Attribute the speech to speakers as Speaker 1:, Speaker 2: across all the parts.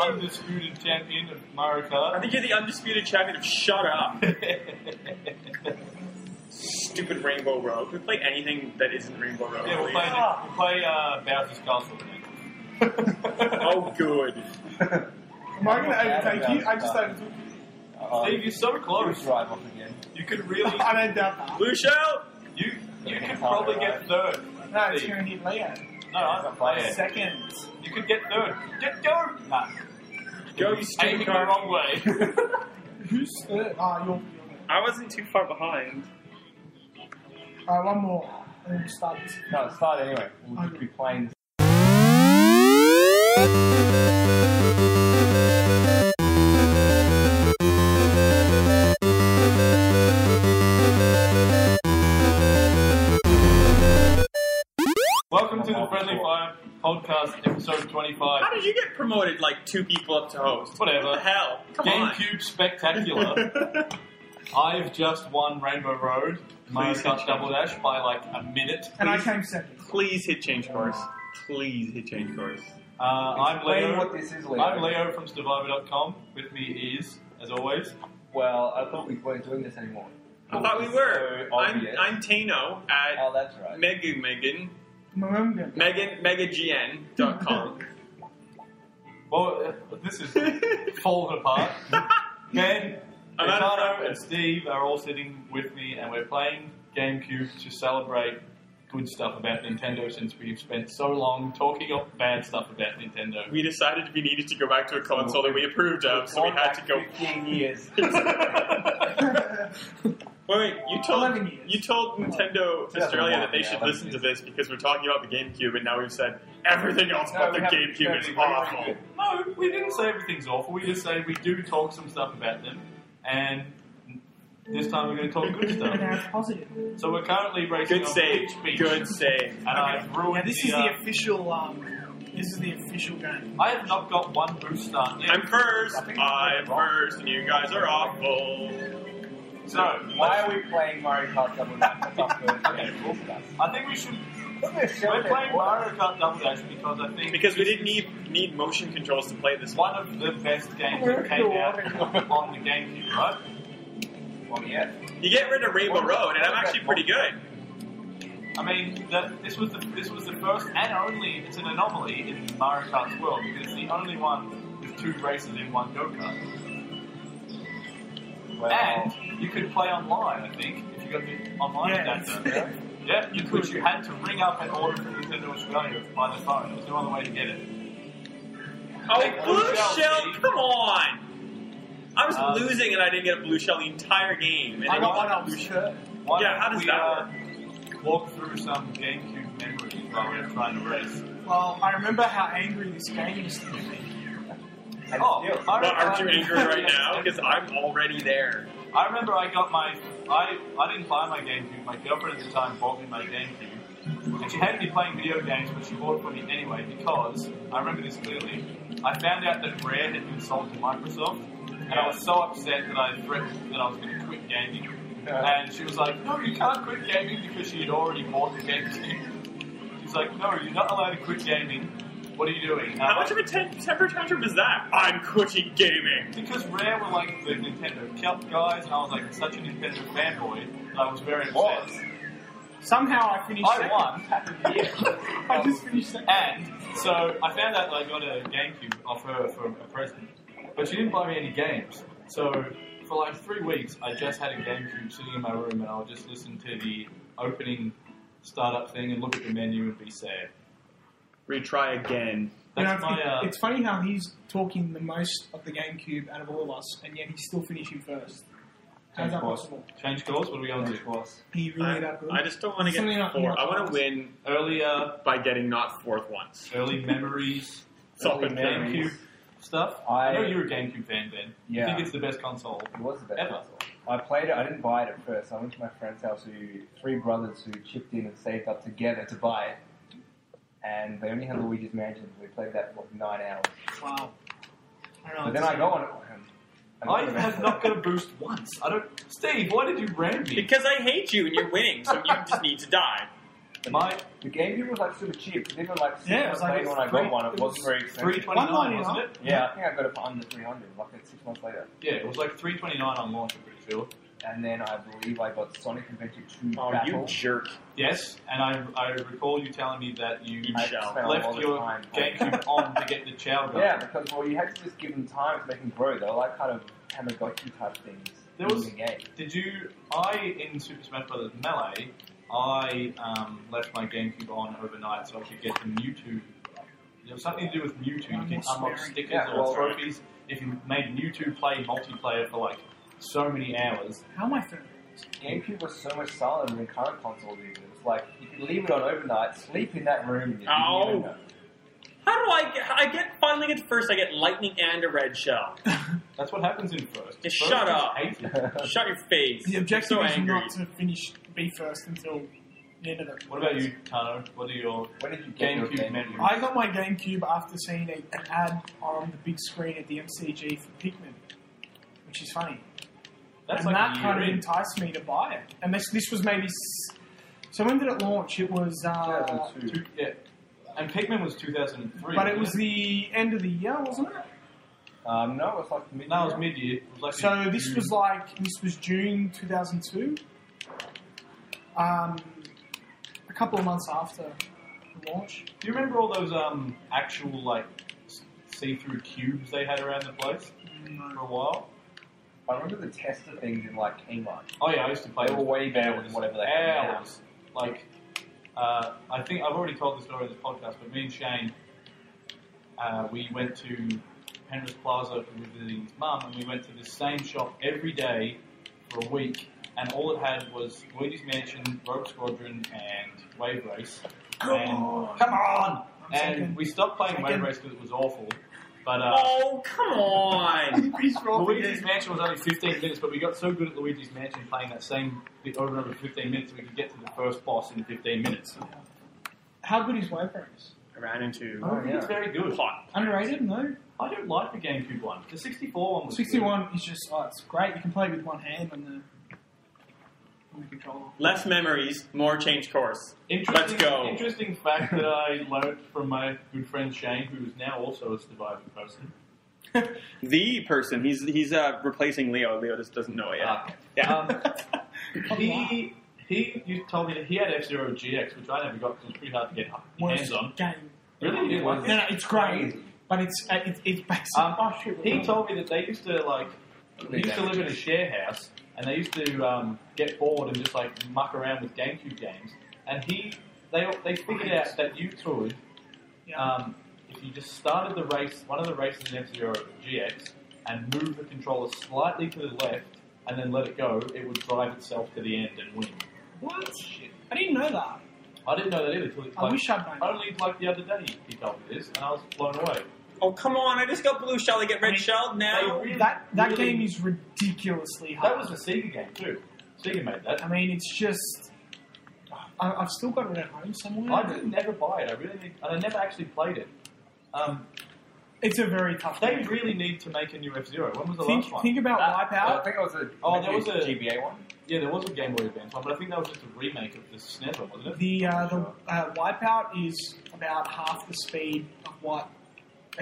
Speaker 1: undisputed champion of Mario
Speaker 2: I
Speaker 1: Kart.
Speaker 2: think you're the undisputed champion of Shut Up. Stupid Rainbow Road. Can we play anything that isn't Rainbow Road?
Speaker 1: yeah, we'll
Speaker 2: please?
Speaker 1: play, the, we'll play uh, Bowser's Castle.
Speaker 2: Oh, good.
Speaker 3: Am I going to overtake you? I just overtook you.
Speaker 2: Uh,
Speaker 1: Steve, you're so close.
Speaker 4: drive off again.
Speaker 1: You could really,
Speaker 3: I don't doubt that.
Speaker 2: Lucio!
Speaker 1: you you could probably get third.
Speaker 3: No, it's
Speaker 1: Steve.
Speaker 3: going to need Leo.
Speaker 1: No, I'm playing.
Speaker 3: Second.
Speaker 1: You could get third. Get third. Nah,
Speaker 2: Go, you
Speaker 1: aiming
Speaker 2: stupid
Speaker 1: the
Speaker 2: car.
Speaker 1: wrong way.
Speaker 3: Who's third? Ah, you're.
Speaker 2: I wasn't too far behind.
Speaker 3: Alright, uh, one more. And we'll start this.
Speaker 4: No, start anyway. We'll just be playing.
Speaker 1: Welcome to the Friendly Fire Podcast, episode
Speaker 2: How
Speaker 1: 25.
Speaker 2: did you get promoted like two people up to host?
Speaker 1: Whatever.
Speaker 2: What the hell? Come
Speaker 1: GameCube Spectacular.
Speaker 2: on.
Speaker 1: I've just won Rainbow Road, Mario
Speaker 2: Please
Speaker 1: Kart Double Dash by like a minute.
Speaker 3: And I
Speaker 2: Please.
Speaker 3: came second.
Speaker 2: Please hit change course. Please hit change course.
Speaker 1: Uh, I'm
Speaker 4: Explain
Speaker 1: Leo.
Speaker 4: what this is, Leo.
Speaker 1: I'm Leo from Survivor.com. With me is, as always,
Speaker 4: Well, I thought we weren't doing this anymore.
Speaker 2: I thought we were.
Speaker 4: So
Speaker 2: I'm,
Speaker 4: obvious.
Speaker 2: I'm Tano at
Speaker 4: Oh, that's right.
Speaker 2: Mega Megan,
Speaker 3: Remember.
Speaker 2: Megan, megagn.com.
Speaker 1: well, uh, this is falling apart. Ken,
Speaker 2: I'm out of
Speaker 1: Ricardo, and
Speaker 2: practice.
Speaker 1: Steve are all sitting with me, and we're playing GameCube to celebrate good stuff about Nintendo since we've spent so long talking of bad stuff about Nintendo.
Speaker 2: we decided we needed to go back to a console that we approved of, so we had to go.
Speaker 4: 15 years.
Speaker 2: Wait, wait, you told
Speaker 3: 11 years.
Speaker 2: you told Nintendo
Speaker 4: Yeah,
Speaker 2: Australia that they
Speaker 4: yeah,
Speaker 2: should
Speaker 4: 11
Speaker 2: listen to this because we're talking about the GameCube, and now we've said everything else
Speaker 4: No,
Speaker 2: about the
Speaker 4: we haven't-
Speaker 2: GameCube is
Speaker 4: we haven't
Speaker 2: awful.
Speaker 4: agreed.
Speaker 1: No, we didn't say everything's awful. We just say we do talk some stuff about them, and this time we're going to talk good
Speaker 3: And now
Speaker 1: stuff.
Speaker 3: it's positive.
Speaker 1: So we're currently racing
Speaker 2: Good
Speaker 1: on
Speaker 2: save,
Speaker 1: Peach Beach,
Speaker 2: good save.
Speaker 1: and I've
Speaker 3: Yeah,
Speaker 1: ruined
Speaker 3: this is
Speaker 1: uh,
Speaker 3: the official. Um, this is the official game.
Speaker 1: I have not got one boost start yet.
Speaker 2: Uh, I'm first.
Speaker 4: I think-
Speaker 2: I'm first, and you guys are awful.
Speaker 1: so
Speaker 4: Why are we playing Mario Kart Double Dash? That's our first
Speaker 1: Okay,
Speaker 4: game.
Speaker 1: cool. I think we should.
Speaker 4: Look at this
Speaker 1: We're
Speaker 4: shelter.
Speaker 1: playing Mario Kart Double Dash because I think
Speaker 2: Because we didn't need need motion controls to play this
Speaker 1: it's
Speaker 2: one.
Speaker 1: one of the best games that came out on the GameCube, right?
Speaker 4: Well, yeah.
Speaker 2: You get rid of Rainbow Road, and I'm actually pretty good.
Speaker 1: I mean, that this was the this was the first and only. It's an anomaly in Mario Kart's world because it's the only one with two races in one go kart,
Speaker 4: Well,
Speaker 1: and you could play online. I think if you got the online
Speaker 3: Yeah.
Speaker 1: data. Yeah, you could. You had to ring up and order from Nintendo Australia by the phone. There was no other way to get it.
Speaker 2: Oh,
Speaker 1: Like
Speaker 2: blue
Speaker 1: blue shell,
Speaker 2: shell!
Speaker 1: see?
Speaker 2: Come on! I was
Speaker 1: Um,
Speaker 2: losing and I didn't get a blue shell the entire game. And
Speaker 1: I
Speaker 2: then
Speaker 1: got
Speaker 2: you-
Speaker 1: one
Speaker 3: I'm sure.
Speaker 1: Why
Speaker 2: Yeah,
Speaker 1: don't
Speaker 2: how does
Speaker 1: we,
Speaker 2: that
Speaker 1: uh, walk through some GameCube memories while we're trying to race?
Speaker 3: Well, I remember how angry this game used to make me.
Speaker 4: and
Speaker 1: oh,
Speaker 4: still,
Speaker 1: I
Speaker 2: Well, aren't you
Speaker 1: remember-
Speaker 2: angry right now? Because I'm already there.
Speaker 1: I remember I got my I I didn't buy my GameCube. My girlfriend at the time bought me my GameCube, and she hated me playing video games, but she bought it for me anyway because I remember this clearly. I found out that Rare had been sold to Microsoft, and I was so upset that I threatened that I was going to quit gaming. And she was like, "No, you can't quit gaming because she had already bought the GameCube." She's like, "No, you're not allowed to quit gaming. What are you doing?" And I'm
Speaker 2: How much
Speaker 1: like,
Speaker 2: of a ten- temper tantrum is that? I'm quitting gaming.
Speaker 1: because Rare were like the Nintendo Kelp guys, and I was like such a Nintendo fanboy, that I was very upset.
Speaker 4: Was.
Speaker 3: Somehow I finished
Speaker 1: I
Speaker 3: second.
Speaker 1: won,
Speaker 3: I just finished second.
Speaker 1: and so I found out that I got a GameCube off her for a present, but she didn't buy me any games. So for like three weeks, I just had a GameCube sitting in my room, and I would just listen to the opening startup thing and look at the menu and be sad.
Speaker 2: Retry again.
Speaker 3: You know,
Speaker 1: That's my.
Speaker 3: it-
Speaker 1: Uh,
Speaker 3: it's funny how he's talking the most of the GameCube out of all of us, and yet he's still finishing first. How's that
Speaker 4: Of course.
Speaker 3: possible?
Speaker 1: change uh, course. What are we on to?
Speaker 4: Of course.
Speaker 3: He really
Speaker 2: I,
Speaker 3: that good.
Speaker 2: I just don't want to
Speaker 3: Something
Speaker 2: get
Speaker 3: not-
Speaker 2: fourth.
Speaker 3: not
Speaker 2: I want
Speaker 3: fourth.
Speaker 2: to win
Speaker 1: Early, uh,
Speaker 2: by getting not fourth once.
Speaker 1: early memories.
Speaker 2: It's all been
Speaker 4: Early memories.
Speaker 1: GameCube stuff. I,
Speaker 4: I-
Speaker 1: know you're a GameCube fan, Ben. You
Speaker 4: Yeah.
Speaker 1: think it's the best console.
Speaker 4: It was the best
Speaker 1: Ever.
Speaker 4: console. I played it. I didn't buy it at first. I went to my friend's house, who three brothers who chipped in and saved up together to buy it, and they only had Luigi's Mansion. We played that for like nine hours.
Speaker 3: wow. I don't know.
Speaker 4: But then I go on it. and- and
Speaker 1: I have not got a boost once. I don't. Steve, why did you ram me?
Speaker 2: Because I hate you and you're winning, so you just need to die.
Speaker 1: My
Speaker 4: The GameCube was like super cheap. They were like six
Speaker 3: Yeah, it
Speaker 4: months
Speaker 3: was like
Speaker 4: later when I
Speaker 3: three-
Speaker 4: got one. It
Speaker 3: it
Speaker 4: wasn't
Speaker 3: was
Speaker 4: very expensive.
Speaker 1: three twenty nine wasn't it?
Speaker 4: Yeah, I think I got it for under 300, like it's six months later.
Speaker 1: Yeah, it was like three twenty nine on launch. I'm pretty sure.
Speaker 4: And then I believe I got Sonic Adventure 2
Speaker 5: Oh,
Speaker 4: Battle.
Speaker 5: you jerk.
Speaker 1: Yes, and I, I recall you telling me that you
Speaker 5: You
Speaker 4: I
Speaker 5: shall.
Speaker 4: spent a
Speaker 1: Left
Speaker 4: lot of
Speaker 1: your
Speaker 4: time on-
Speaker 1: GameCube on to get the chow done.
Speaker 4: Yeah, because well, you had to just give them time to make them grow. They were like kind of Tamagotchi type things
Speaker 1: There was-
Speaker 4: in the game.
Speaker 1: Did you? I in Super Smash Bros. Melee, I um, left my GameCube on overnight so I could get the Mewtwo. There was something to do with Mewtwo. You can unlock stickers
Speaker 4: Yeah,
Speaker 1: or
Speaker 4: well-
Speaker 1: trophies if you made Mewtwo play multiplayer for like so many hours.
Speaker 3: How am I feeling?
Speaker 4: GameCube was so much silent than current consoles even. It's like you could leave it on overnight, sleep in that room, and you
Speaker 5: Ow.
Speaker 4: didn't even know.
Speaker 2: How do I get? I get finally get first. I get lightning and a red shell.
Speaker 1: That's what happens in first.
Speaker 2: Just
Speaker 1: First
Speaker 2: shut
Speaker 1: is
Speaker 2: up.
Speaker 1: hated.
Speaker 2: Shut your face.
Speaker 3: The objective
Speaker 2: I'm so
Speaker 3: is
Speaker 2: angry.
Speaker 3: not to finish be first until the end of it.
Speaker 1: What about you, Tano? What are your
Speaker 4: When did you get your
Speaker 1: GameCube
Speaker 4: game?
Speaker 1: memories?
Speaker 3: I got my GameCube after seeing a, an ad on the big screen at the MCG for Pikmin, which is funny.
Speaker 1: That's
Speaker 3: and
Speaker 1: like
Speaker 3: that
Speaker 1: a
Speaker 3: kind
Speaker 1: year
Speaker 3: of
Speaker 1: in.
Speaker 3: enticed me to buy it. And this, this was maybe. S- so when did it launch? It was. Uh,
Speaker 4: 2002.
Speaker 1: Two- yeah. And Pikmin was 2003.
Speaker 3: but it
Speaker 1: wasn't
Speaker 3: was the end of the year, wasn't it?
Speaker 4: Um, no, it was like mid.
Speaker 1: No, it was mid-year. It was like
Speaker 3: So
Speaker 1: in
Speaker 3: this
Speaker 1: June.
Speaker 3: was like. This was June 2002. Um, a couple of months after the launch.
Speaker 1: Do you remember all those um, actual like s- see-through cubes they had around the place for a while?
Speaker 4: I remember the tester things in like Kmart.
Speaker 1: Oh yeah, I used to play.
Speaker 4: They were
Speaker 1: with
Speaker 4: way better than whatever they had. now.
Speaker 1: Hours. Like, uh, I think I've already told the story in this podcast, but me and Shane, uh, we went to Penrith Plaza because we were visiting his mum, and we went to the same shop every day for a week, and all it had was Luigi's Mansion, Rogue Squadron, and Wave Race. and, Come on!
Speaker 3: I'm
Speaker 1: And
Speaker 3: thinking-
Speaker 1: we stopped playing Wave
Speaker 3: thinking-
Speaker 1: Race because it was awful, but. Uh,
Speaker 2: Oh come on!
Speaker 3: He's wrong
Speaker 1: Luigi's
Speaker 3: again.
Speaker 1: Mansion was only 15 minutes, but we got so good at Luigi's Mansion playing that same bit over and over for 15 minutes, we could get to the first boss in 15 minutes.
Speaker 3: How good is Wave Race?
Speaker 5: I ran into
Speaker 4: Oh,
Speaker 1: I think it's
Speaker 4: yeah.
Speaker 1: very good.
Speaker 5: pot.
Speaker 3: Underrated? No.
Speaker 1: I don't like the GameCube one. The 64 one was good.
Speaker 3: 61 is just oh, it's great. You can play with one hand on the on the controller.
Speaker 2: Less memories, more change course.
Speaker 1: Interesting,
Speaker 2: Let's go.
Speaker 1: Interesting fact that I learned from my good friend Shane, who is now also a surviving person.
Speaker 2: The person he's he's uh, replacing Leo. Leo just doesn't know it yet.
Speaker 1: Ah.
Speaker 2: Oh, Yeah.
Speaker 1: Um, he he you told me that he had F Zero GX, which I never got because it was pretty hard to get hands
Speaker 3: Worst
Speaker 1: on.
Speaker 3: game.
Speaker 1: Really, you didn't like
Speaker 3: No,
Speaker 1: it?
Speaker 3: no, it's great, but it's uh, it's it's basic.
Speaker 1: Um,
Speaker 3: oh, shit,
Speaker 1: He told me that they used to like they used to live in a
Speaker 4: Damages.
Speaker 1: share house and they used to um, get bored and just like muck around with GameCube games. And he they they figured out that you could
Speaker 3: Yeah.
Speaker 1: um, if you just started the race one of the races in F Zero GX and moved the controller slightly to the left and then let it go, it would drive itself to the end and win.
Speaker 3: what? I didn't know that.
Speaker 1: I didn't know that either. Till
Speaker 3: I
Speaker 1: like,
Speaker 3: wish I'd known.
Speaker 1: only like the other day he told me this, and I was blown away.
Speaker 2: Oh come on! I just got blue shell. I get red shell now.
Speaker 1: They really-
Speaker 3: that that
Speaker 1: really-
Speaker 3: game is ridiculously hard.
Speaker 1: That was a Sega game too. Sega made that.
Speaker 3: I mean, it's just. I, I've still got it at home somewhere.
Speaker 1: I did never buy it. I really need, and I never actually played it. Um,
Speaker 3: It's a very tough
Speaker 1: they
Speaker 3: game.
Speaker 1: really need to make a new F Zero. When was the
Speaker 3: think,
Speaker 1: last one?
Speaker 3: think about
Speaker 4: That- I
Speaker 3: Wipeout.
Speaker 4: think it was a
Speaker 1: Oh, there was a-
Speaker 4: GBA one.
Speaker 1: yeah, there was a Game Boy Advance one, but I think that was just a remake of the SNES one, wasn't it?
Speaker 3: The uh, the uh, Wipeout is about half the speed of what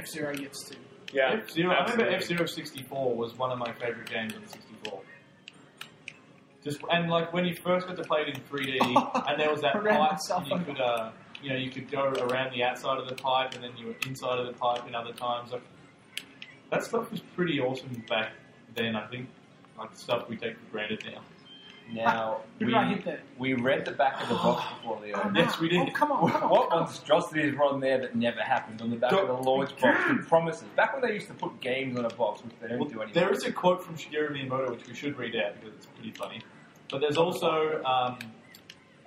Speaker 3: F Zero gets to.
Speaker 2: Yeah.
Speaker 1: F Zero. I remember
Speaker 2: absolutely.
Speaker 1: F Zero sixty four was one of my favorite games on sixty four. Just and like when you first got to play it in three D, and there was that
Speaker 3: I ran
Speaker 1: pipe,
Speaker 3: myself
Speaker 1: and you
Speaker 3: over.
Speaker 1: could uh, you know you could go around the outside of the pipe, and then you were inside of the pipe, and other times like that stuff was pretty awesome back then. I think like stuff we take for granted now.
Speaker 4: Now
Speaker 3: Who
Speaker 4: we,
Speaker 3: did I hit there?
Speaker 4: we read the back of the box before the.
Speaker 3: Oh,
Speaker 1: Yes, we did.
Speaker 3: Oh, come on,
Speaker 4: What,
Speaker 3: come on.
Speaker 4: what
Speaker 3: come on.
Speaker 4: monstrosities were on there that never happened on the back of the launch box? The promises. Back when they used to put games on a box, which they don't
Speaker 1: Well,
Speaker 4: do anymore.
Speaker 1: there is a quote from Shigeru Miyamoto which we should read out because it's pretty funny. But there's also um,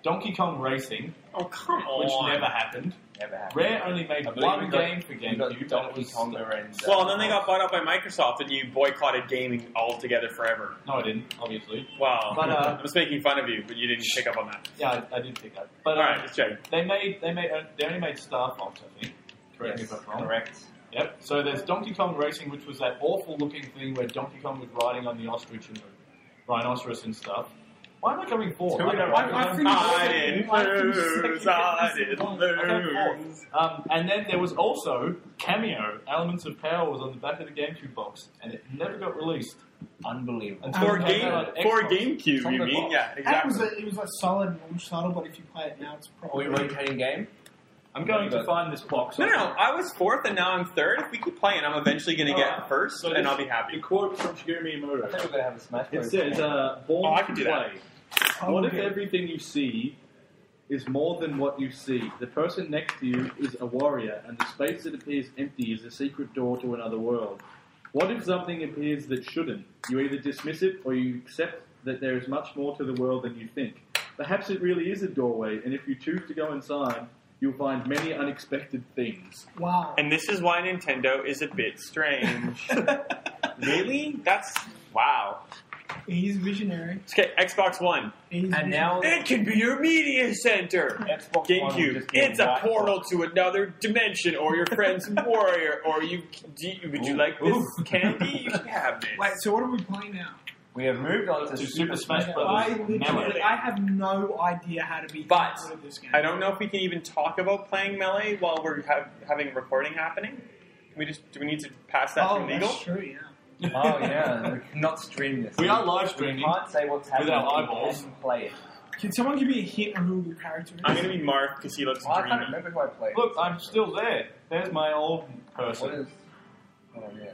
Speaker 1: Donkey Kong Racing,
Speaker 2: Oh come on!
Speaker 1: which never happened.
Speaker 4: never happened.
Speaker 1: Rare only made
Speaker 4: I believe we
Speaker 1: one
Speaker 4: got-
Speaker 1: game for
Speaker 4: We got
Speaker 1: GameCube. that
Speaker 4: Donkey
Speaker 1: was-
Speaker 4: Konga and. uh,
Speaker 2: Well, then they got bought out by Microsoft, and you boycotted gaming altogether forever.
Speaker 1: No, I didn't, obviously.
Speaker 2: Wow.
Speaker 1: But, uh,
Speaker 2: I was making fun of you, but you didn't pick up on that.
Speaker 1: Yeah, I, I did think that. But
Speaker 2: All
Speaker 1: um,
Speaker 2: right, just checking.
Speaker 1: they made they made uh, they only made Star Fox, I think. Correct me
Speaker 4: Yes,
Speaker 1: if I'm wrong.
Speaker 4: correct.
Speaker 1: Yep. So there's Donkey Kong Racing, which was that awful looking thing where Donkey Kong was riding on the ostrich and the rhinoceros and stuff.
Speaker 6: Why am I going forward?
Speaker 7: Two
Speaker 6: I,
Speaker 7: in a
Speaker 6: I- I
Speaker 7: row.
Speaker 6: finished
Speaker 7: I
Speaker 6: second.
Speaker 7: didn't
Speaker 6: I finished second.
Speaker 7: lose, I didn't
Speaker 6: Okay, fourth.
Speaker 7: lose.
Speaker 6: Um, and then there was also Cameo. Elements of Power was on the back of the GameCube box, and it never got released.
Speaker 4: Unbelievable.
Speaker 6: Until
Speaker 2: For
Speaker 6: it came
Speaker 2: game
Speaker 6: out on
Speaker 2: for
Speaker 6: Xbox.
Speaker 2: GameCube,
Speaker 4: From
Speaker 2: you
Speaker 4: the
Speaker 2: mean?
Speaker 4: box.
Speaker 2: Yeah,
Speaker 3: That was
Speaker 2: exactly.
Speaker 3: a, it was a solid launch title, but if you play it now, it's
Speaker 4: Are
Speaker 3: probably
Speaker 4: we rotating game?
Speaker 6: I'm going to find this box.
Speaker 2: No, no, no, I was fourth and now I'm third. If we keep playing, I'm eventually going to get first,
Speaker 6: So
Speaker 2: and
Speaker 6: this-
Speaker 2: I'll be
Speaker 6: The
Speaker 2: happy.
Speaker 6: quote from
Speaker 4: I think
Speaker 6: Shigeru
Speaker 4: we're going to have a Smash
Speaker 6: Miyamoto. It
Speaker 4: Bros.
Speaker 6: says,
Speaker 4: game.
Speaker 6: uh, "Born
Speaker 7: Oh, I
Speaker 6: to
Speaker 7: can do that.
Speaker 6: play. What if everything you see is more than what you see? The person next to you is a warrior, and the space that appears empty is a secret door to another world. What if something appears that shouldn't? You either dismiss it or you accept that there is much more to the world than you think. Perhaps it really is a doorway, and if you choose to go inside, you'll find many unexpected things.
Speaker 3: wow.
Speaker 2: And this is why Nintendo is a bit strange. really? That's wow.
Speaker 3: He's visionary.
Speaker 2: Okay, Xbox One.
Speaker 3: He's
Speaker 4: and
Speaker 3: visionary.
Speaker 4: now
Speaker 2: It can be your media center.
Speaker 4: Xbox One will
Speaker 2: GameCube.
Speaker 4: just be
Speaker 2: It's a
Speaker 4: white
Speaker 2: portal
Speaker 4: box.
Speaker 2: to another dimension, or your friend's warrior, or you. Do you would you like this
Speaker 6: Ooh.
Speaker 2: candy? You can have this.
Speaker 3: Wait, so what are we playing now?
Speaker 4: We have moved on to,
Speaker 6: To Super Smash
Speaker 3: Okay,
Speaker 6: Brothers.
Speaker 3: I literally,
Speaker 6: Melee.
Speaker 3: I have no idea how to be
Speaker 2: But,
Speaker 3: good at this game.
Speaker 2: I don't know if we can even talk about playing melee while we're have, having recording happening. Can we just do we need to pass that
Speaker 3: Oh,
Speaker 2: through legal?
Speaker 3: that's true. Yeah.
Speaker 4: Oh yeah, we cannot stream this.
Speaker 6: We are live
Speaker 4: We
Speaker 6: streaming.
Speaker 4: can't say what's happening.
Speaker 6: our
Speaker 4: We
Speaker 6: eyeballs.
Speaker 4: can play it.
Speaker 3: Can someone give me a hint on who the character is?
Speaker 2: I'm gonna be Marth because he looks
Speaker 4: Well, I can't
Speaker 2: dreamy.
Speaker 4: remember who I played.
Speaker 6: Look, I'm still there. There's my old
Speaker 4: What
Speaker 6: person.
Speaker 4: is? Oh yeah.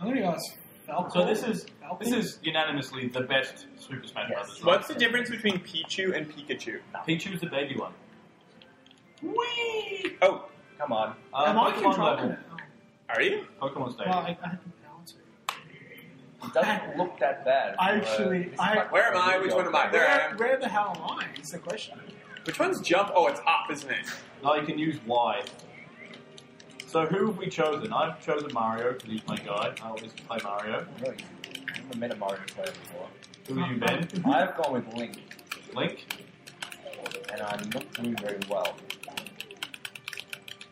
Speaker 3: I'm gonna go as Falcon.
Speaker 6: So this is
Speaker 3: Falcon?
Speaker 6: this is unanimously the best Super Smash
Speaker 4: Yes.
Speaker 6: Brothers.
Speaker 2: What's the difference between Pichu and Pikachu?
Speaker 6: Pichu was the baby one.
Speaker 3: Wee!
Speaker 2: Oh,
Speaker 4: Come on.
Speaker 6: Uh,
Speaker 3: Am I
Speaker 6: Pokemon
Speaker 3: controlling
Speaker 6: level.
Speaker 3: it?
Speaker 2: are you?
Speaker 6: Pokemon
Speaker 3: Oh,
Speaker 6: stage.
Speaker 3: well, I, I had the power to.
Speaker 4: It doesn't look that bad.
Speaker 3: I
Speaker 4: Uh,
Speaker 3: actually-
Speaker 4: this is
Speaker 3: I-
Speaker 4: like-
Speaker 2: Where am I? Which one am I? There I
Speaker 3: Where,
Speaker 2: am.
Speaker 3: where the hell am I? Is the question.
Speaker 2: Which one's jump? Oh, it's hop, isn't it?
Speaker 6: No, you can use Y. So who have we chosen? I've chosen Mario because he's my guy. I always play Mario.
Speaker 4: Really? I've never met a Mario player before.
Speaker 6: Who
Speaker 3: Uh,
Speaker 6: have you been?
Speaker 4: I've gone with Link,
Speaker 6: Link?
Speaker 4: and I'm not doing very well.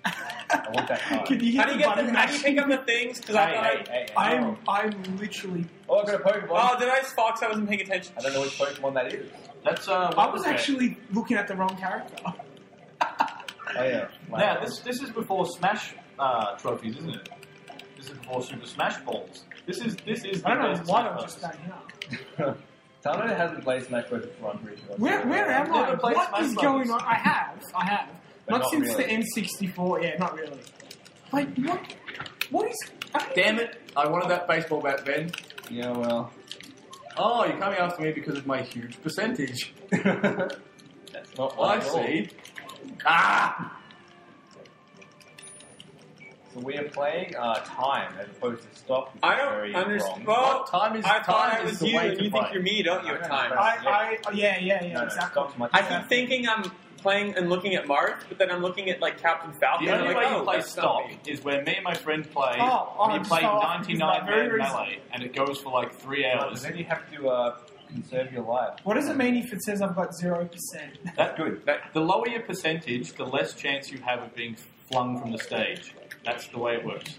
Speaker 4: I want that card.
Speaker 3: Could you hit
Speaker 2: How do you
Speaker 3: the
Speaker 2: get?
Speaker 3: button
Speaker 2: The, how do you pick up the things? Because I
Speaker 4: Hey,
Speaker 2: thought.
Speaker 4: hey,
Speaker 2: I,
Speaker 4: hey, hey.
Speaker 3: I'm I'm literally.
Speaker 4: Oh, I got a Pokemon.
Speaker 2: oh, did I fox? I wasn't paying attention.
Speaker 4: I don't know which Pokemon that is.
Speaker 6: That's uh.
Speaker 3: I was actually looking at the wrong character.
Speaker 4: Oh yeah.
Speaker 6: Now this this is before Smash uh, trophies, isn't it? This is before Super Smash Balls. This is this is. The
Speaker 3: I don't know
Speaker 6: best
Speaker 3: why
Speaker 6: Smash
Speaker 3: I'm just
Speaker 6: Brothers.
Speaker 3: down here.
Speaker 4: Tano hasn't played Smash Bros. before. I'm pretty sure.
Speaker 3: Where, where am
Speaker 6: Never
Speaker 3: I?
Speaker 6: played
Speaker 3: What
Speaker 6: Smash
Speaker 3: is
Speaker 6: Brothers.
Speaker 3: going on? I have, I have.
Speaker 4: But
Speaker 3: Not,
Speaker 4: not
Speaker 3: since
Speaker 4: really.
Speaker 3: the N64. Yeah, not really. Like what? What is?
Speaker 6: Damn it! I wanted that baseball bat, Ben.
Speaker 4: Yeah, well.
Speaker 6: Oh, you're coming after me because of my huge percentage.
Speaker 4: That's not what at all.
Speaker 6: Ah!
Speaker 4: So we are playing uh, time as opposed to stop. which
Speaker 2: I
Speaker 4: is
Speaker 2: don't
Speaker 4: very
Speaker 2: understand.
Speaker 4: wrong.
Speaker 2: Well,
Speaker 6: Time is
Speaker 2: I thought
Speaker 6: time
Speaker 2: I
Speaker 6: is
Speaker 2: was
Speaker 6: the
Speaker 2: you,
Speaker 6: way
Speaker 2: and
Speaker 6: to
Speaker 2: you think
Speaker 6: play.
Speaker 2: you're me, don't you?
Speaker 4: I
Speaker 2: at
Speaker 4: don't
Speaker 2: Time.
Speaker 4: know.
Speaker 3: I, I, yeah, yeah, yeah,
Speaker 4: No, no,
Speaker 3: exactly.
Speaker 4: stop much.
Speaker 2: I keep thinking I'm playing and looking at Marth, but then I'm looking at like Captain Falcon.
Speaker 6: The
Speaker 2: and
Speaker 6: only
Speaker 2: I'm
Speaker 6: way
Speaker 2: like,
Speaker 6: you
Speaker 2: oh,
Speaker 6: play
Speaker 2: that's not
Speaker 6: stop
Speaker 2: me.
Speaker 6: is where me and my friend play.
Speaker 3: Oh, oh,
Speaker 6: we
Speaker 3: I'm
Speaker 6: play
Speaker 3: so-
Speaker 6: 99
Speaker 3: it's like very
Speaker 6: man
Speaker 3: reason-
Speaker 6: melee, and it goes for like three
Speaker 4: And
Speaker 6: hours.
Speaker 4: then you have to uh, conserve your life.
Speaker 3: What does it mean if it says I've got zero percent?
Speaker 6: That's
Speaker 4: good.
Speaker 6: That, the lower your percentage, the less chance you have of being flung from the stage. That's the way it works.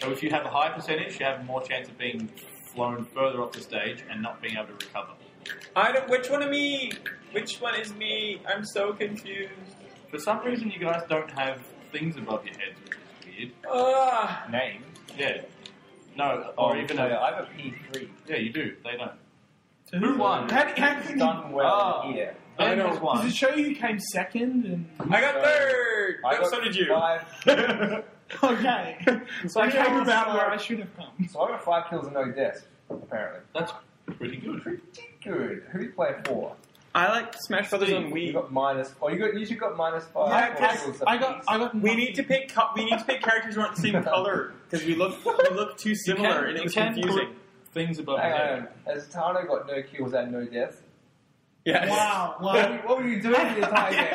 Speaker 6: So if you have a high percentage, you have more chance of being flown further off the stage and not being able to recover.
Speaker 2: I don't. Which one of me? Which one is me? I'm so confused.
Speaker 6: For some reason, you guys don't have things above your heads, which is weird.
Speaker 2: Ugh.
Speaker 4: Name.
Speaker 6: Yeah. No,
Speaker 2: Oh,
Speaker 6: or even
Speaker 4: player.
Speaker 6: a,
Speaker 4: I have a P3.
Speaker 6: yeah, you do. They don't. Who won?
Speaker 3: How, do- how can you,
Speaker 4: Done well
Speaker 6: Oh.
Speaker 4: here.
Speaker 2: I
Speaker 6: Ben
Speaker 2: don't-
Speaker 6: has
Speaker 3: does
Speaker 6: won.
Speaker 3: it show you who came second? And
Speaker 2: I got
Speaker 4: So,
Speaker 2: third.
Speaker 4: I
Speaker 2: No,
Speaker 4: got
Speaker 2: so did you.
Speaker 4: Five,
Speaker 3: okay, so I
Speaker 4: Yeah,
Speaker 3: came about
Speaker 4: so-
Speaker 3: where I should have come.
Speaker 4: so I got five kills and no deaths, apparently.
Speaker 6: That's pretty good.
Speaker 4: Pretty good. Who do you play for?
Speaker 2: I like Smash Brothers on
Speaker 4: You
Speaker 2: Wii.
Speaker 4: got minus. Oh, you got. You should got minus five.
Speaker 3: I,
Speaker 4: for
Speaker 3: I-
Speaker 4: kills
Speaker 3: I got, I got.
Speaker 2: We need to pick. Co- we need to pick characters who aren't the same color because we look we look too similar
Speaker 6: can-
Speaker 2: and
Speaker 6: you
Speaker 2: it was
Speaker 6: can
Speaker 2: confusing.
Speaker 6: Things above your
Speaker 4: Hang
Speaker 6: head.
Speaker 4: on. Has Tano got no kills and no deaths?
Speaker 2: Yes.
Speaker 3: Wow,
Speaker 4: What were
Speaker 3: wow.
Speaker 4: you- what were you doing the entire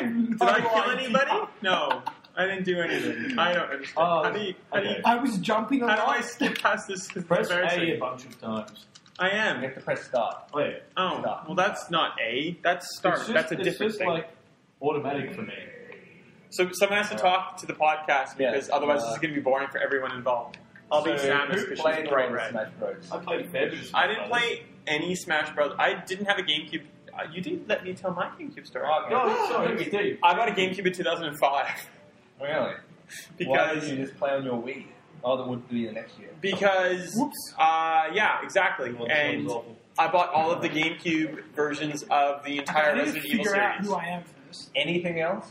Speaker 4: game?
Speaker 2: Did I kill anybody? No, I didn't do anything. I don't understand.
Speaker 6: Oh,
Speaker 2: how do you, how do you,
Speaker 6: okay.
Speaker 3: I was jumping on
Speaker 2: how do I
Speaker 3: ice.
Speaker 2: skip past this? It's
Speaker 6: Press A a
Speaker 2: embarrassing.
Speaker 6: bunch of times.
Speaker 2: I
Speaker 4: You
Speaker 2: am.
Speaker 4: have to press start.
Speaker 6: Oh, yeah.
Speaker 2: Oh,
Speaker 4: Stop.
Speaker 2: well, that's not A. That's start.
Speaker 6: It's just-
Speaker 2: that's a
Speaker 6: it's
Speaker 2: different
Speaker 6: just
Speaker 2: thing.
Speaker 6: like Uh, automatic for me.
Speaker 2: so someone has to talk to the podcast
Speaker 4: Yeah.
Speaker 2: because otherwise
Speaker 4: Uh,
Speaker 2: this is going to be boring for everyone involved. I'll be
Speaker 4: So,
Speaker 2: Samus
Speaker 4: who
Speaker 2: because
Speaker 4: played
Speaker 2: she's bright
Speaker 4: on
Speaker 2: red.
Speaker 4: Smash Bros.
Speaker 6: I played Fabulous.
Speaker 2: I didn't play. any Smash Bros. I didn't have a GameCube. Uh, you didn't let me tell my GameCube story.
Speaker 4: Oh,
Speaker 6: No, sorry, we did.
Speaker 2: I got a GameCube in 2005
Speaker 4: Really? Why did
Speaker 2: because
Speaker 4: you just play on your Wii? Oh, that would be the next year.
Speaker 2: because
Speaker 3: Whoops.
Speaker 2: uh, yeah, exactly.
Speaker 6: Well, this
Speaker 2: And
Speaker 6: one's awful.
Speaker 2: I bought all of the GameCube versions of the
Speaker 3: I
Speaker 2: entire
Speaker 3: need to
Speaker 2: Resident Evil
Speaker 3: figure out
Speaker 2: series.
Speaker 3: who I am first.
Speaker 4: Anything else?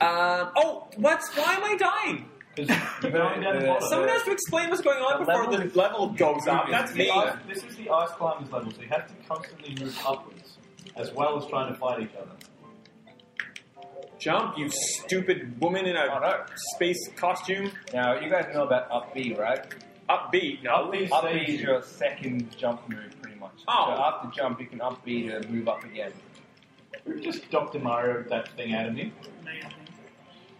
Speaker 2: Um, oh, what's why am I dying?
Speaker 6: You're going down the bottom.
Speaker 2: Someone has to explain what's going on
Speaker 4: uh, The
Speaker 2: before
Speaker 4: level is-
Speaker 2: the level goes up. That's
Speaker 6: The
Speaker 2: me.
Speaker 6: ice- this is the ice climbers level, so you have to constantly move upwards, as well as trying to fight each other.
Speaker 2: Jump, you stupid woman in
Speaker 4: Oh,
Speaker 2: a
Speaker 4: no.
Speaker 2: space costume.
Speaker 4: Now, you guys know about up B, right?
Speaker 2: Upbeat, no.
Speaker 6: Up these
Speaker 4: Up B
Speaker 6: stages,
Speaker 4: is your second jump move, pretty much.
Speaker 2: Oh.
Speaker 4: So after jump, you can up B to move up again.
Speaker 6: you just Dr. Mario that thing out of me.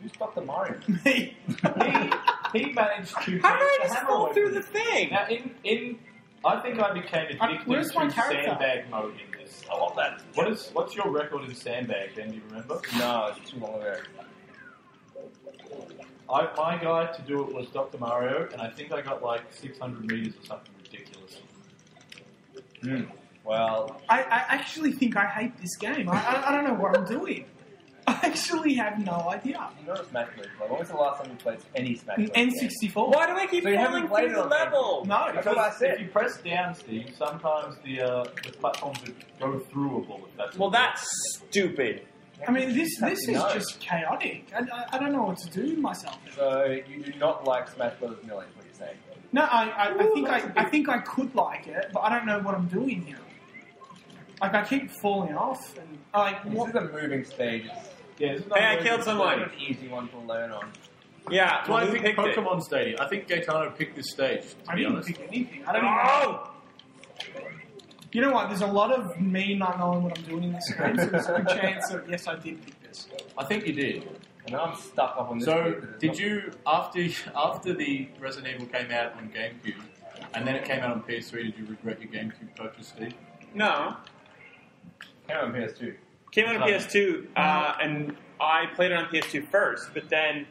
Speaker 4: Who's Dr. Mario?
Speaker 3: Me.
Speaker 6: He, he managed to. take
Speaker 2: How did I
Speaker 6: the
Speaker 2: just
Speaker 6: hammer
Speaker 2: fall
Speaker 6: away
Speaker 2: through
Speaker 6: from
Speaker 2: the
Speaker 6: me.
Speaker 2: thing?
Speaker 6: Now, in in, I think I became
Speaker 3: Uh,
Speaker 6: addicted
Speaker 3: where's my
Speaker 6: to
Speaker 3: character?
Speaker 6: sandbag mode in this. I love that. What is what's your record in sandbag? Then do you remember?
Speaker 4: No, it's too long ago.
Speaker 6: I, my guide to do it was Dr. Mario, and I think I got like 600 meters or something ridiculous.
Speaker 4: Hmm. Well,
Speaker 3: I, I actually think I hate this game. I, I, I don't know what I'm doing. I actually have no idea.
Speaker 4: you notice Smash Bros. Like, when was the last time you played any Smash
Speaker 3: An
Speaker 4: Bros? game?
Speaker 3: N64.
Speaker 2: Why do I keep
Speaker 4: So you haven't
Speaker 2: falling
Speaker 4: played
Speaker 2: through the
Speaker 4: it on there.
Speaker 2: level?
Speaker 3: No,
Speaker 4: That's what I
Speaker 6: If you
Speaker 4: said.
Speaker 6: press down, Steve, sometimes the uh, the platforms would go through a bullet. That's
Speaker 2: Well, that's stupid.
Speaker 3: I mean, this
Speaker 4: You have
Speaker 3: this
Speaker 4: to
Speaker 3: is
Speaker 4: know.
Speaker 3: just chaotic. I, I, I don't know what to do with myself.
Speaker 4: So you do not like Smash Bros. Melee, is what you're saying?
Speaker 3: No, I, I, I
Speaker 6: Ooh,
Speaker 3: think I,
Speaker 6: that's a big-
Speaker 3: I think I could like it, but I don't know what I'm doing here. Like I keep falling off, and like
Speaker 4: This
Speaker 3: what?
Speaker 4: is a moving stage.
Speaker 6: Yeah, there's
Speaker 2: Hey, I
Speaker 6: another-
Speaker 2: killed
Speaker 4: It's
Speaker 2: someone.
Speaker 4: an easy one to learn on.
Speaker 2: Yeah,
Speaker 8: That's why I
Speaker 2: Lou
Speaker 8: picked
Speaker 2: picked it.
Speaker 8: Pokemon Stadium. I think Gaetano picked this stage, to
Speaker 3: I
Speaker 8: be
Speaker 3: didn't
Speaker 8: honest.
Speaker 3: pick anything. I don't. Even,
Speaker 2: Oh!
Speaker 3: You know what? There's a lot of me not knowing what I'm doing in this game, so there's a good chance that yes, I did pick this.
Speaker 8: I think you did.
Speaker 4: And I'm stuck up on this.
Speaker 8: So,
Speaker 4: bit that is
Speaker 8: did
Speaker 4: not-
Speaker 8: you after after the Resident Evil came out on GameCube, and then it came out on PS3? Did you regret your GameCube purchase, Steve?
Speaker 2: No.
Speaker 4: Came on PS2.
Speaker 2: Came out on
Speaker 8: Huh.
Speaker 2: PS2, uh, and I played it on PS2 first, but then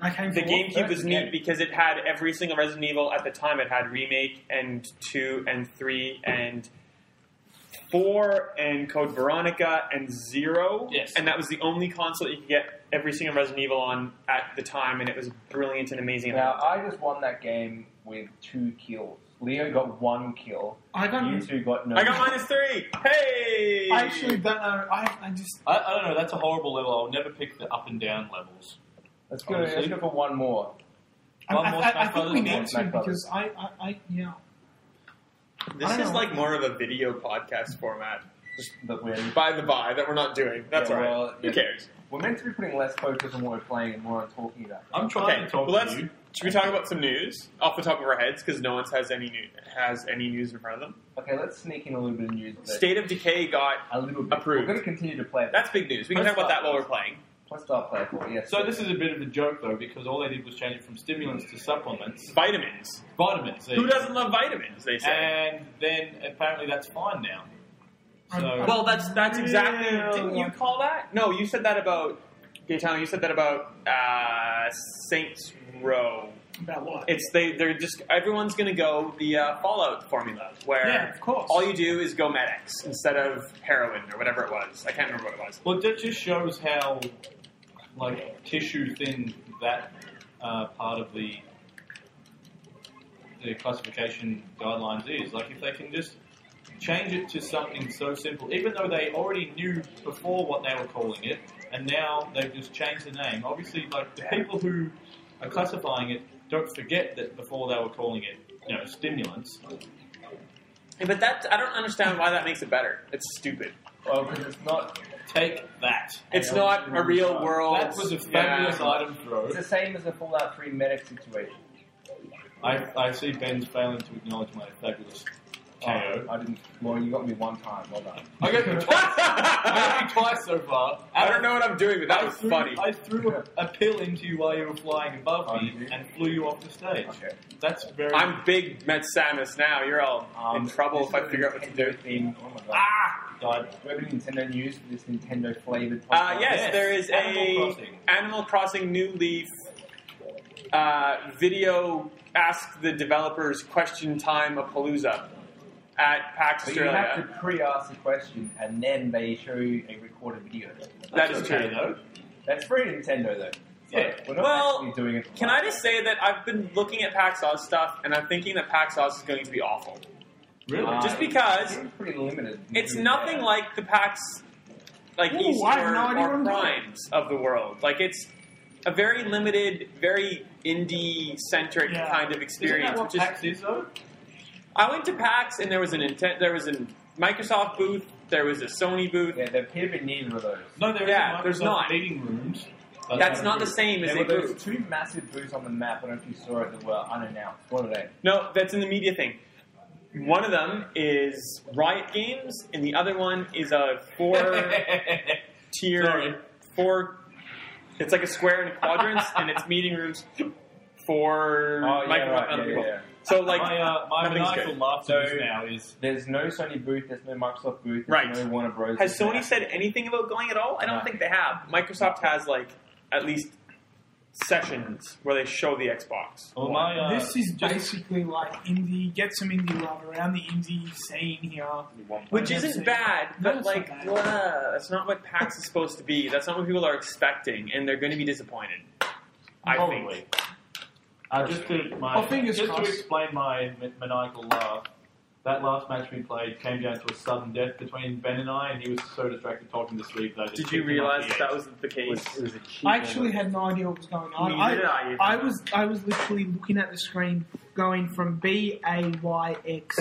Speaker 3: I came.
Speaker 2: the
Speaker 3: for Uh,
Speaker 2: GameCube was
Speaker 4: That's
Speaker 2: neat
Speaker 4: good.
Speaker 2: because it had every single Resident Evil at the time. It had Remake, and 2, and 3, and 4, and Code Veronica, and 0.
Speaker 6: Yes.
Speaker 2: And that was the only console that you could get every single Resident Evil on at the time, and it was brilliant and amazing.
Speaker 4: Now, I just won that game with two kills. Leo got one kill.
Speaker 3: I got.
Speaker 4: You two got no.
Speaker 2: I got minus 3! Hey!
Speaker 3: I actually don't know. I, I just.
Speaker 6: I, I don't know. That's a horrible level. I'll never pick the up and down levels.
Speaker 4: Let's go.
Speaker 6: Honestly.
Speaker 4: Let's go for one more.
Speaker 3: I,
Speaker 6: One
Speaker 3: I,
Speaker 6: more
Speaker 3: I, I think
Speaker 6: Smash
Speaker 3: we
Speaker 6: Brothers,
Speaker 3: need
Speaker 4: one
Speaker 3: to
Speaker 4: Smash Brothers.
Speaker 3: because I, I, I yeah. I
Speaker 2: This
Speaker 3: don't
Speaker 2: is
Speaker 3: know.
Speaker 2: like more of a video podcast format.
Speaker 4: Just that we're
Speaker 2: By the by, that we're not doing. That's
Speaker 4: Yeah,
Speaker 2: all right.
Speaker 4: well,
Speaker 2: Who
Speaker 4: yeah.
Speaker 2: cares?
Speaker 4: we're meant to be putting less focus on what we're playing and more on talking about.
Speaker 6: I'm trying
Speaker 2: Okay,
Speaker 6: to talk
Speaker 2: well, let's.
Speaker 6: to you.
Speaker 2: Should we talk about some news off the top of our heads because no one's has any new, has any news in front of them?
Speaker 4: Okay, let's sneak in a little bit of news. but
Speaker 2: State of Decay got
Speaker 4: a little bit.
Speaker 2: Approved.
Speaker 4: We're going to continue to play.
Speaker 2: that's big news. We can talk about that while we're playing.
Speaker 4: Let's start play for yes.
Speaker 6: So this is a bit of a joke though, because all they did was change it from stimulants to supplements,
Speaker 2: Vitamins.
Speaker 6: vitamins. there
Speaker 2: Who
Speaker 6: you
Speaker 2: doesn't love vitamins? They
Speaker 6: go.
Speaker 2: say.
Speaker 6: And then apparently that's fine now. So
Speaker 2: well, that's that's exactly.
Speaker 3: Yeah.
Speaker 2: Didn't you call that? No, you said that about Gaetano. You said that about uh, Saints Row.
Speaker 3: About what?
Speaker 2: It's they they're just everyone's gonna go the uh, Fallout formula where
Speaker 3: Yeah, of course.
Speaker 2: all you do is go medics instead of heroin or whatever it was. I can't remember what it was.
Speaker 6: Well, that just shows how like tissue thin that uh, part of the the classification guidelines is. Like, if they can just change it to something so simple, even though they already knew before what they were calling it, and now they've just changed the name. Obviously, like the people who are classifying it don't forget that before they were calling it, you know, stimulants.
Speaker 2: But that I don't understand why that makes it better. It's stupid.
Speaker 4: Oh, because it's not.
Speaker 6: Take that.
Speaker 2: It's not a real world.
Speaker 6: That was a fabulous
Speaker 2: Yeah.
Speaker 6: item throw.
Speaker 4: It's the same as the Fallout 3 medic situation.
Speaker 6: I, I see Ben's failing to acknowledge my fabulous KO.
Speaker 4: Oh, I didn't. Well, you got me one time. Well done.
Speaker 6: I got you twice. I got you twice so far.
Speaker 2: I don't know what I'm doing, but that
Speaker 6: I
Speaker 2: was
Speaker 6: threw,
Speaker 2: funny.
Speaker 6: I threw a, a pill into you while you were flying above
Speaker 4: Oh, you
Speaker 6: me
Speaker 4: did?
Speaker 6: and flew you off the stage.
Speaker 4: Okay.
Speaker 6: That's very.
Speaker 2: I'm big Met Samus now. You're all in trouble
Speaker 4: this
Speaker 2: if I
Speaker 4: Um, is
Speaker 2: figure out what to do.
Speaker 4: Nintendo Theme. Oh my god.
Speaker 2: Ah!
Speaker 6: died.
Speaker 4: Do we have any Nintendo news for this Nintendo flavored
Speaker 2: Uh, yes,
Speaker 6: Yes,
Speaker 2: there is
Speaker 6: Animal
Speaker 2: a
Speaker 6: Crossing.
Speaker 2: Animal Crossing New Leaf uh, video. Ask the developers question time a palooza. at PAX
Speaker 4: But you have
Speaker 2: Australia.
Speaker 4: to pre-ask the question, and then they show you a recorded video.
Speaker 2: That is
Speaker 1: okay,
Speaker 2: true.
Speaker 1: though.
Speaker 4: That's free Nintendo, though. It's like,
Speaker 1: Yeah.
Speaker 4: we're not
Speaker 2: Well,
Speaker 4: actually doing it.
Speaker 2: Can I just say that I've been looking at PAX Oz stuff and I'm thinking that PAX Oz is going to be awful.
Speaker 8: Really?
Speaker 2: just because
Speaker 4: Um, it's pretty limited.
Speaker 2: It's nothing like the PAX, like
Speaker 3: Ooh,
Speaker 2: East
Speaker 3: I have
Speaker 2: or,
Speaker 3: no idea what
Speaker 2: or
Speaker 3: I'm doing.
Speaker 2: Primes of the world. Like it's a very limited, very indie centric
Speaker 3: Yeah.
Speaker 2: kind of experience.
Speaker 8: Isn't
Speaker 2: which is,
Speaker 8: that what PAX is, though?
Speaker 2: I went to PAX and there was an intent. There was a Microsoft booth. There was a Sony booth.
Speaker 4: Yeah, there appear to be neither of those.
Speaker 8: No, there
Speaker 2: Yeah,
Speaker 8: is
Speaker 2: there's not.
Speaker 8: meeting rooms. but
Speaker 2: That's
Speaker 8: they're
Speaker 2: not the
Speaker 8: good.
Speaker 2: same as
Speaker 4: There
Speaker 2: a
Speaker 4: were those
Speaker 2: booth.
Speaker 4: two massive booths on the map. I don't know if you saw it that were unannounced. What are they?
Speaker 2: No, that's in the media thing. One of them is Riot Games, and the other one is a four tier
Speaker 8: Sorry.
Speaker 2: four. It's like a square and a quadrants, and it's meeting rooms for
Speaker 4: Oh, yeah,
Speaker 2: like
Speaker 4: right,
Speaker 2: other
Speaker 4: yeah,
Speaker 2: people.
Speaker 4: yeah.
Speaker 2: So like
Speaker 6: my uh, my
Speaker 2: nothing's
Speaker 6: maniacal laughter
Speaker 4: So-
Speaker 6: just now is
Speaker 4: There's no Sony booth. There's no Microsoft booth. There's
Speaker 2: Right.
Speaker 4: No Warner Bros.
Speaker 2: Has
Speaker 4: there's no
Speaker 2: Sony
Speaker 4: Apple.
Speaker 2: said anything about going at all? I don't
Speaker 4: No.
Speaker 2: think they have. Microsoft has like at least sessions where they show the Xbox.
Speaker 6: well, my uh,
Speaker 3: this is
Speaker 6: just-
Speaker 3: basically like indie. Get some indie love around the indie scene here.
Speaker 2: Which
Speaker 3: Yeah,
Speaker 2: isn't
Speaker 3: same.
Speaker 2: bad,
Speaker 3: No,
Speaker 2: but
Speaker 3: it's not
Speaker 2: like,
Speaker 3: bad.
Speaker 2: blah, that's not what PAX is supposed to be. That's not what people are expecting, and they're going to be disappointed. I
Speaker 6: Probably.
Speaker 2: think.
Speaker 6: Uh, just to my,
Speaker 3: Oh, fingers
Speaker 6: just
Speaker 3: crossed.
Speaker 6: to explain my ma- maniacal laugh. That last match we played came down to a sudden death between Ben and I, and he was so distracted talking to Steve that I just
Speaker 2: Did you
Speaker 6: picked him up
Speaker 2: realize
Speaker 6: the
Speaker 2: that
Speaker 6: eight.
Speaker 2: that was the case?
Speaker 3: I actually had no idea what was going on.
Speaker 2: Neither
Speaker 3: Oh, I,
Speaker 2: did I, even.
Speaker 3: I was I was literally looking at the screen, going from B A Y X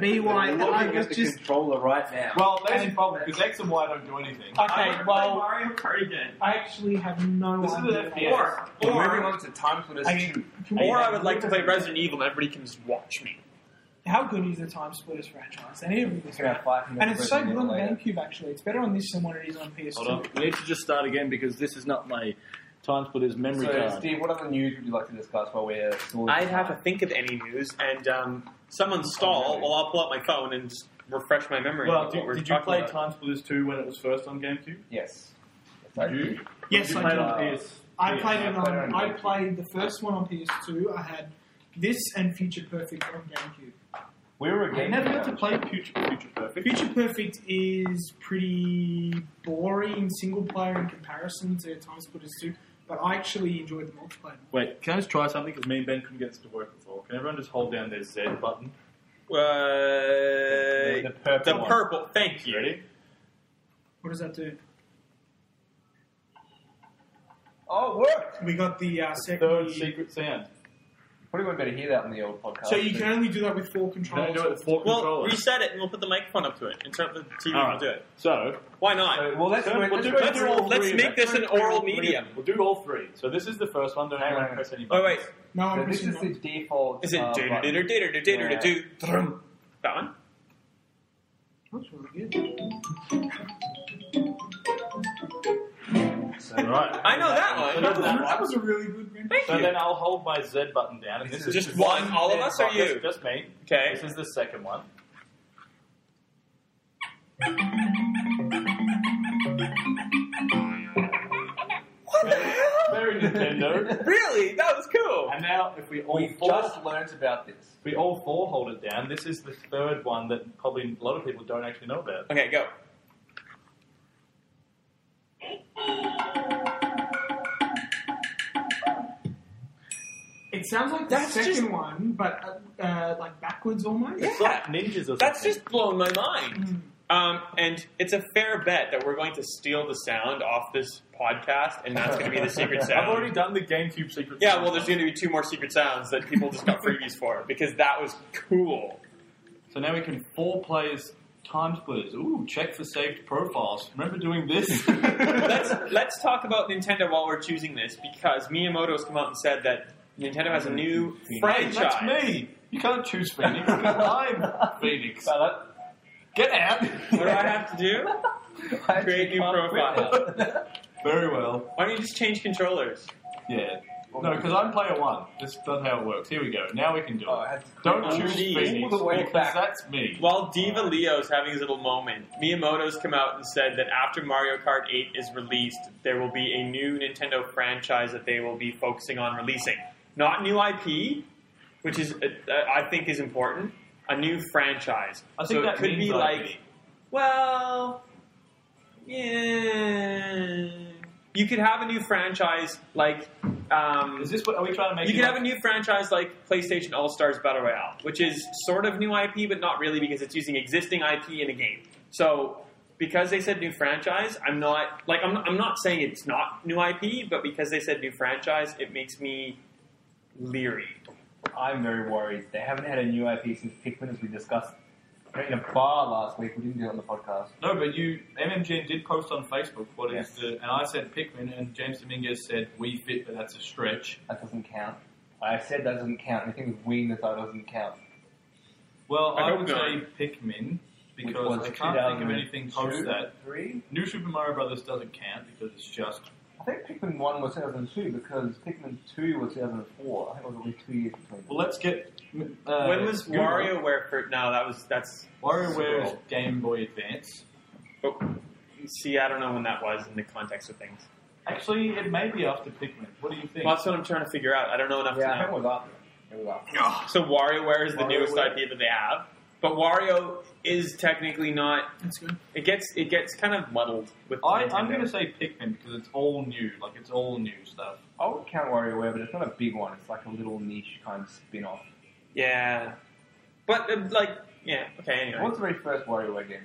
Speaker 3: B Y.
Speaker 4: Looking
Speaker 3: I
Speaker 4: at
Speaker 3: was
Speaker 4: the
Speaker 3: just
Speaker 4: controller right now.
Speaker 6: Well, there's a problem because X and Y don't do anything.
Speaker 3: okay. Well,
Speaker 2: Mario Kart again.
Speaker 3: I actually have no
Speaker 6: This is
Speaker 3: idea.
Speaker 6: an
Speaker 3: what
Speaker 6: FPS.
Speaker 3: was-
Speaker 2: Or,
Speaker 4: We're moving
Speaker 2: or,
Speaker 4: on to Time Splitters
Speaker 3: I mean,
Speaker 4: 2.
Speaker 3: can we-
Speaker 2: or I would like to play Resident Evil and everybody can just watch me.
Speaker 3: How good is the Time Splitters franchise? Any of
Speaker 4: It's
Speaker 3: this?
Speaker 4: gonna have five minutes
Speaker 3: And it's so
Speaker 4: of
Speaker 3: good on
Speaker 4: later.
Speaker 3: GameCube. Actually, it's better on this than what it is on PS2.
Speaker 6: Hold on.
Speaker 1: We need to just start again because this is not my time splitter's memory
Speaker 4: So,
Speaker 1: card.
Speaker 4: Steve, what other news would you like to discuss while we're still?
Speaker 2: I'd have to think of any news, and um, someone stall while I'll pull out my phone and just refresh my memory. of
Speaker 6: Well,
Speaker 2: what
Speaker 6: did,
Speaker 2: we're
Speaker 6: did you
Speaker 2: talking
Speaker 6: play
Speaker 2: about.
Speaker 6: Time Splitters 2 when it was first on GameCube?
Speaker 4: Yes.
Speaker 6: Did you?
Speaker 3: Yes,
Speaker 6: you
Speaker 3: I
Speaker 6: played
Speaker 3: did.
Speaker 6: on PS.
Speaker 3: I
Speaker 6: PS.
Speaker 3: played it
Speaker 4: I played it
Speaker 3: on.
Speaker 4: on
Speaker 3: I
Speaker 4: GameCube.
Speaker 3: played the first one on PS2. I had this and Future Perfect on GameCube.
Speaker 4: We were a
Speaker 6: I
Speaker 4: game.
Speaker 6: never got to play Future, Future Perfect.
Speaker 3: Future Perfect is pretty boring single player in comparison to Time Splitters 2, but I actually enjoyed the multiplayer.
Speaker 6: Wait, can I just try something? Because me and Ben couldn't get this to work before. Can everyone just hold down their Z button?
Speaker 2: Uh,
Speaker 4: the purple.
Speaker 2: the
Speaker 4: one.
Speaker 2: purple. Thank
Speaker 6: You
Speaker 2: you.
Speaker 6: ready?
Speaker 3: What does that do?
Speaker 4: Oh, it worked.
Speaker 3: We got the uh,
Speaker 6: Third
Speaker 3: second.
Speaker 6: secret sound.
Speaker 4: Probably would better hear that on the old podcast.
Speaker 3: so you can only do that with four
Speaker 6: Can I
Speaker 3: controllers.
Speaker 6: do it with four
Speaker 2: Well,
Speaker 6: controllers?
Speaker 2: reset it and we'll put the microphone up to it. Insert the TV
Speaker 6: All
Speaker 2: and we'll
Speaker 6: right.
Speaker 2: do it.
Speaker 6: So,
Speaker 2: Why not?
Speaker 4: So, well, let's,
Speaker 6: So,
Speaker 4: let's,
Speaker 6: we'll do-
Speaker 4: go
Speaker 6: let's
Speaker 2: Let's,
Speaker 4: through all
Speaker 2: let's
Speaker 4: three of
Speaker 2: make
Speaker 4: them.
Speaker 2: this an oral medium.
Speaker 6: we'll do all three. So this is the first one. Don't anyone
Speaker 4: Alright.
Speaker 6: press any
Speaker 2: Oh,
Speaker 6: buttons.
Speaker 2: wait.
Speaker 3: No, I'm
Speaker 4: So this
Speaker 3: missing
Speaker 4: is the
Speaker 3: one.
Speaker 4: default.
Speaker 2: Is it
Speaker 4: uh,
Speaker 2: ditter
Speaker 4: button.
Speaker 2: ditter ditter ditter ditter drum? That one?
Speaker 3: That's really good.
Speaker 4: So,
Speaker 6: Alright.
Speaker 2: I know that
Speaker 6: So
Speaker 2: one.
Speaker 6: that's that
Speaker 3: That
Speaker 6: one.
Speaker 3: was a really good render.
Speaker 2: Thank
Speaker 6: So
Speaker 2: you.
Speaker 6: then I'll hold my Z button down. And this is
Speaker 2: Just
Speaker 6: the
Speaker 2: one,
Speaker 6: second
Speaker 2: all of us, or
Speaker 6: button. Just-
Speaker 2: you?
Speaker 6: Just me.
Speaker 2: Okay.
Speaker 6: This is the second one.
Speaker 2: What the hell?
Speaker 6: Very Nintendo.
Speaker 2: Really? That was cool.
Speaker 6: and now, if we all
Speaker 4: We've
Speaker 6: four,
Speaker 4: just learned about this.
Speaker 6: if we all four hold it down, this is the third one that probably a lot of people don't actually know about.
Speaker 2: Okay, go.
Speaker 3: It sounds like the
Speaker 2: That's
Speaker 3: second
Speaker 2: just-
Speaker 3: one, but uh, uh, like backwards almost.
Speaker 2: Yeah.
Speaker 6: It's like ninjas or something.
Speaker 2: That's just blown my mind.
Speaker 3: Mm.
Speaker 2: Um, and it's a fair bet that we're going to steal the sound off this podcast, and that's going to be the secret sound.
Speaker 6: I've already done the GameCube secret.
Speaker 2: yeah, well, there's going to be two more secret sounds that people just got freebies for because that was cool.
Speaker 6: So now we can four players time splitters. Ooh, check for saved profiles. Remember doing this?
Speaker 2: let's let's talk about Nintendo while we're choosing this because Miyamoto's come out and said that Nintendo has a new
Speaker 6: Hey,
Speaker 2: franchise.
Speaker 6: that's me. You can't choose Phoenix. 'cause I'm Phoenix. Get out.
Speaker 2: What do I have to do?
Speaker 4: I
Speaker 2: Create new
Speaker 4: can't quit
Speaker 2: profile.
Speaker 4: now.
Speaker 6: Very well.
Speaker 2: Why don't you just change controllers?
Speaker 6: Yeah. No, because I'm player one. This is not how it works. Here we go. Now we can do
Speaker 4: Oh, I
Speaker 6: it.
Speaker 4: had to-
Speaker 6: Don't
Speaker 2: Oh,
Speaker 6: choose
Speaker 2: geez.
Speaker 6: Phoenix
Speaker 4: All the way
Speaker 6: because
Speaker 4: back.
Speaker 6: that's me.
Speaker 2: While Diva Leo's having his little moment, Miyamoto's come out and said that after Mario Kart 8 is released, there will be a new Nintendo franchise that they will be focusing on releasing. Not new IP, which is uh, I think is important, a new franchise.
Speaker 6: I think
Speaker 2: so
Speaker 6: that
Speaker 2: it could
Speaker 6: means
Speaker 2: be
Speaker 6: like-
Speaker 2: like, well, yeah. You could have a new franchise like. Um,
Speaker 6: Is this what are we trying to make?
Speaker 2: you
Speaker 6: it
Speaker 2: could have
Speaker 6: like-
Speaker 2: a new franchise like PlayStation All Stars Battle Royale, which is sort of new IP, but not really because it's using existing IP in a game. So because they said new franchise, I'm not like I'm, I'm not saying it's not new IP, but because they said new franchise, it makes me leery.
Speaker 4: I'm very worried. They haven't had a new IP since Pikmin, as we discussed in a bar last week. We didn't do it on the podcast.
Speaker 6: No, but you MMGN did post on Facebook what is
Speaker 4: Yes.
Speaker 6: the and I said Pikmin and James Dominguez said we fit, but that's a stretch.
Speaker 4: That doesn't count. I said that doesn't count. Anything with we in the title doesn't count.
Speaker 6: Well,
Speaker 2: I
Speaker 6: I,
Speaker 2: hope
Speaker 6: would
Speaker 2: not.
Speaker 6: say Pikmin
Speaker 4: Which
Speaker 6: because
Speaker 4: was
Speaker 6: I can't think of
Speaker 4: 2002?
Speaker 6: anything post that.
Speaker 4: Three?
Speaker 6: New Super Mario Brothers doesn't count because it's just
Speaker 4: I think Pikmin 1 was 2002 because Pikmin 2 was 2004. I think it was only two years between them.
Speaker 6: well. Let's get uh,
Speaker 2: when was
Speaker 6: Google.
Speaker 2: WarioWare for? No, that was that's.
Speaker 6: WarioWare is Game Boy Advance.
Speaker 2: Oh, see, I don't know when that was in the context of things.
Speaker 6: Actually, it may be after Pikmin. What do you think?
Speaker 2: Well, that's what I'm trying to figure out. I don't know enough
Speaker 4: yeah,
Speaker 2: to
Speaker 4: I
Speaker 2: know.
Speaker 4: think it was after. It was after.
Speaker 2: So WarioWare is the
Speaker 6: WarioWare.
Speaker 2: newest idea that they have, but Wario is technically not.
Speaker 3: That's good.
Speaker 2: It gets it gets kind of muddled with.
Speaker 6: I,
Speaker 2: Nintendo.
Speaker 6: I'm going to say Pikmin because it's all new. Like it's all new stuff.
Speaker 4: I would count WarioWare, but it's not a big one. It's like a little niche kind of spin-off.
Speaker 2: yeah, but uh, like yeah, okay. Anyway,
Speaker 4: What's the very first WarioWare game?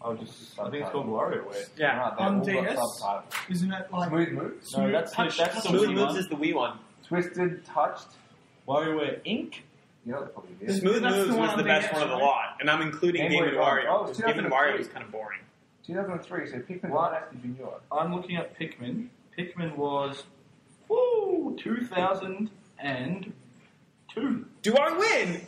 Speaker 6: I would just I think it's called WarioWare.
Speaker 2: yeah.
Speaker 4: Right, they
Speaker 3: On
Speaker 4: all got
Speaker 3: DS?
Speaker 4: subtitles.
Speaker 3: Isn't it like
Speaker 4: Smooth Moves?
Speaker 6: No, that's the-
Speaker 3: Touch-
Speaker 6: that's the
Speaker 2: Smooth
Speaker 6: Wii
Speaker 2: Moves
Speaker 6: one.
Speaker 2: is the Wii one.
Speaker 4: Twisted, Touched?
Speaker 6: WarioWare Inc.
Speaker 4: You know, that probably is.
Speaker 2: Smooth
Speaker 3: That's the
Speaker 2: Moves
Speaker 3: one
Speaker 2: was
Speaker 3: I'm
Speaker 2: the
Speaker 3: thinking,
Speaker 2: best one of the
Speaker 3: actually.
Speaker 2: lot, and I'm including
Speaker 4: Game
Speaker 2: Game
Speaker 4: Boy
Speaker 2: and
Speaker 4: Advance.
Speaker 2: Wario.
Speaker 4: Oh,
Speaker 2: because Game and
Speaker 4: 2003.
Speaker 2: Wario was kind of boring.
Speaker 4: 2003, so Pikmin
Speaker 6: What?
Speaker 4: might actually be newer.
Speaker 6: I'm looking at Pikmin. Pikmin was woo 2002.
Speaker 2: Do I win?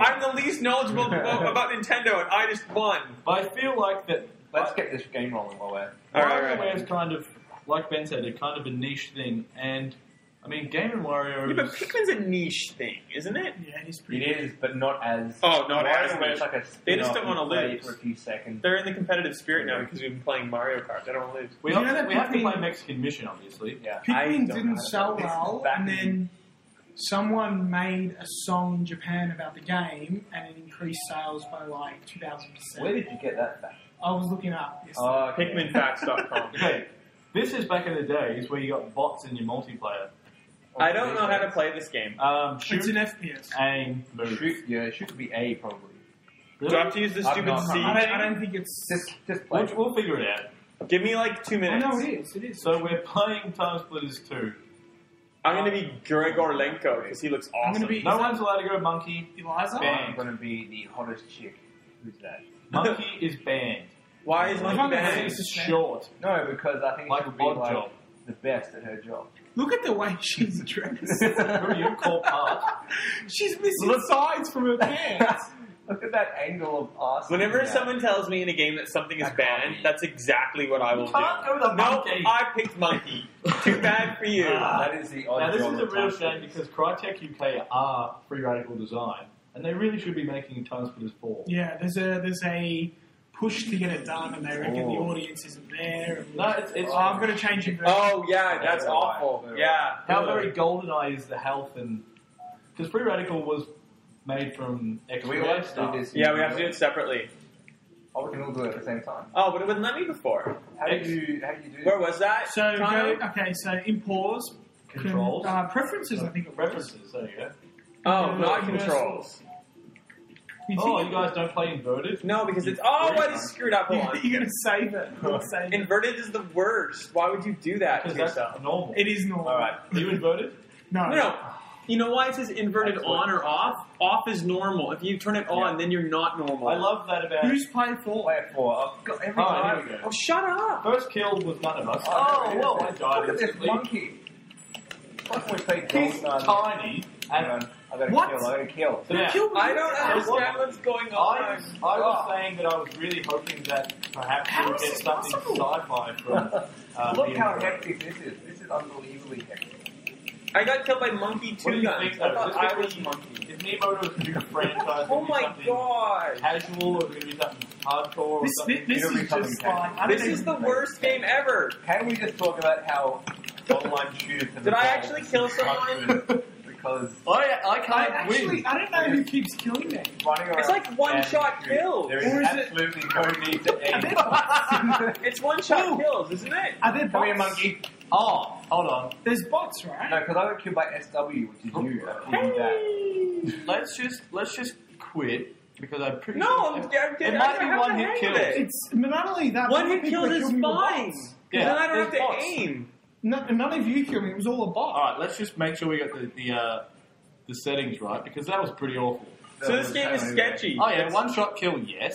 Speaker 2: I'm the least knowledgeable about about Nintendo, and I just won.
Speaker 6: But I feel like that
Speaker 4: Let's get this game rolling while we're...
Speaker 2: All right, all right, all
Speaker 6: WarioWare
Speaker 2: right.
Speaker 6: is kind of like Ben said, a kind of a niche thing. And I mean, Game and Wario.
Speaker 2: Yeah, but
Speaker 6: is-
Speaker 2: Pikmin's a niche thing, isn't it?
Speaker 3: yeah, it is
Speaker 4: It
Speaker 3: pretty
Speaker 4: is, but not as...
Speaker 2: Oh, not as
Speaker 4: WarioWare
Speaker 2: niche.
Speaker 4: is like a
Speaker 2: They just
Speaker 4: spin-off
Speaker 2: don't
Speaker 4: you
Speaker 2: wanna
Speaker 4: play
Speaker 2: lose.
Speaker 4: for a few seconds.
Speaker 2: They're in the competitive spirit now because we've been playing Mario Kart. They don't lose.
Speaker 6: we
Speaker 3: You know
Speaker 6: have,
Speaker 3: that
Speaker 6: we have to
Speaker 3: Pikmin-
Speaker 6: play Mexican Mission, obviously.
Speaker 4: Yeah.
Speaker 3: Pikmin
Speaker 2: I don't
Speaker 3: didn't
Speaker 2: know.
Speaker 3: sell
Speaker 4: It's
Speaker 3: well,
Speaker 4: back
Speaker 3: and
Speaker 4: in-
Speaker 3: then someone made a song in Japan about the game, and it increased sales by like two thousand
Speaker 4: Where
Speaker 3: percent.
Speaker 4: did you get that fact?
Speaker 3: I was looking up. Yes.
Speaker 2: Uh,
Speaker 4: Oh, okay.
Speaker 2: Pikminfacts.com.
Speaker 6: Okay, this is back in the days where you got bots in your multiplayer.
Speaker 2: I don't know how to play this game.
Speaker 6: Um,
Speaker 3: it's
Speaker 6: shoot,
Speaker 3: an FPS.
Speaker 6: aim, move.
Speaker 4: Shoot, yeah, it should be A probably.
Speaker 6: Really?
Speaker 2: Do I have to use the
Speaker 4: I'm
Speaker 2: stupid
Speaker 4: not-
Speaker 2: C?
Speaker 3: I don't, I don't think it's.
Speaker 4: Just, just play.
Speaker 6: We'll, we'll figure it out.
Speaker 2: Give me like two
Speaker 3: I
Speaker 2: minutes.
Speaker 3: know it is. It is.
Speaker 6: So we're playing Time Splitters 2.
Speaker 2: I'm going to be Gregor Lenko because he looks
Speaker 3: I'm
Speaker 2: awesome.
Speaker 3: gonna be-
Speaker 6: No one's allowed to go monkey.
Speaker 3: Eliza.
Speaker 6: Bang.
Speaker 4: I'm gonna be the hottest chick. Who's that?
Speaker 6: Monkey is banned.
Speaker 2: Why is
Speaker 3: I'm
Speaker 2: Monkey
Speaker 3: gonna
Speaker 2: Bang?
Speaker 3: say-
Speaker 6: It's short.
Speaker 4: No, because I think
Speaker 6: Like
Speaker 4: she'll be
Speaker 6: Odd
Speaker 4: like
Speaker 6: Job.
Speaker 4: the best at her job.
Speaker 3: Look at the way she's dressed.
Speaker 6: Who you call part?
Speaker 3: she's missing sides from her pants.
Speaker 4: Look at that angle of ass.
Speaker 2: Whenever
Speaker 4: Yeah.
Speaker 2: someone tells me in a game that something is
Speaker 4: That can't
Speaker 2: banned,
Speaker 4: be.
Speaker 2: that's exactly what I will
Speaker 6: You can't
Speaker 2: do.
Speaker 6: go the
Speaker 2: No,
Speaker 6: monkey.
Speaker 2: I picked Monkey. Too bad for you.
Speaker 4: that is the odd
Speaker 6: Now this
Speaker 4: job
Speaker 6: is a
Speaker 4: of
Speaker 6: real
Speaker 4: time.
Speaker 6: shame because Crytek UK are free radical design, and they really should be making Time Splitters 4.
Speaker 3: yeah, there's a there's a push to get it done, and they reckon the
Speaker 4: Oh.
Speaker 3: audience isn't there. and-
Speaker 6: No, it's, it's
Speaker 3: oh, I'm gonna change it.
Speaker 2: oh, yeah, that's
Speaker 4: Yeah,
Speaker 2: awful.
Speaker 4: right.
Speaker 2: Yeah.
Speaker 6: how very GoldenEye is the health and because free radical was made from X
Speaker 4: Do we all have to
Speaker 6: stuff.
Speaker 4: do this?
Speaker 2: Yeah, we have to do it separately.
Speaker 4: Oh, we can all do it at the same time.
Speaker 2: Oh, but it wouldn't let me before.
Speaker 4: How
Speaker 2: Ex-
Speaker 4: do you? How do you do?
Speaker 2: Where was that?
Speaker 3: So
Speaker 2: Toronto?
Speaker 3: go, okay, so in pause,
Speaker 6: Controls.
Speaker 3: Con- uh, preferences, I think it was.
Speaker 6: References. There you go.
Speaker 2: Oh, not
Speaker 3: Universal.
Speaker 2: controls.
Speaker 3: You
Speaker 6: Oh,
Speaker 3: think-
Speaker 6: you guys don't play inverted?
Speaker 2: No, because it's oh, I just screwed up. Hold
Speaker 3: you-
Speaker 2: on.
Speaker 3: You're gonna save it. You'll save it.
Speaker 2: Inverted is the worst. Why would you do that to
Speaker 6: Because that's
Speaker 2: yourself?
Speaker 6: normal.
Speaker 3: It is normal.
Speaker 4: All right.
Speaker 6: Are you inverted?
Speaker 3: No.
Speaker 2: No, no. You know why it says inverted on or off? Off is normal. If you turn it on, then you're not normal.
Speaker 6: I love that about.
Speaker 3: Who's played for?
Speaker 4: Play it for. I've got every
Speaker 6: Oh,
Speaker 4: time.
Speaker 6: here we go.
Speaker 2: oh, shut up.
Speaker 6: Uh, First kill was none of us.
Speaker 4: Oh,
Speaker 6: whoa, I died
Speaker 4: Look at this
Speaker 6: instantly.
Speaker 4: monkey. Fuck, we played
Speaker 6: He's
Speaker 4: Goldeneye.
Speaker 6: tiny,
Speaker 4: Hang
Speaker 6: and
Speaker 4: on, I gotta
Speaker 3: What?
Speaker 4: kill. I gotta kill.
Speaker 6: so yeah.
Speaker 3: Kill me.
Speaker 2: I don't
Speaker 6: So what-
Speaker 2: understand what's going
Speaker 6: I,
Speaker 2: on.
Speaker 6: I
Speaker 2: Oh.
Speaker 6: was saying that I was really hoping that perhaps
Speaker 3: How
Speaker 6: we would
Speaker 3: is
Speaker 6: get
Speaker 3: this
Speaker 6: something
Speaker 3: possible?
Speaker 6: sci-fi from. Uh,
Speaker 4: Look
Speaker 6: being
Speaker 4: how
Speaker 6: inverted.
Speaker 4: hectic this is. This is unbelievably hectic.
Speaker 2: I got killed by monkey
Speaker 6: What do
Speaker 2: two
Speaker 6: you
Speaker 2: guns.
Speaker 6: think?
Speaker 2: I
Speaker 6: Though?
Speaker 2: thought
Speaker 6: Is
Speaker 2: I
Speaker 6: this
Speaker 2: was
Speaker 6: gonna
Speaker 2: monkey.
Speaker 6: be- Is Nemoto's new franchise?
Speaker 2: Oh
Speaker 6: gonna be
Speaker 2: my
Speaker 6: something
Speaker 2: god.
Speaker 6: Casual, or going to be something hardcore? Or
Speaker 3: This,
Speaker 6: something?
Speaker 3: this, this
Speaker 4: It'll be
Speaker 3: is
Speaker 4: something
Speaker 3: just
Speaker 4: casual.
Speaker 3: like I don't
Speaker 2: This
Speaker 3: even-
Speaker 2: is the worst game ever.
Speaker 4: Can we just talk about how online shooters have
Speaker 2: Did I
Speaker 4: evolved
Speaker 2: actually kill
Speaker 4: since
Speaker 2: someone?
Speaker 4: Call of Duty- because
Speaker 8: I, I
Speaker 3: I
Speaker 8: can't
Speaker 3: actually,
Speaker 8: win.
Speaker 3: I don't know who keeps killing me.
Speaker 4: running around.
Speaker 2: It's like one
Speaker 4: and
Speaker 2: shot
Speaker 4: shooting,
Speaker 2: kill.
Speaker 4: There
Speaker 3: Or
Speaker 4: is
Speaker 3: is it-
Speaker 4: absolutely no need to
Speaker 3: Are there
Speaker 4: aim.
Speaker 3: bots?
Speaker 2: It's one shot
Speaker 3: Ooh.
Speaker 2: kills, isn't it?
Speaker 3: Are there
Speaker 4: Come here,
Speaker 3: bots?
Speaker 4: monkey.
Speaker 8: Oh, hold on.
Speaker 3: There's bots, right?
Speaker 4: No, because I got killed by SW, which is you. I killed you that.
Speaker 8: Let's just let's just quit because I'm pretty.
Speaker 2: No,
Speaker 8: sure
Speaker 2: I'm, I'm
Speaker 8: It
Speaker 2: I
Speaker 8: might
Speaker 2: don't
Speaker 8: be
Speaker 2: have
Speaker 8: one
Speaker 2: to
Speaker 8: hit
Speaker 2: hang
Speaker 8: kill.
Speaker 2: with it.
Speaker 3: It's not only that.
Speaker 2: One
Speaker 3: but
Speaker 2: hit
Speaker 3: the
Speaker 2: kill
Speaker 3: people
Speaker 2: is
Speaker 3: that killed me were
Speaker 2: fine.
Speaker 3: bots.
Speaker 8: Yeah,
Speaker 2: then I don't
Speaker 8: there's
Speaker 2: have to
Speaker 8: bots.
Speaker 2: aim.
Speaker 3: No, none of you killed me. It was all a bot.
Speaker 8: All right, let's just make sure we got the the, uh, the settings right because that was pretty awful.
Speaker 2: So this game is sketchy.
Speaker 8: Oh yeah, one shot kill. Yes.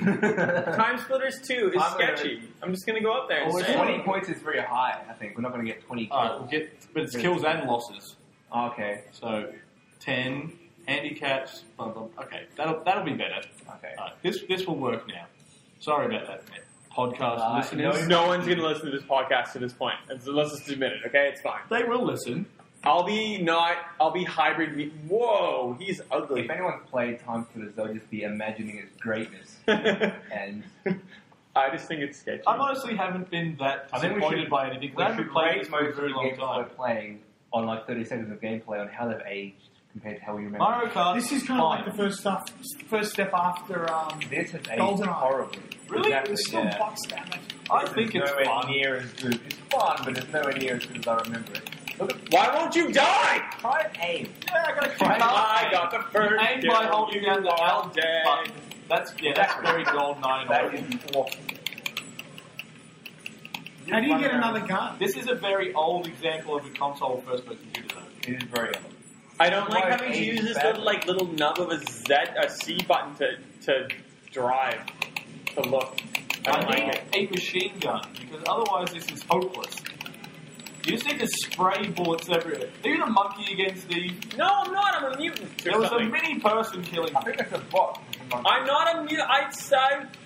Speaker 2: Time Splitters Oh, 2 is
Speaker 4: I'm gonna-
Speaker 2: sketchy. I'm just going to go up there and
Speaker 4: Well,
Speaker 2: say
Speaker 4: Twenty points is very high. I think we're not going to get twenty.
Speaker 8: All right,
Speaker 4: kills. Oh,
Speaker 6: Oh.
Speaker 8: we'll get, but it's kills and losses.
Speaker 4: okay.
Speaker 8: So ten handicaps. Blah, blah, blah. Okay, that'll that'll be better.
Speaker 4: Okay.
Speaker 6: Uh,
Speaker 8: All right, this this will work now. Sorry about that, podcast
Speaker 4: Uh,
Speaker 8: listeners.
Speaker 4: no-
Speaker 2: No one's going to listen to this podcast to this point. It's- Let's just admit it, okay? It's fine.
Speaker 8: They will listen.
Speaker 2: I'll be not. I'll be hybrid. me- Whoa, he's ugly.
Speaker 4: If anyone's played Time Splitters, they'll just be imagining its greatness.
Speaker 2: I
Speaker 4: And
Speaker 2: just think it's sketchy.
Speaker 6: I honestly haven't been that
Speaker 4: I think we
Speaker 6: disappointed
Speaker 4: should-
Speaker 6: by anything.
Speaker 4: we
Speaker 6: I
Speaker 4: should
Speaker 6: haven't
Speaker 4: rate
Speaker 6: played this
Speaker 4: most
Speaker 6: for a
Speaker 4: of
Speaker 6: very
Speaker 4: the
Speaker 6: long
Speaker 4: games we're
Speaker 6: time.
Speaker 4: playing on like 30 seconds of gameplay on how they've aged compared to how we remember.
Speaker 6: Mario Kart.
Speaker 3: This is kind of like the first stuff, first step after. Um,
Speaker 4: This has aged
Speaker 3: Goldeneye.
Speaker 4: horribly.
Speaker 6: Really?
Speaker 4: Exactly,
Speaker 3: there's still
Speaker 4: yeah.
Speaker 3: bots damage.
Speaker 6: I think it's
Speaker 4: nowhere
Speaker 6: fun.
Speaker 4: near as good. It's fun, but it's nowhere near as good as I remember it. Look at
Speaker 2: Why won't you die?
Speaker 4: try and aim.
Speaker 6: Yeah, I got a
Speaker 2: I,
Speaker 6: kick
Speaker 2: got
Speaker 6: out.
Speaker 2: the first.
Speaker 6: Aimed
Speaker 2: kill.
Speaker 6: by holding down the L
Speaker 2: dead.
Speaker 6: button. That's yeah, that's very gold nine.
Speaker 4: That is awful.
Speaker 3: How do you
Speaker 4: Just
Speaker 3: get
Speaker 4: run around.
Speaker 3: another gun?
Speaker 6: This is a very old example of a console first-person shooter. though.
Speaker 4: It is very old.
Speaker 2: I don't like
Speaker 4: Why
Speaker 2: having to
Speaker 4: aim
Speaker 2: use this
Speaker 4: badly?
Speaker 2: little like little nub of a Z, a C button to to drive, to look. I
Speaker 6: I
Speaker 2: don't like
Speaker 6: need
Speaker 2: it.
Speaker 6: a machine gun because otherwise this is hopeless. You just need to spray bullets everywhere. Are you the monkey against the?
Speaker 2: No, I'm not. I'm a mutant
Speaker 6: There
Speaker 2: or
Speaker 6: was a
Speaker 2: something.
Speaker 6: mini person killing.
Speaker 4: I think that's a bot.
Speaker 2: I'm not a mutant. I, I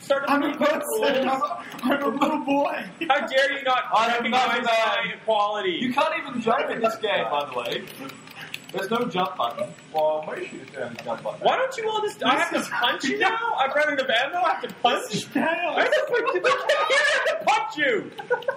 Speaker 2: started.
Speaker 3: I'm a
Speaker 2: playing
Speaker 3: person.
Speaker 2: rules.
Speaker 3: I'm a little boy.
Speaker 2: How dare you not
Speaker 6: I am not
Speaker 2: recognize
Speaker 6: bad.
Speaker 2: my equality?
Speaker 6: You can't even jump in this game, by the way. There's no jump button.
Speaker 4: Well, most shooters don't have a jump button.
Speaker 2: Why don't you all just? I
Speaker 3: This
Speaker 2: have
Speaker 3: is-
Speaker 2: to punch you now. I've run into ammo. I have to punch. I
Speaker 3: Chaos.
Speaker 2: have to punch you. I have to punch you.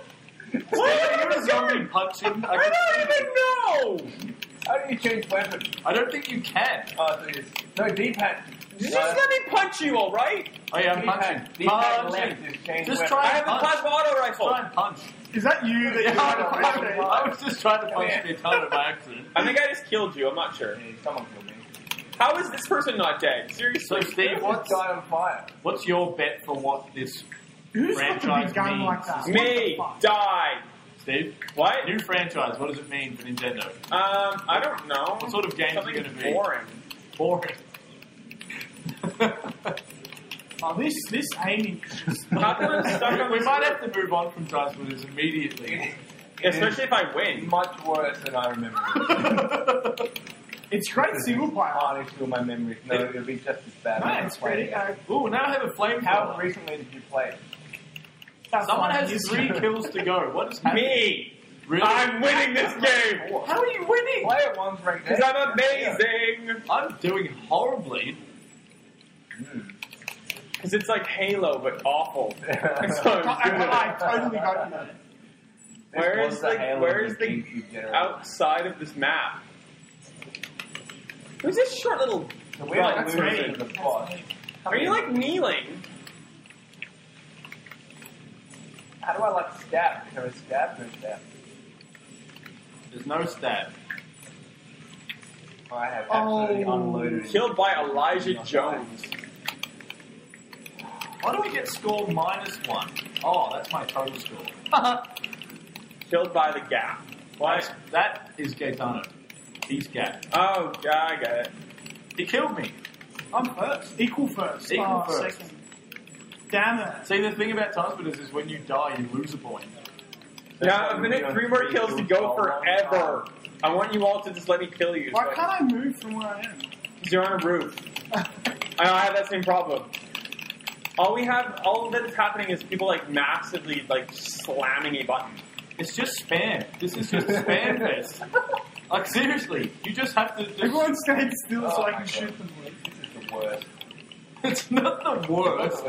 Speaker 2: Why
Speaker 6: You're
Speaker 2: are
Speaker 6: a
Speaker 2: you
Speaker 6: zombie
Speaker 2: doing?
Speaker 6: punching. I
Speaker 2: I
Speaker 6: can-
Speaker 2: don't even know.
Speaker 4: How do you change weapon?
Speaker 6: I don't think you can.
Speaker 4: Oh, so it's, no, D-pad.
Speaker 2: Just let me punch you, all right?
Speaker 6: Oh yeah, I'm
Speaker 4: D-pad.
Speaker 6: punching.
Speaker 4: D-pad
Speaker 6: Punching.
Speaker 4: left is change
Speaker 6: Just
Speaker 4: weapon.
Speaker 2: I
Speaker 6: try
Speaker 2: have a
Speaker 6: Punch.
Speaker 2: plasma auto
Speaker 6: Try
Speaker 2: rifle.
Speaker 6: and punch.
Speaker 3: Is that you that
Speaker 6: Yeah,
Speaker 3: you're
Speaker 6: I
Speaker 3: trying
Speaker 6: punch.
Speaker 3: to
Speaker 4: Yeah.
Speaker 3: punch
Speaker 6: I was just trying to punch
Speaker 4: Yeah.
Speaker 6: the Nintendo by accident.
Speaker 2: I think I just killed you. I'm not sure.
Speaker 4: Yeah, Someone killed me.
Speaker 2: How is this person not dead?
Speaker 6: So
Speaker 2: Seriously.
Speaker 6: Steve,
Speaker 4: What
Speaker 6: what's
Speaker 4: died on fire?
Speaker 6: what's your bet for what this
Speaker 3: me? Who's got the
Speaker 6: Franchise
Speaker 3: big gun
Speaker 6: means-
Speaker 3: like that?
Speaker 2: Me
Speaker 3: What the fuck?
Speaker 2: die.
Speaker 6: Steve?
Speaker 2: What?
Speaker 6: New franchise, what does it mean for Nintendo?
Speaker 2: Um, I don't know.
Speaker 6: What sort of games are
Speaker 2: Something
Speaker 6: gonna be?
Speaker 2: boring.
Speaker 6: Boring.
Speaker 3: Oh, this this aiming.
Speaker 2: How come I'm stuck on
Speaker 6: we
Speaker 2: this-
Speaker 6: might have to move on from Transmitters immediately.
Speaker 2: Especially if I win.
Speaker 4: Much worse than I remember.
Speaker 3: It's great single player.
Speaker 4: Harness all my memories. No, it'll be just as bad.
Speaker 3: No,
Speaker 4: when I
Speaker 3: it's
Speaker 4: play
Speaker 3: pretty.
Speaker 4: it.
Speaker 3: Uh,
Speaker 6: Ooh, now I have a
Speaker 4: How
Speaker 6: flamethrower.
Speaker 4: recently did you play? it?
Speaker 3: that's
Speaker 6: Someone
Speaker 3: fine.
Speaker 6: has three kills to go. What is happening?
Speaker 2: Me.
Speaker 6: Really?
Speaker 2: I'm winning this game.
Speaker 6: How are you winning?
Speaker 4: Player one's ranked.
Speaker 2: Because I'm amazing.
Speaker 6: I'm doing horribly.
Speaker 2: Because it's like Halo, but awful.
Speaker 4: Yeah.
Speaker 2: So
Speaker 3: I, I, I totally got you.
Speaker 2: Where
Speaker 4: This
Speaker 2: is
Speaker 4: was
Speaker 2: the-
Speaker 4: Halo
Speaker 2: where
Speaker 4: of
Speaker 2: is the
Speaker 4: GameCube generation.
Speaker 2: outside of this map. Who's this short little?
Speaker 4: So we're
Speaker 2: Right,
Speaker 4: losing
Speaker 2: great.
Speaker 4: to the boss.
Speaker 2: Are you like kneeling?
Speaker 4: How do I like stab? Become a stab or stab?
Speaker 6: There's no stab.
Speaker 4: I have absolutely
Speaker 3: Oh.
Speaker 4: unloaded.
Speaker 2: Killed by Elijah Jones.
Speaker 6: Why do we get score minus one? Oh, that's my total score.
Speaker 2: Killed by the gap. Why?
Speaker 6: That's, that is Gaetano. He's gay.
Speaker 2: Oh, yeah, I got it.
Speaker 6: He killed me. I'm first.
Speaker 3: Equal first.
Speaker 6: Equal
Speaker 3: oh,
Speaker 6: first.
Speaker 3: Second. Damn it.
Speaker 6: See, the thing about Taskmasters is when you die, you lose a point.
Speaker 2: Yeah, I've been at three more kills to go forever. I want you all to just let me kill you.
Speaker 3: Why can't I move from where I am?
Speaker 2: Because you're on a roof. I know I have that same problem. All we have, all that is happening is people like massively like slamming a button.
Speaker 6: It's just spam. This is just spam fest. Like, seriously, you just have to just...
Speaker 3: Everyone stayed still so
Speaker 4: Oh
Speaker 3: I
Speaker 4: my
Speaker 3: can
Speaker 4: God.
Speaker 3: shoot them. with.
Speaker 4: This is the worst.
Speaker 6: It's not the worst.
Speaker 2: No,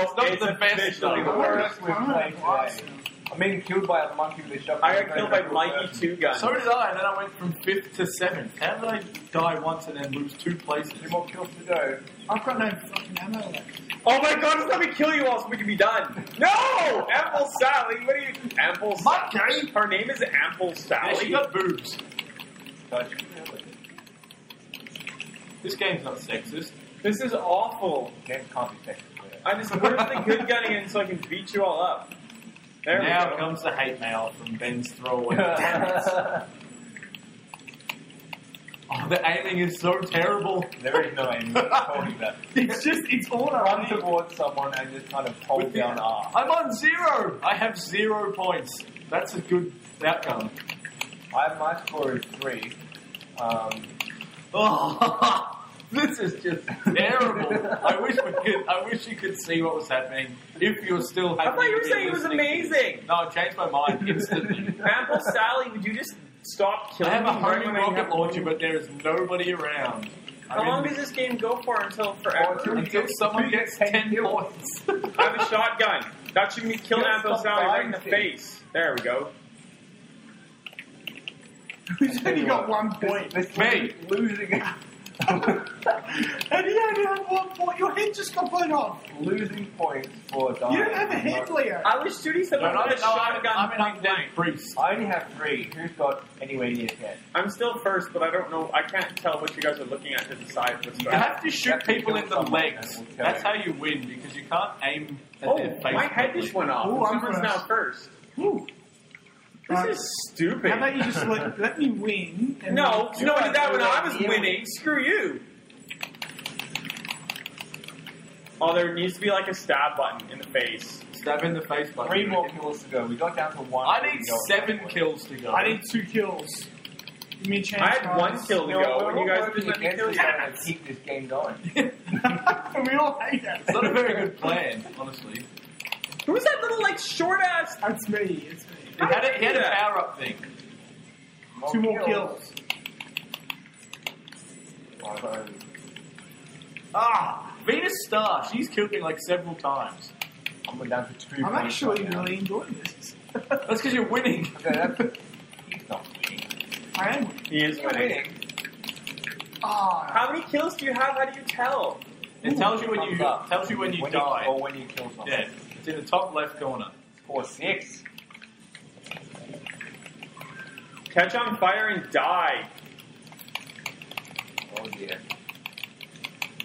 Speaker 6: It's not
Speaker 2: it's
Speaker 6: the best,
Speaker 2: officially
Speaker 6: though.
Speaker 2: the worst.
Speaker 4: we've played today. I'm being killed by a monkey with a shotgun.
Speaker 2: I got killed by Mikey Two Gun.
Speaker 6: So did I, and then I went from fifth to seventh. How did I die once and then lose two places?
Speaker 4: Two more kills to go.
Speaker 3: I've got no fucking ammo left.
Speaker 2: Oh my god, just let me kill you all so we can be done. No! Ample Sally, what are you Ample Sally? Her name is Ample
Speaker 6: Yeah, she
Speaker 2: Sally.
Speaker 6: got boobs.
Speaker 4: Dodge.
Speaker 6: This game's not sexist.
Speaker 2: This is awful.
Speaker 4: Game can't be fixed. yeah.
Speaker 2: I just where's the good gun again so I can beat you all up? There
Speaker 6: now
Speaker 2: we go.
Speaker 6: comes the hate mail from Ben's throwaway. Damn it. Oh, the aiming is so terrible.
Speaker 4: there is no aim. Totally that.
Speaker 6: It's just, it's all
Speaker 4: Run
Speaker 6: I
Speaker 4: towards someone and just kind of hold down R.
Speaker 6: I'm on zero. I have zero points. That's a good outcome.
Speaker 4: I my score is three. Um,
Speaker 6: Oh, this is just terrible. I wish we could. I wish you could see what was happening. If you're still,
Speaker 2: I thought you were
Speaker 6: happy
Speaker 2: saying it was
Speaker 6: listening to this.
Speaker 2: amazing.
Speaker 6: No, I changed my mind instantly.
Speaker 2: Ample Sally, would you just stop
Speaker 6: I
Speaker 2: killing
Speaker 6: have
Speaker 2: me
Speaker 6: a
Speaker 2: right
Speaker 6: homing
Speaker 2: when I
Speaker 6: rocket
Speaker 2: have-
Speaker 6: launcher, but there is nobody around.
Speaker 2: How long
Speaker 6: I mean,
Speaker 2: does this game go for until
Speaker 4: or
Speaker 2: forever?
Speaker 4: until we
Speaker 6: until
Speaker 4: get-
Speaker 6: someone gets ten points.
Speaker 2: I have a shotgun. That should be killing
Speaker 4: Yes,
Speaker 2: Ample
Speaker 4: stop
Speaker 2: Sally right in the
Speaker 4: fighting.
Speaker 2: face. There we go.
Speaker 3: Who's only got one point?
Speaker 4: This
Speaker 6: Me.
Speaker 4: losing
Speaker 3: And you only had one point. Your head just got blown off.
Speaker 4: losing points for dying.
Speaker 3: You don't have a head, Leo.
Speaker 2: I was shooting someone
Speaker 6: No, no,
Speaker 2: with a
Speaker 6: no, I'm,
Speaker 2: shotgun.
Speaker 6: I'm an
Speaker 2: point blank.
Speaker 6: undead priest.
Speaker 4: I only have three. Who's got anywhere near ten?
Speaker 2: I'm still first, but I don't know. I can't tell what you guys are looking at to decide what's
Speaker 6: You
Speaker 2: going on.
Speaker 6: have to shoot
Speaker 4: That's
Speaker 6: people in the
Speaker 4: someone,
Speaker 6: legs.
Speaker 4: that will tell
Speaker 6: That's
Speaker 4: you.
Speaker 6: how you win because you can't aim at
Speaker 2: Oh,
Speaker 6: their face.
Speaker 2: my head
Speaker 6: properly.
Speaker 2: just went off.
Speaker 3: Ooh, I'm
Speaker 2: Someone's
Speaker 3: first.
Speaker 2: now first.
Speaker 3: Ooh.
Speaker 2: This
Speaker 3: Um,
Speaker 2: is stupid.
Speaker 3: How about you just let, let me win? and-
Speaker 2: no,
Speaker 4: You
Speaker 2: no,
Speaker 4: guys
Speaker 2: did that
Speaker 4: know
Speaker 2: when I
Speaker 4: that
Speaker 2: was
Speaker 4: you-
Speaker 2: winning. Screw you. Oh, there needs to be like a stab button in the face.
Speaker 6: Stab in the face button.
Speaker 4: Three more kills to go. We got down to one.
Speaker 6: I need
Speaker 4: We got
Speaker 6: seven
Speaker 4: one.
Speaker 6: kills to go.
Speaker 3: I need two kills. Give me a chance.
Speaker 2: I had one
Speaker 3: guys.
Speaker 2: kill to
Speaker 4: No,
Speaker 2: go,
Speaker 4: we're
Speaker 2: and you
Speaker 4: all
Speaker 2: guys
Speaker 4: working
Speaker 2: just let me
Speaker 4: against
Speaker 2: kill
Speaker 4: each
Speaker 2: you.
Speaker 4: other to keep this game going.
Speaker 3: we all hate that.
Speaker 6: It's not a very good plan, honestly.
Speaker 2: Who's that little like short ass?
Speaker 3: That's me. It's me.
Speaker 6: He had a, he had a
Speaker 2: Yeah.
Speaker 6: power up thing.
Speaker 3: Two more kills.
Speaker 4: Oh, I've got only-
Speaker 6: Ah, Venus Star. She's killed me like several times.
Speaker 4: I'm down to two.
Speaker 3: I'm
Speaker 4: points
Speaker 3: actually
Speaker 4: right now.
Speaker 3: really enjoying this.
Speaker 6: That's because you're winning.
Speaker 4: Okay, that's- he's not winning.
Speaker 3: I am. winning.
Speaker 2: He is
Speaker 4: You're
Speaker 2: winning.
Speaker 4: winning.
Speaker 3: Ah,
Speaker 2: How many kills do you have? How do you tell?
Speaker 6: It tells you when you
Speaker 4: Thumbs up.
Speaker 6: tells you when you die.
Speaker 4: or when you kill someone.
Speaker 6: yeah, it's in the top left corner.
Speaker 4: Four six.
Speaker 2: Catch on fire and die.
Speaker 4: Oh dear.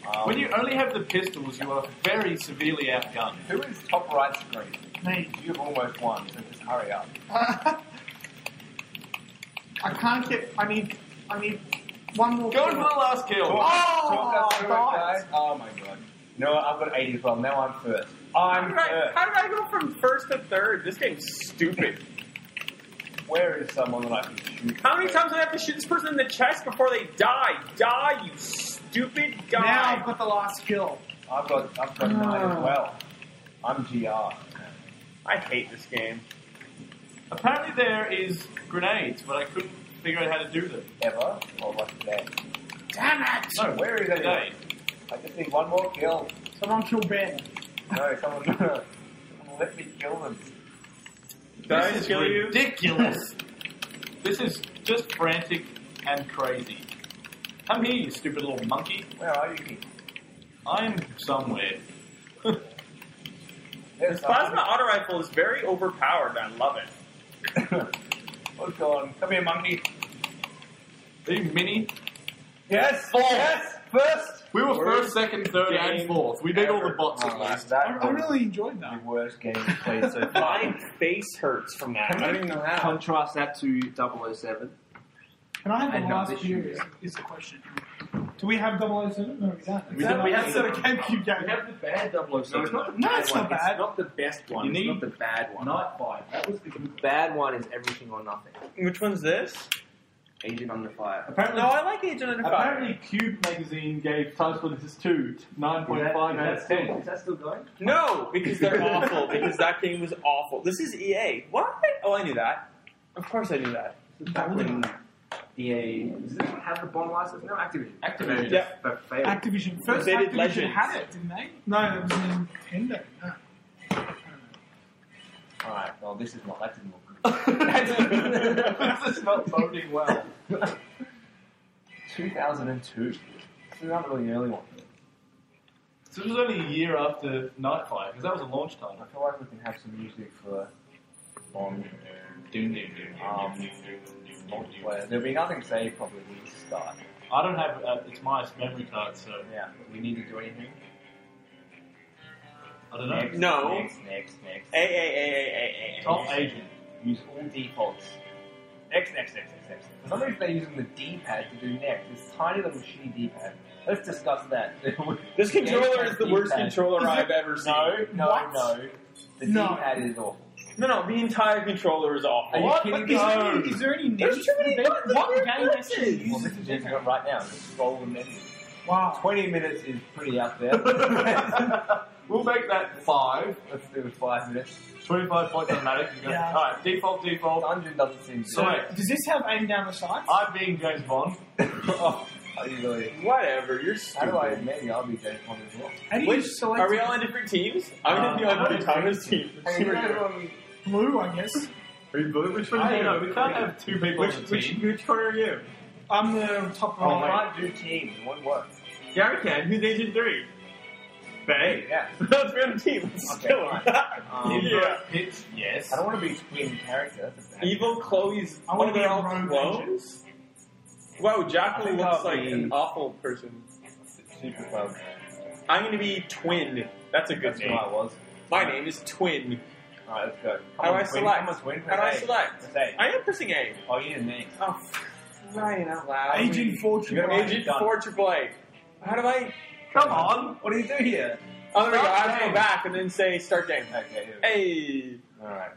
Speaker 4: Um,
Speaker 6: When you only have the pistols, you are very severely outgunned.
Speaker 4: who is top right screen?
Speaker 3: me.
Speaker 4: You've almost won, so just hurry up.
Speaker 3: I can't get. I need. I need one more.
Speaker 6: Going for the
Speaker 3: kill.
Speaker 6: last kill.
Speaker 3: Oh,
Speaker 4: Talk us through it,
Speaker 3: nice.
Speaker 4: guys. oh my god. No, I've got eight as well. Now I'm first.
Speaker 2: How
Speaker 4: I'm
Speaker 2: did I-
Speaker 4: first.
Speaker 2: how did I go from first to third? This game's stupid.
Speaker 4: Where is someone that I can shoot?
Speaker 2: How many times do I have to shoot this person in the chest before they die? Die, you stupid guy!
Speaker 3: Now I've got the last kill.
Speaker 4: I've got I've got nine as well. I'm GR.
Speaker 2: I hate this game.
Speaker 6: Apparently there is grenades, but I couldn't figure out how to do them.
Speaker 4: Ever? Or what today?
Speaker 3: Damn it!
Speaker 4: No, where is it?
Speaker 6: Today.
Speaker 4: I just need one more kill.
Speaker 3: Someone kill Ben.
Speaker 4: No, someone, someone let me kill them.
Speaker 2: Did I
Speaker 6: This is
Speaker 2: kill you?
Speaker 6: ridiculous. this is just frantic and crazy. Come here, you stupid little monkey.
Speaker 4: Where are you?
Speaker 6: I'm somewhere.
Speaker 4: There's
Speaker 2: This plasma auto rifle is very overpowered. I love it.
Speaker 4: someone. What's going on? Come here, monkey.
Speaker 6: Are you mini?
Speaker 4: Yes!
Speaker 6: Four.
Speaker 4: Yes! First!
Speaker 6: We were
Speaker 2: Worst
Speaker 6: first, second, third, and
Speaker 2: game
Speaker 6: fourth. We beat all the
Speaker 2: ever.
Speaker 6: bots at
Speaker 4: Oh,
Speaker 6: least.
Speaker 3: I,
Speaker 4: that
Speaker 3: I
Speaker 4: was
Speaker 3: really enjoyed
Speaker 4: the
Speaker 3: that.
Speaker 4: worst game we played so far.
Speaker 2: My face hurts from that. I don't even know how.
Speaker 9: Contrast that to 007.
Speaker 3: Can I have
Speaker 9: I
Speaker 3: the
Speaker 9: know
Speaker 3: last
Speaker 9: this
Speaker 3: kill?
Speaker 9: year.
Speaker 3: Is, is the question. Do we have 007? No, we don't.
Speaker 6: We don't- we have
Speaker 3: Is that a
Speaker 6: the-
Speaker 3: GameCube game?
Speaker 9: We have the bad 007.
Speaker 1: No, it's
Speaker 9: though.
Speaker 1: not
Speaker 3: the bad one.
Speaker 9: It's not the best one.
Speaker 6: You
Speaker 9: it's
Speaker 6: need
Speaker 9: not the bad one.
Speaker 1: Night Fight. That was the bad one. Is everything or nothing?
Speaker 2: Which one's this?
Speaker 1: Agent on the Fire.
Speaker 6: Apparently,
Speaker 2: No, I like Agent Under Fire.
Speaker 6: apparently Cube magazine gave Time Splitters 2
Speaker 1: Is
Speaker 6: 9.5
Speaker 1: that- is
Speaker 6: out of
Speaker 1: that still-
Speaker 6: 10.
Speaker 1: Is that still going?
Speaker 2: No, because they're awful. Because that game was awful. This is EA. What? Oh, I knew that. Of course, I knew that.
Speaker 1: This is back when EA does this have the bomb license? No, Activision.
Speaker 6: Activision.
Speaker 2: Yeah.
Speaker 1: But failed.
Speaker 3: Activision. First
Speaker 2: They did
Speaker 3: Activision
Speaker 2: Legends.
Speaker 3: had it, didn't they? No, it was Nintendo. No.
Speaker 4: Alright, well, this is not. That didn't look good.
Speaker 8: this is not boding well.
Speaker 4: 2002. This is not really an early one.
Speaker 6: So this was only a year after Nightfire, because that was a launch title.
Speaker 4: I feel like we can have some music for Bond. Um, where there'll be nothing saved probably when we start.
Speaker 6: I don't have uh, it's my memory card, so
Speaker 4: Yeah, we need to do anything.
Speaker 6: I don't know.
Speaker 4: Next,
Speaker 2: No.
Speaker 4: Next, next, next.
Speaker 2: A A A A A A.
Speaker 6: Top Agent.
Speaker 4: Use all defaults. Next, next, next, next, next. For some reason they're using the D-pad to do next. This tiny little shitty D-pad. Let's discuss that.
Speaker 2: This controller
Speaker 4: Gamepad's
Speaker 2: is the worst
Speaker 4: D-pad.
Speaker 2: controller I've ever seen.
Speaker 4: No, no,
Speaker 3: What?
Speaker 4: no. The
Speaker 3: No.
Speaker 4: D-pad is awful.
Speaker 2: No, no, the entire controller is awful.
Speaker 4: Are you
Speaker 3: What?
Speaker 4: kidding
Speaker 3: But
Speaker 4: me?
Speaker 3: is, there any, is there any need
Speaker 2: There's too
Speaker 3: for
Speaker 2: many
Speaker 3: the-
Speaker 2: buttons
Speaker 3: What
Speaker 2: in
Speaker 3: game actually
Speaker 4: Well,
Speaker 3: uses
Speaker 4: this is just right now. Just scroll the menu.
Speaker 3: Wow.
Speaker 4: 20 minutes is pretty out there. Let's
Speaker 6: We'll make that five.
Speaker 4: do five minutes.
Speaker 6: Twenty-five points automatic. You go,
Speaker 3: Yeah.
Speaker 6: All right, default, default.
Speaker 4: Dungeon doesn't seem to.
Speaker 6: So- Right.
Speaker 3: Does this have aim down the sights?
Speaker 6: I'm being James Bond.
Speaker 4: oh, are you really?
Speaker 2: Whatever, you're
Speaker 4: How
Speaker 2: stupid.
Speaker 4: do I? Maybe I'll be James Bond as well.
Speaker 3: How do you
Speaker 2: Which,
Speaker 3: select
Speaker 2: are we all on different teams? I'm
Speaker 6: Uh,
Speaker 2: gonna be
Speaker 6: I'm
Speaker 2: on
Speaker 6: on
Speaker 2: the Thomas team.
Speaker 4: Hey, you guys on-
Speaker 3: blue, I guess?
Speaker 6: Which one? I don't know. We can't have two people
Speaker 2: Which,
Speaker 6: on the
Speaker 2: which,
Speaker 6: team.
Speaker 2: which corner are you?
Speaker 3: I'm the top
Speaker 4: Oh,
Speaker 3: right.
Speaker 4: can't do teams. One work.
Speaker 2: Yeah, we can. Who's agent three? Bay.
Speaker 4: Yeah.
Speaker 2: Let's be on the team. Let's just
Speaker 4: Okay,
Speaker 2: kill him.
Speaker 4: Um,
Speaker 2: yeah.
Speaker 6: Pitch, yes.
Speaker 4: I don't want to be twin character. That's a bad
Speaker 2: Evil Chloe's.
Speaker 3: I
Speaker 2: One
Speaker 3: wanna
Speaker 2: of
Speaker 3: be
Speaker 2: their
Speaker 3: a
Speaker 2: own
Speaker 3: rogue
Speaker 2: clones. Wow,
Speaker 4: I
Speaker 2: Jacqueline
Speaker 4: think
Speaker 2: looks
Speaker 4: I'll
Speaker 2: like
Speaker 4: be-
Speaker 2: an awful person.
Speaker 4: Super fun.
Speaker 2: I'm gonna be Twin. That's a good
Speaker 4: That's what
Speaker 2: name.
Speaker 4: I was.
Speaker 2: My name is Twin.
Speaker 4: Alright, let's go.
Speaker 2: How do I
Speaker 4: Come on, twin.
Speaker 2: select?
Speaker 4: Come on, twin.
Speaker 2: How do I
Speaker 4: Hey.
Speaker 2: select?
Speaker 4: Hey.
Speaker 2: I am pressing A.
Speaker 4: Oh, you didn't name.
Speaker 2: Oh, crying out loud.
Speaker 3: Agent Fortune.
Speaker 4: You're
Speaker 3: right.
Speaker 4: gonna be-
Speaker 2: Agent for AAA. How do I?
Speaker 6: Come on.
Speaker 4: What do you do here?
Speaker 2: Oh, there we go. I have to
Speaker 4: game.
Speaker 2: go back and then say start game.
Speaker 4: Okay, here.
Speaker 2: Hey,
Speaker 4: Alright.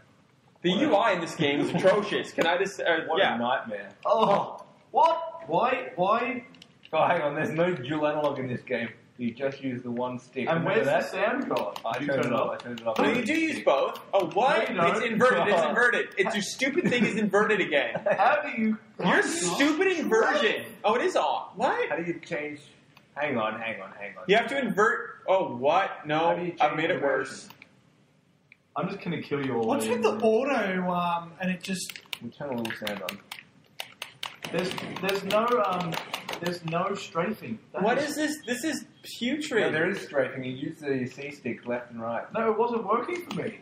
Speaker 2: the
Speaker 4: What?
Speaker 2: UI in this game is atrocious. Can I just? Uh,
Speaker 4: What a
Speaker 2: yeah.
Speaker 4: nightmare.
Speaker 6: Oh, what? Why? Why?
Speaker 4: Oh, hang on. There's no dual analog in this game. You just use the one stick.
Speaker 6: And
Speaker 4: Remember
Speaker 6: where's the
Speaker 4: that?
Speaker 6: sound god?
Speaker 4: I
Speaker 6: You
Speaker 4: turned it off.
Speaker 6: up.
Speaker 4: I turned it off.
Speaker 2: No, you do use both. Oh, what?
Speaker 6: No, you
Speaker 2: it's
Speaker 6: don't.
Speaker 2: inverted. It's
Speaker 6: God.
Speaker 2: inverted. It's your stupid thing is inverted again.
Speaker 6: How do you?
Speaker 2: Your stupid inversion. Oh, it is off. What?
Speaker 4: How do you change? Hang on, hang on, hang on.
Speaker 2: You have to invert. Oh, what?
Speaker 4: How
Speaker 2: No,
Speaker 4: do you change
Speaker 2: I've made it
Speaker 4: the
Speaker 2: worse.
Speaker 6: I'm just gonna kill you all.
Speaker 3: What's with the auto, um, and it just...
Speaker 4: We'll turn a little sound on.
Speaker 6: There's there's no um there's no strafing. That
Speaker 2: What is this? This is
Speaker 4: No,
Speaker 2: putrid.
Speaker 4: there is strafing. You use the C stick left and right.
Speaker 6: No, it wasn't working for me.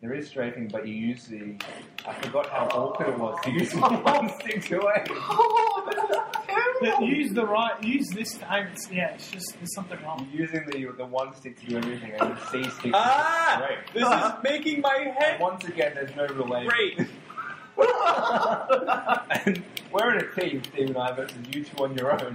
Speaker 4: There is strafing, but you use the. I forgot how awkward it was to use the one stick to aim.
Speaker 6: Oh, this is terrible.
Speaker 3: Use the right... Use this to aim. It's, yeah, it's just... There's something wrong.
Speaker 4: You're using the the one stick to do everything, and the C stick.
Speaker 2: Ah!
Speaker 4: Great.
Speaker 2: This is making my
Speaker 4: And
Speaker 2: head
Speaker 4: once again, there's no relation.
Speaker 2: great.
Speaker 4: and we're in a team, Steve and I, versus you two on your own.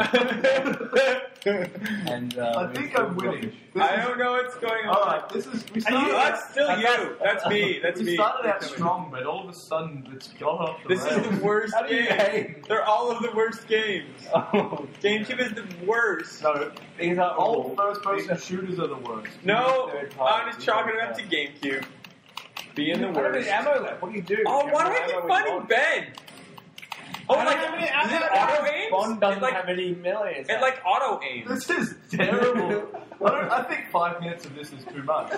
Speaker 4: and uh,
Speaker 6: I think I'm winning. This
Speaker 2: I
Speaker 6: is-
Speaker 2: don't know what's going on.
Speaker 6: All right, this is
Speaker 2: No,
Speaker 6: we started.
Speaker 2: that's still
Speaker 4: I thought-
Speaker 2: you. That's me. That's
Speaker 6: we
Speaker 2: me.
Speaker 6: started out strong, but all of a sudden it's gone off the
Speaker 2: This
Speaker 6: rails.
Speaker 2: is the worst
Speaker 4: How do you
Speaker 2: game.
Speaker 4: aim?
Speaker 2: They're all of the worst games.
Speaker 4: Oh,
Speaker 2: GameCube is the worst.
Speaker 6: no,
Speaker 4: these are
Speaker 6: all
Speaker 4: all
Speaker 6: first-person shooters are the worst.
Speaker 2: No,
Speaker 4: Third time.
Speaker 2: I'm just chalking it up to GameCube. Being the
Speaker 4: I don't have
Speaker 2: worst.
Speaker 4: any ammo left. What do you do?
Speaker 2: Oh,
Speaker 4: You
Speaker 2: why do I
Speaker 4: have no ammo
Speaker 2: keep
Speaker 4: when you
Speaker 2: finding
Speaker 4: want.
Speaker 2: Ben? Oh,
Speaker 4: I
Speaker 2: like,
Speaker 4: don't have any-
Speaker 2: is
Speaker 4: I
Speaker 2: it
Speaker 4: don't have
Speaker 2: auto
Speaker 4: any-
Speaker 2: aims?
Speaker 4: Bond doesn't
Speaker 2: It like,
Speaker 4: have any millions.
Speaker 2: it like auto aims.
Speaker 6: This is terrible. I, don't, I think five minutes of this is too much.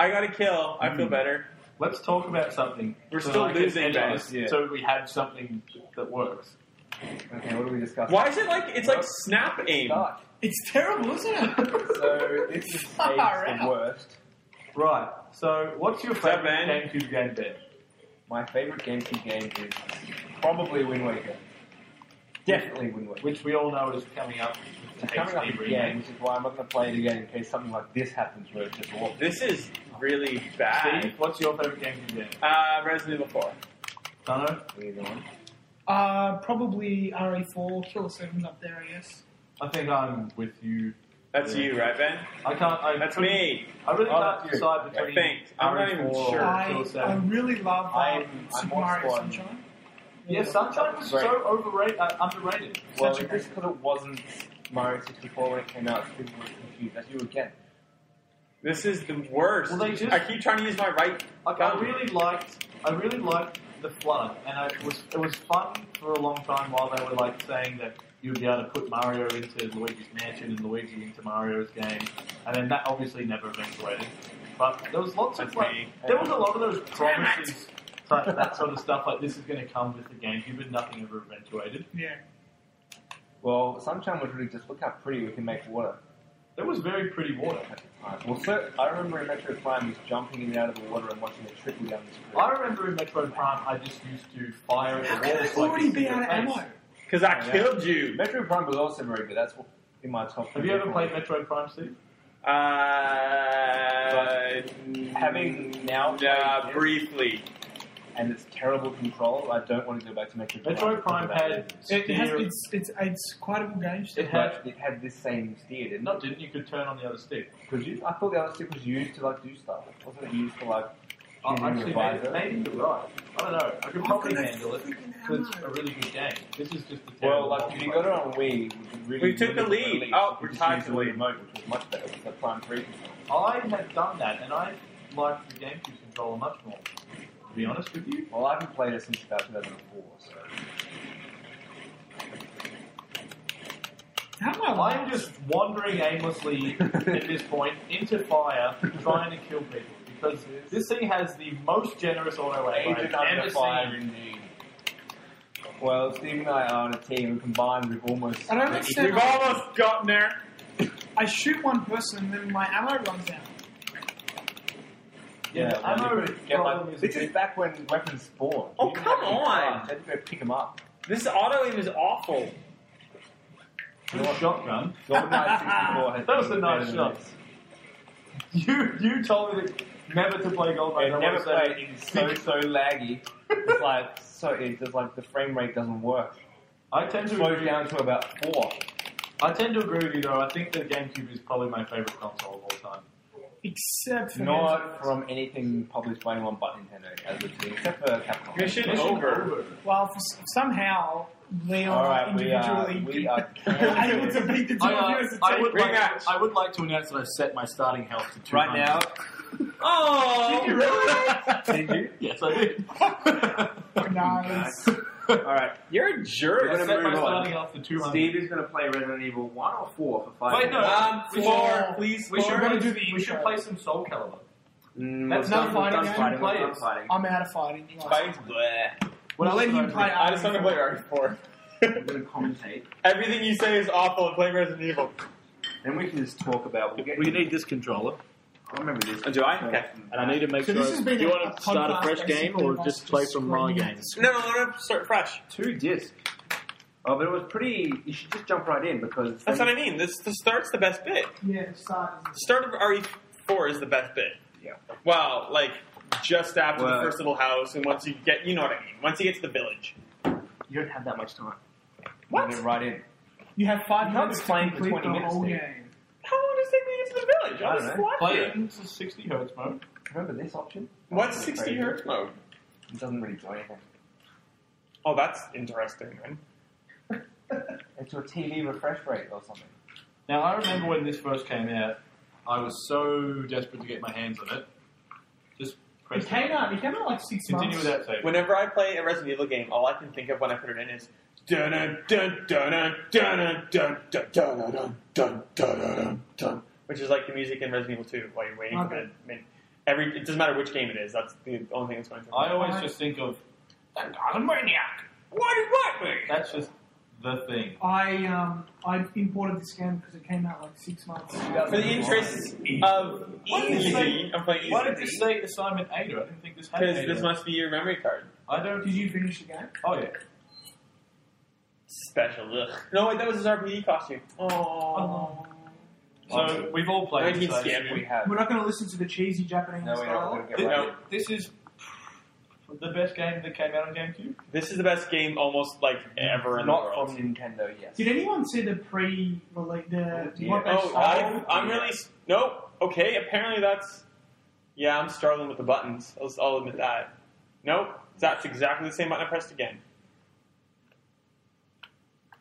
Speaker 2: I got a kill. I feel better.
Speaker 6: Let's talk about something.
Speaker 2: We're
Speaker 6: so
Speaker 2: still
Speaker 6: I can
Speaker 2: losing,
Speaker 6: edit
Speaker 2: guys.
Speaker 6: this
Speaker 4: Yeah.
Speaker 6: So we have something that works.
Speaker 4: okay, what are we discussing?
Speaker 2: Why is it like it's like snap aim?
Speaker 4: Start.
Speaker 3: It's terrible, isn't it?
Speaker 4: So this is
Speaker 3: Far
Speaker 4: Dave's the
Speaker 3: out.
Speaker 4: worst.
Speaker 6: Right. So, what's your
Speaker 2: that
Speaker 6: favorite
Speaker 2: Ben?
Speaker 6: GameCube game, Ben?
Speaker 4: My favorite GameCube game is probably Wind Waker. Definitely Wind Waker.
Speaker 6: Which we all know is coming up. with the
Speaker 4: It's coming up
Speaker 6: HD
Speaker 4: again,
Speaker 6: remake.
Speaker 4: which is why I'm not going to play it again in case something like this happens where it's just awful.
Speaker 2: This is really bad.
Speaker 6: Steve, what's your favorite GameCube game?
Speaker 2: Uh, Resident Evil 4.
Speaker 6: Dunno.
Speaker 4: Either one.
Speaker 3: Uh, probably RE4, Killer 7 up there, I guess.
Speaker 6: I think I'm with you.
Speaker 2: That's
Speaker 6: Yeah.
Speaker 2: you, right, Ben?
Speaker 6: I can't. I
Speaker 2: That's
Speaker 6: couldn't-
Speaker 2: me.
Speaker 6: I really
Speaker 4: Oh,
Speaker 6: can't
Speaker 4: you.
Speaker 6: decide
Speaker 2: I
Speaker 6: between.
Speaker 2: think. I'm not even
Speaker 6: RE4.
Speaker 2: sure.
Speaker 3: I,
Speaker 6: Killer
Speaker 3: I
Speaker 6: 7.
Speaker 3: really love um,
Speaker 4: I'm- I'm
Speaker 3: Super
Speaker 4: on
Speaker 3: Mario
Speaker 4: squad.
Speaker 3: Sunshine.
Speaker 6: Yeah, Sunshine was
Speaker 4: Right.
Speaker 6: so overrated, uh, underrated.
Speaker 4: Well,
Speaker 3: Such a
Speaker 4: just because it wasn't Mario 64 when it came out, people were confused. That's you again.
Speaker 2: This is the worst.
Speaker 6: Well, they just-
Speaker 2: I keep trying to use my right.
Speaker 6: Like, I really liked, I really liked the flood, and I, it was it was fun for a long time while they were like saying that you'd be able to put Mario into Luigi's Mansion and Luigi into Mario's game, and then that obviously never eventuated. but there was lots of
Speaker 7: That's
Speaker 6: like,
Speaker 7: me.
Speaker 6: there was a lot of those promises, like that sort of stuff. Like this is going to come with the GameCube, but nothing ever eventuated.
Speaker 3: Yeah.
Speaker 4: Well, Sunshine was really just look how pretty we can make water
Speaker 6: There was very pretty water.
Speaker 4: at the time. Well, so, I remember in Metro Prime, he's jumping in and out of the water and watching it trickle down the street.
Speaker 6: I remember in Metro Prime, I just used to fire at the
Speaker 3: How
Speaker 6: walls.
Speaker 3: can I
Speaker 6: so could
Speaker 3: already
Speaker 6: see
Speaker 3: be
Speaker 6: their
Speaker 3: out of
Speaker 6: face.
Speaker 3: ammo?
Speaker 2: Because I
Speaker 4: Yeah.
Speaker 2: killed you.
Speaker 4: Metro Prime was also very good. That's in my top.
Speaker 6: Have
Speaker 4: three
Speaker 6: you ever played
Speaker 4: definitely.
Speaker 6: Metro Prime, Steve?
Speaker 2: Uh,
Speaker 4: Having now played
Speaker 2: uh,
Speaker 4: this
Speaker 2: briefly.
Speaker 4: and its terrible control, I don't want to go back to Metro Prime.
Speaker 6: Metro Prime
Speaker 4: because of
Speaker 6: had
Speaker 3: It, it has,
Speaker 6: steer-
Speaker 3: it's, it's, it's quite a good game. still.
Speaker 6: it had-
Speaker 4: that. But it had this same steer, didn't
Speaker 6: No, it didn't. You could turn on the other stick.
Speaker 4: it? 'Cause you- I thought the other stick was used to like do stuff. Wasn't it used for like?
Speaker 6: Oh,
Speaker 4: choosing
Speaker 6: actually,
Speaker 4: your
Speaker 6: maybe,
Speaker 4: visor?
Speaker 6: maybe you're right. I don't know. I could probably
Speaker 3: gonna
Speaker 6: handle it
Speaker 3: freaking
Speaker 6: because it's
Speaker 3: ammo.
Speaker 6: a really good game. This is just a
Speaker 4: Well,
Speaker 6: terrible
Speaker 4: like if you got it on Wii, we, really
Speaker 2: We took the lead.
Speaker 4: release,
Speaker 2: Oh,
Speaker 4: we
Speaker 2: we're
Speaker 4: just
Speaker 2: tied
Speaker 4: used
Speaker 2: for lead.
Speaker 4: remote, which was much better. It was the Prime Three control.
Speaker 6: I have done that, and I like the GameCube controller much more. To be honest with you,
Speaker 4: Well, I haven't played it since about 2004, so
Speaker 3: How am I
Speaker 6: I am
Speaker 3: lying?
Speaker 6: just wandering aimlessly at this point into fire, trying to kill people because this thing has the most generous auto aim I've
Speaker 4: Agent under
Speaker 6: ever
Speaker 4: fire,
Speaker 6: seen.
Speaker 4: indeed. Well, Steve and I are on a team, and combined we've almost.
Speaker 3: I don't
Speaker 2: We've
Speaker 3: understand.
Speaker 2: almost gotten there.
Speaker 3: I shoot one person and then my ammo runs out.
Speaker 6: Yeah,
Speaker 4: well, you
Speaker 6: ammo
Speaker 4: couldn't get
Speaker 6: problem
Speaker 4: like-
Speaker 6: is
Speaker 4: This is back when weapons spawned.
Speaker 2: Oh,
Speaker 4: You didn't
Speaker 2: come
Speaker 4: have to pick
Speaker 2: on.
Speaker 4: them up, You had to go pick them up.
Speaker 2: This auto aim is awful.
Speaker 6: Good shotgun.
Speaker 4: Goldeneye 64 has
Speaker 6: That was a
Speaker 4: been
Speaker 6: nice
Speaker 4: better than
Speaker 6: shot.
Speaker 4: this.
Speaker 6: You you told me that never to play gold.
Speaker 4: I never played. It is so so laggy. It's like so. It's just like the frame rate doesn't work.
Speaker 6: I tend
Speaker 4: It
Speaker 6: to
Speaker 4: slows
Speaker 6: agree.
Speaker 4: down to about four.
Speaker 6: I tend to agree with you though. I think the GameCube is probably my favorite console of all time.
Speaker 3: Except for
Speaker 4: Not from anything published by anyone but Nintendo, as we've seen, except for Capcom.
Speaker 2: Mission
Speaker 6: Mission
Speaker 2: over.
Speaker 6: over.
Speaker 3: Well, for, s- somehow, Leon
Speaker 4: All right, we are
Speaker 3: individually
Speaker 4: we are
Speaker 3: able to beat the two
Speaker 6: I,
Speaker 3: of you
Speaker 6: uh,
Speaker 3: as a
Speaker 6: I
Speaker 3: team.
Speaker 6: would like,
Speaker 2: Rematch.
Speaker 6: I would like to announce that I've set my starting health to 200.
Speaker 1: Right now,
Speaker 2: Oh,
Speaker 1: did you?
Speaker 6: Yes, I did.
Speaker 3: Nice.
Speaker 1: All right.
Speaker 2: you're a jerk.
Speaker 1: We're
Speaker 6: I
Speaker 1: gonna
Speaker 6: set my
Speaker 1: move on.
Speaker 6: starting health to 200.
Speaker 10: Steve is going to play Resident Evil 1 or 4 for 5
Speaker 6: Wait, no.
Speaker 10: minutes.
Speaker 2: Um,
Speaker 6: We
Speaker 2: floor,
Speaker 3: should-
Speaker 2: please.
Speaker 6: we should,
Speaker 2: floor.
Speaker 6: really do the
Speaker 3: we
Speaker 6: we
Speaker 3: should
Speaker 6: should play some Soul Calibur.
Speaker 10: Mm,
Speaker 6: That's
Speaker 10: we've
Speaker 6: not
Speaker 10: done-
Speaker 6: fighting
Speaker 10: we've done
Speaker 6: game.
Speaker 10: fighting, we've done
Speaker 6: Players.
Speaker 10: fighting.
Speaker 3: I'm out of fighting. you guys.
Speaker 6: What
Speaker 3: I'll
Speaker 6: else
Speaker 3: let
Speaker 6: did
Speaker 3: you
Speaker 6: I do?
Speaker 3: play
Speaker 2: I just want to play RE4.
Speaker 10: I'm going to commentate.
Speaker 2: Everything you say is awful and play Resident Evil.
Speaker 10: Then we can just talk about. We'll get,
Speaker 1: We need this controller,
Speaker 10: I remember this.
Speaker 1: Oh, do I? Okay. and I need to make
Speaker 3: So
Speaker 1: sure.
Speaker 3: this has been
Speaker 1: do you
Speaker 3: a-
Speaker 1: want
Speaker 3: a
Speaker 1: to start
Speaker 3: podcast
Speaker 1: a fresh game
Speaker 3: basically
Speaker 1: or
Speaker 3: of us
Speaker 1: just
Speaker 3: just
Speaker 1: play from my
Speaker 3: screaming.
Speaker 1: games?
Speaker 2: No, no, no, no, start fresh.
Speaker 10: Two discs. Oh, but it was pretty. You should just jump right in because.
Speaker 2: That's what I mean. This the start's the best bit.
Speaker 3: Yeah, start.
Speaker 2: Start of RE4 is the best bit.
Speaker 10: Yeah.
Speaker 2: Wow, like just after
Speaker 10: Well-
Speaker 2: the first little house, and once you get, you know what I mean. Once you get to the village.
Speaker 10: You don't have that much time.
Speaker 2: What?
Speaker 4: Get right in.
Speaker 3: You have five
Speaker 4: You're not
Speaker 3: minutes to
Speaker 4: playing for
Speaker 3: complete
Speaker 4: 20
Speaker 3: the
Speaker 4: minutes,
Speaker 3: whole
Speaker 4: dude.
Speaker 3: game.
Speaker 2: How long does it take me to get to the village?
Speaker 4: I
Speaker 2: I'll
Speaker 4: don't
Speaker 2: just
Speaker 4: know.
Speaker 2: walk
Speaker 6: Play
Speaker 2: here.
Speaker 6: it into 60 hertz mode.
Speaker 4: Remember this option?
Speaker 2: What's 60 hertz mode?
Speaker 4: It doesn't really do anything.
Speaker 2: Oh, that's interesting. Then.
Speaker 4: It's your TV refresh rate or something.
Speaker 6: Now I remember when this first came out, I was so desperate to get my hands on it. Just press
Speaker 3: It came out. It came out like six
Speaker 6: Continue
Speaker 3: months.
Speaker 6: with that save.
Speaker 2: Whenever I play a Resident Evil game, all I can think of when I put it in is dun dun dun dun dun dun dun dun dun dun dun dun, which is like the music in Resident Evil 2 while you're waiting for
Speaker 3: Okay.
Speaker 2: the. I mean, every it doesn't matter which game it is. That's the only thing that's going through. my
Speaker 6: I
Speaker 2: mind.
Speaker 6: always just think of that maniac.
Speaker 2: Why do you want me?
Speaker 6: That's just the thing.
Speaker 3: I um I imported this game because it came out like six months.
Speaker 2: For the interests of
Speaker 6: Why did you say-
Speaker 2: easy, I'm playing
Speaker 6: Why did you
Speaker 2: easy
Speaker 6: say assignment Ada? I didn't think this had
Speaker 2: because
Speaker 6: Ada.
Speaker 2: this must be your memory card.
Speaker 6: I don't.
Speaker 3: Did you finish the game?
Speaker 6: Oh yeah.
Speaker 2: Special. Ugh. No, wait, that was his RPE costume. Oh,
Speaker 6: So we've all played. this, I
Speaker 2: 19
Speaker 6: assume.
Speaker 4: We have.
Speaker 3: We're not going to listen to the cheesy Japanese
Speaker 4: No, we're not. We're
Speaker 3: dialogue.
Speaker 4: gonna get
Speaker 6: Thi-
Speaker 4: right in.
Speaker 6: This is the best game that came out on GameCube.
Speaker 2: this is the best game almost like ever in the
Speaker 4: Not
Speaker 2: world.
Speaker 4: from Nintendo, yes.
Speaker 3: Did anyone see the pre-release? The
Speaker 4: Oh, dear.
Speaker 3: what they
Speaker 2: Oh,
Speaker 3: sold?
Speaker 2: I, I'm really s- nope. Okay, apparently that's yeah. I'm struggling with the buttons. I'll, I'll admit that. Nope, that's exactly the same button I pressed again.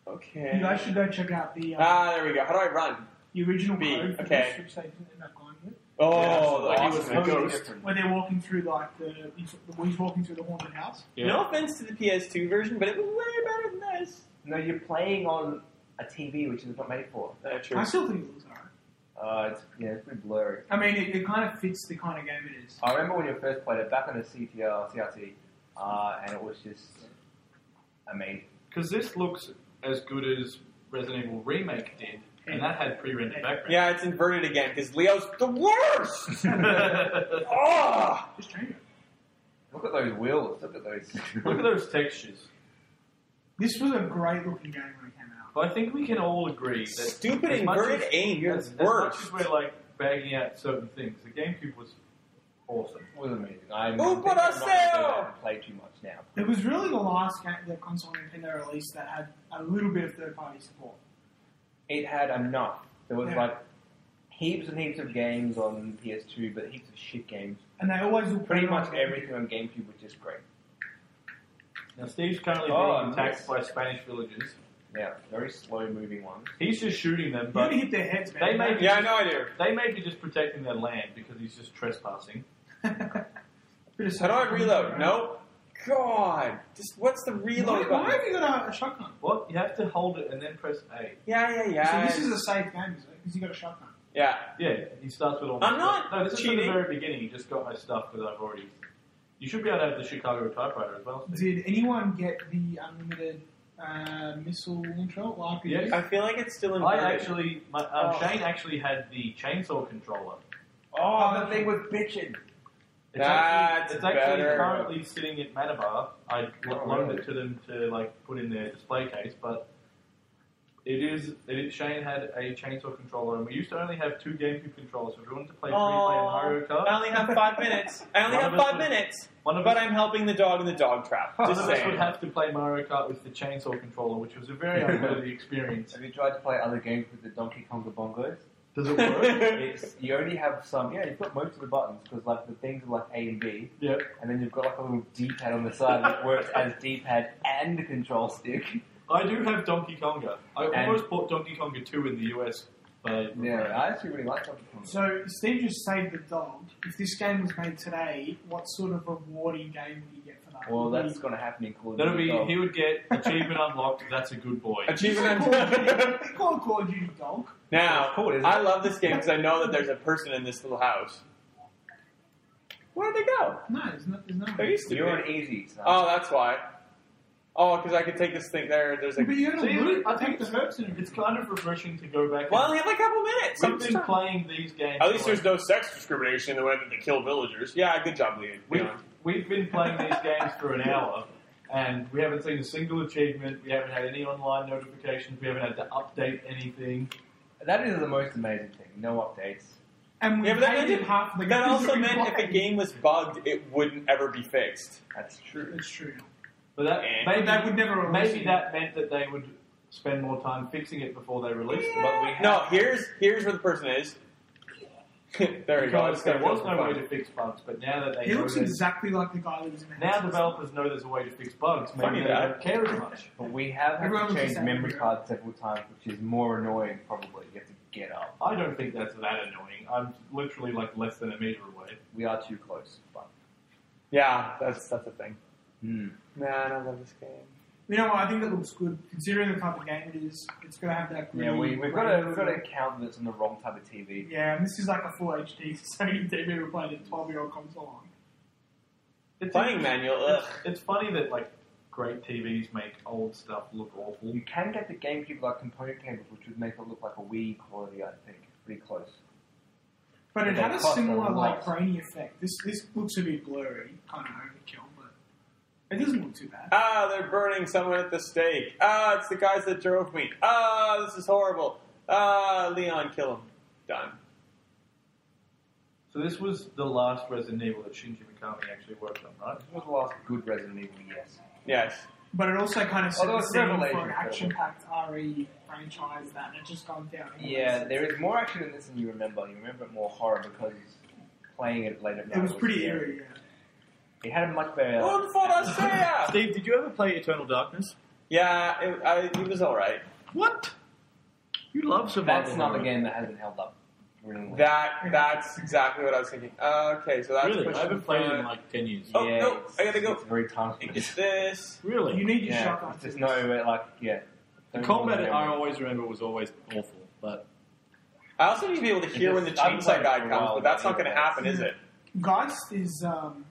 Speaker 3: You guys
Speaker 2: Okay.
Speaker 3: should go check out the, uh,
Speaker 2: Ah, there we go. How do I run?
Speaker 3: the original
Speaker 2: B,
Speaker 3: code for
Speaker 2: okay.
Speaker 3: this, which they didn't end up going with.
Speaker 2: Oh,
Speaker 6: like
Speaker 2: the
Speaker 6: he was
Speaker 2: awesome.
Speaker 6: hooked.
Speaker 4: totally
Speaker 6: Ghost.
Speaker 4: different.
Speaker 3: Where they're walking through like the he's, he's walking through the haunted house.
Speaker 2: No offense to the PS2 version, but it was way better than this.
Speaker 4: No, you're playing on a TV which is not made for.
Speaker 2: Uh, true.
Speaker 3: I still think it looks alright.
Speaker 4: Uh, it's, yeah, it's pretty blurry.
Speaker 3: I mean, it, it kind of fits the kind of game it is.
Speaker 4: I remember when you first played it back on the CTR, CRT, uh, and it was just amazing.
Speaker 6: Because this looks as good as Resident Evil Remake did, and that had pre-rendered background.
Speaker 2: Yeah, it's inverted again because Leo's the worst. oh,
Speaker 6: Ah!
Speaker 3: Just change it.
Speaker 4: Look at those wheels. Look at those.
Speaker 6: Look at those textures.
Speaker 3: This was a great looking game when it came out.
Speaker 6: But I think we can all agree that
Speaker 2: stupid
Speaker 6: as much
Speaker 2: inverted
Speaker 6: as-
Speaker 2: aim. You're
Speaker 6: as,
Speaker 2: the
Speaker 6: as much
Speaker 2: worst.
Speaker 6: as we're like bagging out certain things, the GameCube was awesome.
Speaker 4: It was amazing. I
Speaker 2: Ooh,
Speaker 4: think
Speaker 2: but
Speaker 4: I
Speaker 2: I
Speaker 4: might
Speaker 2: say-
Speaker 4: go back and play too much now.
Speaker 3: It was really the last game, the console Nintendo released that had a little bit of third party support.
Speaker 4: It had enough. There was
Speaker 3: Yeah.
Speaker 4: like heaps and heaps of games on PS2, but heaps of shit games.
Speaker 3: And they always look
Speaker 4: Pretty
Speaker 3: better on
Speaker 4: much
Speaker 3: GameCube.
Speaker 4: everything on GameCube was just great.
Speaker 6: Now Steve's currently
Speaker 4: Oh,
Speaker 6: being
Speaker 4: nice.
Speaker 6: attacked by Spanish villagers.
Speaker 4: Yeah, very slow moving ones.
Speaker 6: He's just shooting them,
Speaker 3: You
Speaker 6: but
Speaker 3: only hit their heads, man.
Speaker 6: They made-
Speaker 2: Yeah, I know I do.
Speaker 6: they may be just protecting their land because he's just trespassing.
Speaker 2: How do I reload? Nope. God, just what's the
Speaker 3: Why,
Speaker 2: reload
Speaker 3: why
Speaker 2: button?
Speaker 3: have you got a, a shotgun?
Speaker 6: What? You have to hold it and then press A.
Speaker 2: Yeah, yeah,
Speaker 3: So
Speaker 2: yeah.
Speaker 3: this is a safe game, is Because you got a shotgun.
Speaker 2: yeah.
Speaker 6: Yeah, he starts with all.
Speaker 2: I'm
Speaker 6: my
Speaker 2: not
Speaker 6: stuff. No, this is
Speaker 2: cheating.
Speaker 6: from the very beginning. He just got my stuff because I've already. You should be able to have the Chicago typewriter as well. Steve.
Speaker 3: Did anyone get the unlimited uh, missile launcher? Like
Speaker 6: Yes.
Speaker 2: I feel like it's still
Speaker 6: I
Speaker 2: inverted.
Speaker 6: actually, my, um,
Speaker 2: Oh.
Speaker 6: Shane actually had the chainsaw controller.
Speaker 4: Oh, the thing with bitching.
Speaker 6: It's
Speaker 2: That's
Speaker 6: actually, it's actually
Speaker 2: better.
Speaker 6: currently sitting at Manabar. I lo-
Speaker 4: Oh,
Speaker 6: loaned
Speaker 4: really?
Speaker 6: it to them to like put in their display case, but it is. It is Shane had a chainsaw controller, and we used to only have two GameCube controllers. So if we wanted to play free play
Speaker 2: Aw.
Speaker 6: Mario
Speaker 2: I
Speaker 6: Kart,
Speaker 2: only have five minutes. I only
Speaker 6: One
Speaker 2: have
Speaker 6: of us
Speaker 2: five
Speaker 6: was-
Speaker 2: minutes,
Speaker 6: one of
Speaker 2: but
Speaker 6: us,
Speaker 2: I'm helping the dog in the dog trap.
Speaker 6: one
Speaker 2: Just
Speaker 6: of us would
Speaker 2: saying.
Speaker 6: have to play Mario Kart with the chainsaw controller, which was a very unworthy experience.
Speaker 4: Have you tried to play other games with the Donkey Konga bongos?
Speaker 6: Does it work?
Speaker 4: It's, you only have some. Yeah, you've got most of the buttons because like the things are like A and B,
Speaker 6: yep.
Speaker 4: and then you've got like a little D-pad on the side that works as D-pad and the control stick.
Speaker 6: I do have Donkey Konga. I
Speaker 4: And-
Speaker 6: almost bought Donkey Konga 2 in the US, but
Speaker 4: Yeah, I actually really like Donkey Konga.
Speaker 3: So Steve just saved the dog. If this game was made today, what sort of rewarding game would you get for that?
Speaker 4: Well,
Speaker 3: Would
Speaker 4: that's going to happen in Call of
Speaker 6: that'll
Speaker 4: Duty.
Speaker 6: be.
Speaker 4: Dog.
Speaker 6: He would get achievement unlocked. That's a good boy.
Speaker 3: you-
Speaker 2: Achievement.
Speaker 3: They call it Call of Duty- they call it Call of Duty dog.
Speaker 2: now,
Speaker 4: It's cool, isn't it?
Speaker 2: I love this game because I know that there's a person in this little house. Where did they go?
Speaker 3: No, there's no. There's no
Speaker 2: There used to
Speaker 4: You're
Speaker 2: be.
Speaker 4: an easy. Son.
Speaker 2: Oh, that's why. Oh, because I could take this thing there. There's like.
Speaker 3: but you're
Speaker 6: See,
Speaker 3: gonna loot.
Speaker 6: I think
Speaker 3: the herbs in it.
Speaker 6: It's kind of refreshing to go back.
Speaker 2: Well, I
Speaker 6: and-
Speaker 2: only have like a couple minutes. I'm
Speaker 6: We've
Speaker 2: just-
Speaker 6: been playing these games.
Speaker 2: At least
Speaker 6: for
Speaker 2: there's
Speaker 6: like,
Speaker 2: no sex discrimination in the way that they kill villagers. Yeah, good job, Leon.
Speaker 6: we've, we've been playing these games for an hour, and we haven't seen a single achievement. We haven't had any online notifications. We haven't had to update anything.
Speaker 4: That is the most amazing thing. No updates.
Speaker 3: And we
Speaker 2: Yeah, but that,
Speaker 3: hated
Speaker 2: meant
Speaker 3: half the
Speaker 2: it, that
Speaker 3: games
Speaker 2: also
Speaker 3: we
Speaker 2: meant if
Speaker 3: played.
Speaker 2: a game was bugged, it wouldn't ever be fixed.
Speaker 4: That's true.
Speaker 3: It's true.
Speaker 6: But that
Speaker 2: Yeah.
Speaker 6: maybe
Speaker 3: But they would never release
Speaker 6: maybe
Speaker 3: it.
Speaker 6: that meant that they would spend more time fixing it before they released it.
Speaker 4: But we have,
Speaker 2: No, here's here's where the person is. there we go. I
Speaker 6: Because
Speaker 2: just
Speaker 6: there
Speaker 2: gotta
Speaker 6: was
Speaker 2: go
Speaker 6: no
Speaker 2: for
Speaker 6: way
Speaker 2: fun.
Speaker 6: to fix bugs, but now that they
Speaker 3: He
Speaker 6: know
Speaker 3: looks
Speaker 6: that-
Speaker 3: exactly like the guy that was in the
Speaker 6: now
Speaker 3: house.
Speaker 6: developers know there's a way to fix bugs, maybe
Speaker 2: Funny
Speaker 6: they
Speaker 2: that.
Speaker 6: don't care as much.
Speaker 4: but we have had
Speaker 3: Everyone
Speaker 4: to
Speaker 3: was
Speaker 4: change
Speaker 3: just saying-
Speaker 4: memory cards several times, which is more annoying. Probably you have to get up.
Speaker 6: I don't think that's that annoying. I'm literally like less than a meter away.
Speaker 4: We are too close. But
Speaker 2: Yeah, that's that's a thing.
Speaker 4: hmm.
Speaker 2: Man, I love this game.
Speaker 3: You know what? I think that looks good considering the type of game it is. It's going to have that.
Speaker 4: yeah,
Speaker 3: gritty-
Speaker 4: we, we've got a we've got an account that's on the wrong type of TV.
Speaker 3: Yeah, and this is like a full HD Sony TV we're playing a 12 year old console on.
Speaker 6: It's
Speaker 2: Playing manual. Ugh.
Speaker 6: It's funny that like great TVs make old stuff look awful.
Speaker 4: You can get the GameCube like component cables, which would make it look like a Wii quality. I think pretty close.
Speaker 3: But it
Speaker 4: They
Speaker 3: had a
Speaker 4: cost a
Speaker 3: similar like
Speaker 4: lot.
Speaker 3: grainy effect. This this looks a bit blurry, kind of overkill, but it doesn't look too bad.
Speaker 2: Ah, they're burning someone at the stake. Ah, it's the guys that drove me. Ah, this is horrible. Ah, Leon, kill him. Done.
Speaker 6: So this was the last Resident Evil that Shinji Mikami actually worked on, right?
Speaker 4: This was the last good Resident Evil. Yes.
Speaker 2: Yes.
Speaker 3: But it also kind of set
Speaker 4: Although
Speaker 3: the
Speaker 4: it's
Speaker 3: scene for an
Speaker 4: Revelation,
Speaker 3: action packed RE franchise that had just gone down.
Speaker 4: Yeah, there is more action in this than you remember. You remember it more horror because playing it later.
Speaker 3: It was pretty eerie, yeah.
Speaker 4: It had a much better.
Speaker 2: One for us, yeah.
Speaker 6: Steve, did you ever play Eternal Darkness?
Speaker 2: Yeah, it, I, it was all right.
Speaker 6: What? You love survival.
Speaker 4: That's another game that hasn't held up. Really.
Speaker 2: That that's exactly what I was thinking. Okay, so that's
Speaker 1: Really?
Speaker 2: pushing
Speaker 1: I haven't played it in
Speaker 2: five.
Speaker 1: like 10 years.
Speaker 2: Oh,
Speaker 4: yeah,
Speaker 2: no,
Speaker 4: it's-
Speaker 2: I gotta go.
Speaker 4: It's very time.
Speaker 2: It gets this.
Speaker 1: Really?
Speaker 3: You need your
Speaker 4: Yeah,
Speaker 3: shotgun.
Speaker 4: it's just no, like yeah.
Speaker 1: The
Speaker 4: Don't
Speaker 1: combat
Speaker 4: remember.
Speaker 1: I always remember was always awful, but
Speaker 2: I also need to be able to hear when the
Speaker 4: just- I've been
Speaker 2: chainsaw
Speaker 4: playing it
Speaker 2: guy
Speaker 4: for a
Speaker 2: comes,
Speaker 4: while,
Speaker 2: but that's not going to
Speaker 4: but-
Speaker 2: happen, is it?
Speaker 3: Geist is um,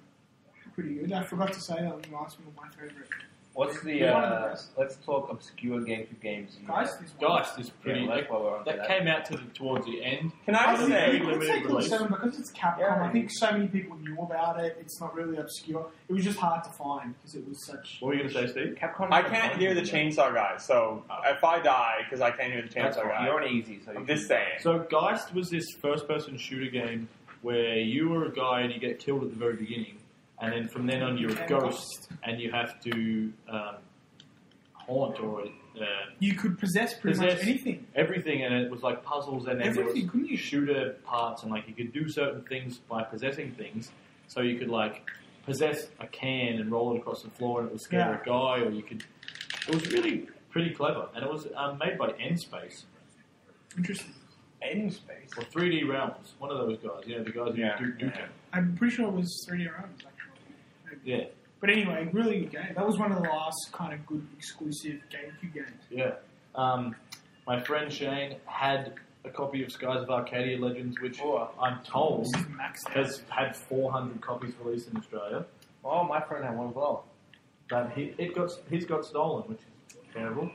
Speaker 3: pretty good. I forgot to say that was the last one of my favorite.
Speaker 4: What's the?
Speaker 3: One of the
Speaker 4: Uh,
Speaker 3: best.
Speaker 4: let's talk obscure GameCube games. You
Speaker 3: Geist is one.
Speaker 8: Geist is
Speaker 4: yeah,
Speaker 8: pretty.
Speaker 4: like while we're on to
Speaker 8: that,
Speaker 4: that.
Speaker 8: came out to the, towards the end.
Speaker 2: Can I
Speaker 3: I
Speaker 2: just
Speaker 3: think
Speaker 2: say?
Speaker 3: I'd say Click
Speaker 8: release.
Speaker 3: Seven because it's Capcom.
Speaker 4: Yeah.
Speaker 3: I think so many people knew about it. It's not really obscure. It was just hard to find because it was such.
Speaker 6: What were you going to say, Steve?
Speaker 4: Capcom.
Speaker 2: I can't hear the chainsaw guy, so if I die because I can't hear the
Speaker 4: That's
Speaker 2: chainsaw
Speaker 4: fine.
Speaker 2: guy,
Speaker 4: You're on easy, so you
Speaker 2: I'm
Speaker 4: can-
Speaker 2: just saying.
Speaker 6: So Geist was this first-person shooter game where you were a guy and you get killed at the very beginning, and then from then on you're a
Speaker 3: And
Speaker 6: ghost and you have to um, haunt or uh,
Speaker 3: You could possess pretty much
Speaker 6: Possess
Speaker 3: anything.
Speaker 6: everything, and it was like puzzles and then there was
Speaker 3: Everything, couldn't you?
Speaker 6: shooter parts, and like you could do certain things by possessing things. So you could like possess a can and roll it across the floor, and it would scare a guy, or you could. It was really pretty clever, and it was um, made by Endspace
Speaker 3: Interesting.
Speaker 4: End space.
Speaker 6: or 3D Realms, one of those guys. You know the guys who
Speaker 4: Yeah,
Speaker 6: do, do
Speaker 4: yeah.
Speaker 3: I'm pretty sure it was 3D rounds actually.
Speaker 6: Yeah,
Speaker 3: But anyway, really good game. That was one of the last kind of good exclusive GameCube games.
Speaker 6: yeah. Um, my friend Shane had a copy of Skies of Arcadia Legends, which
Speaker 4: Oh.
Speaker 6: I'm told
Speaker 3: This is Max.
Speaker 6: has had 400 copies released in Australia.
Speaker 4: Oh, my friend had one as well.
Speaker 6: But he, it got, his got stolen, which is terrible.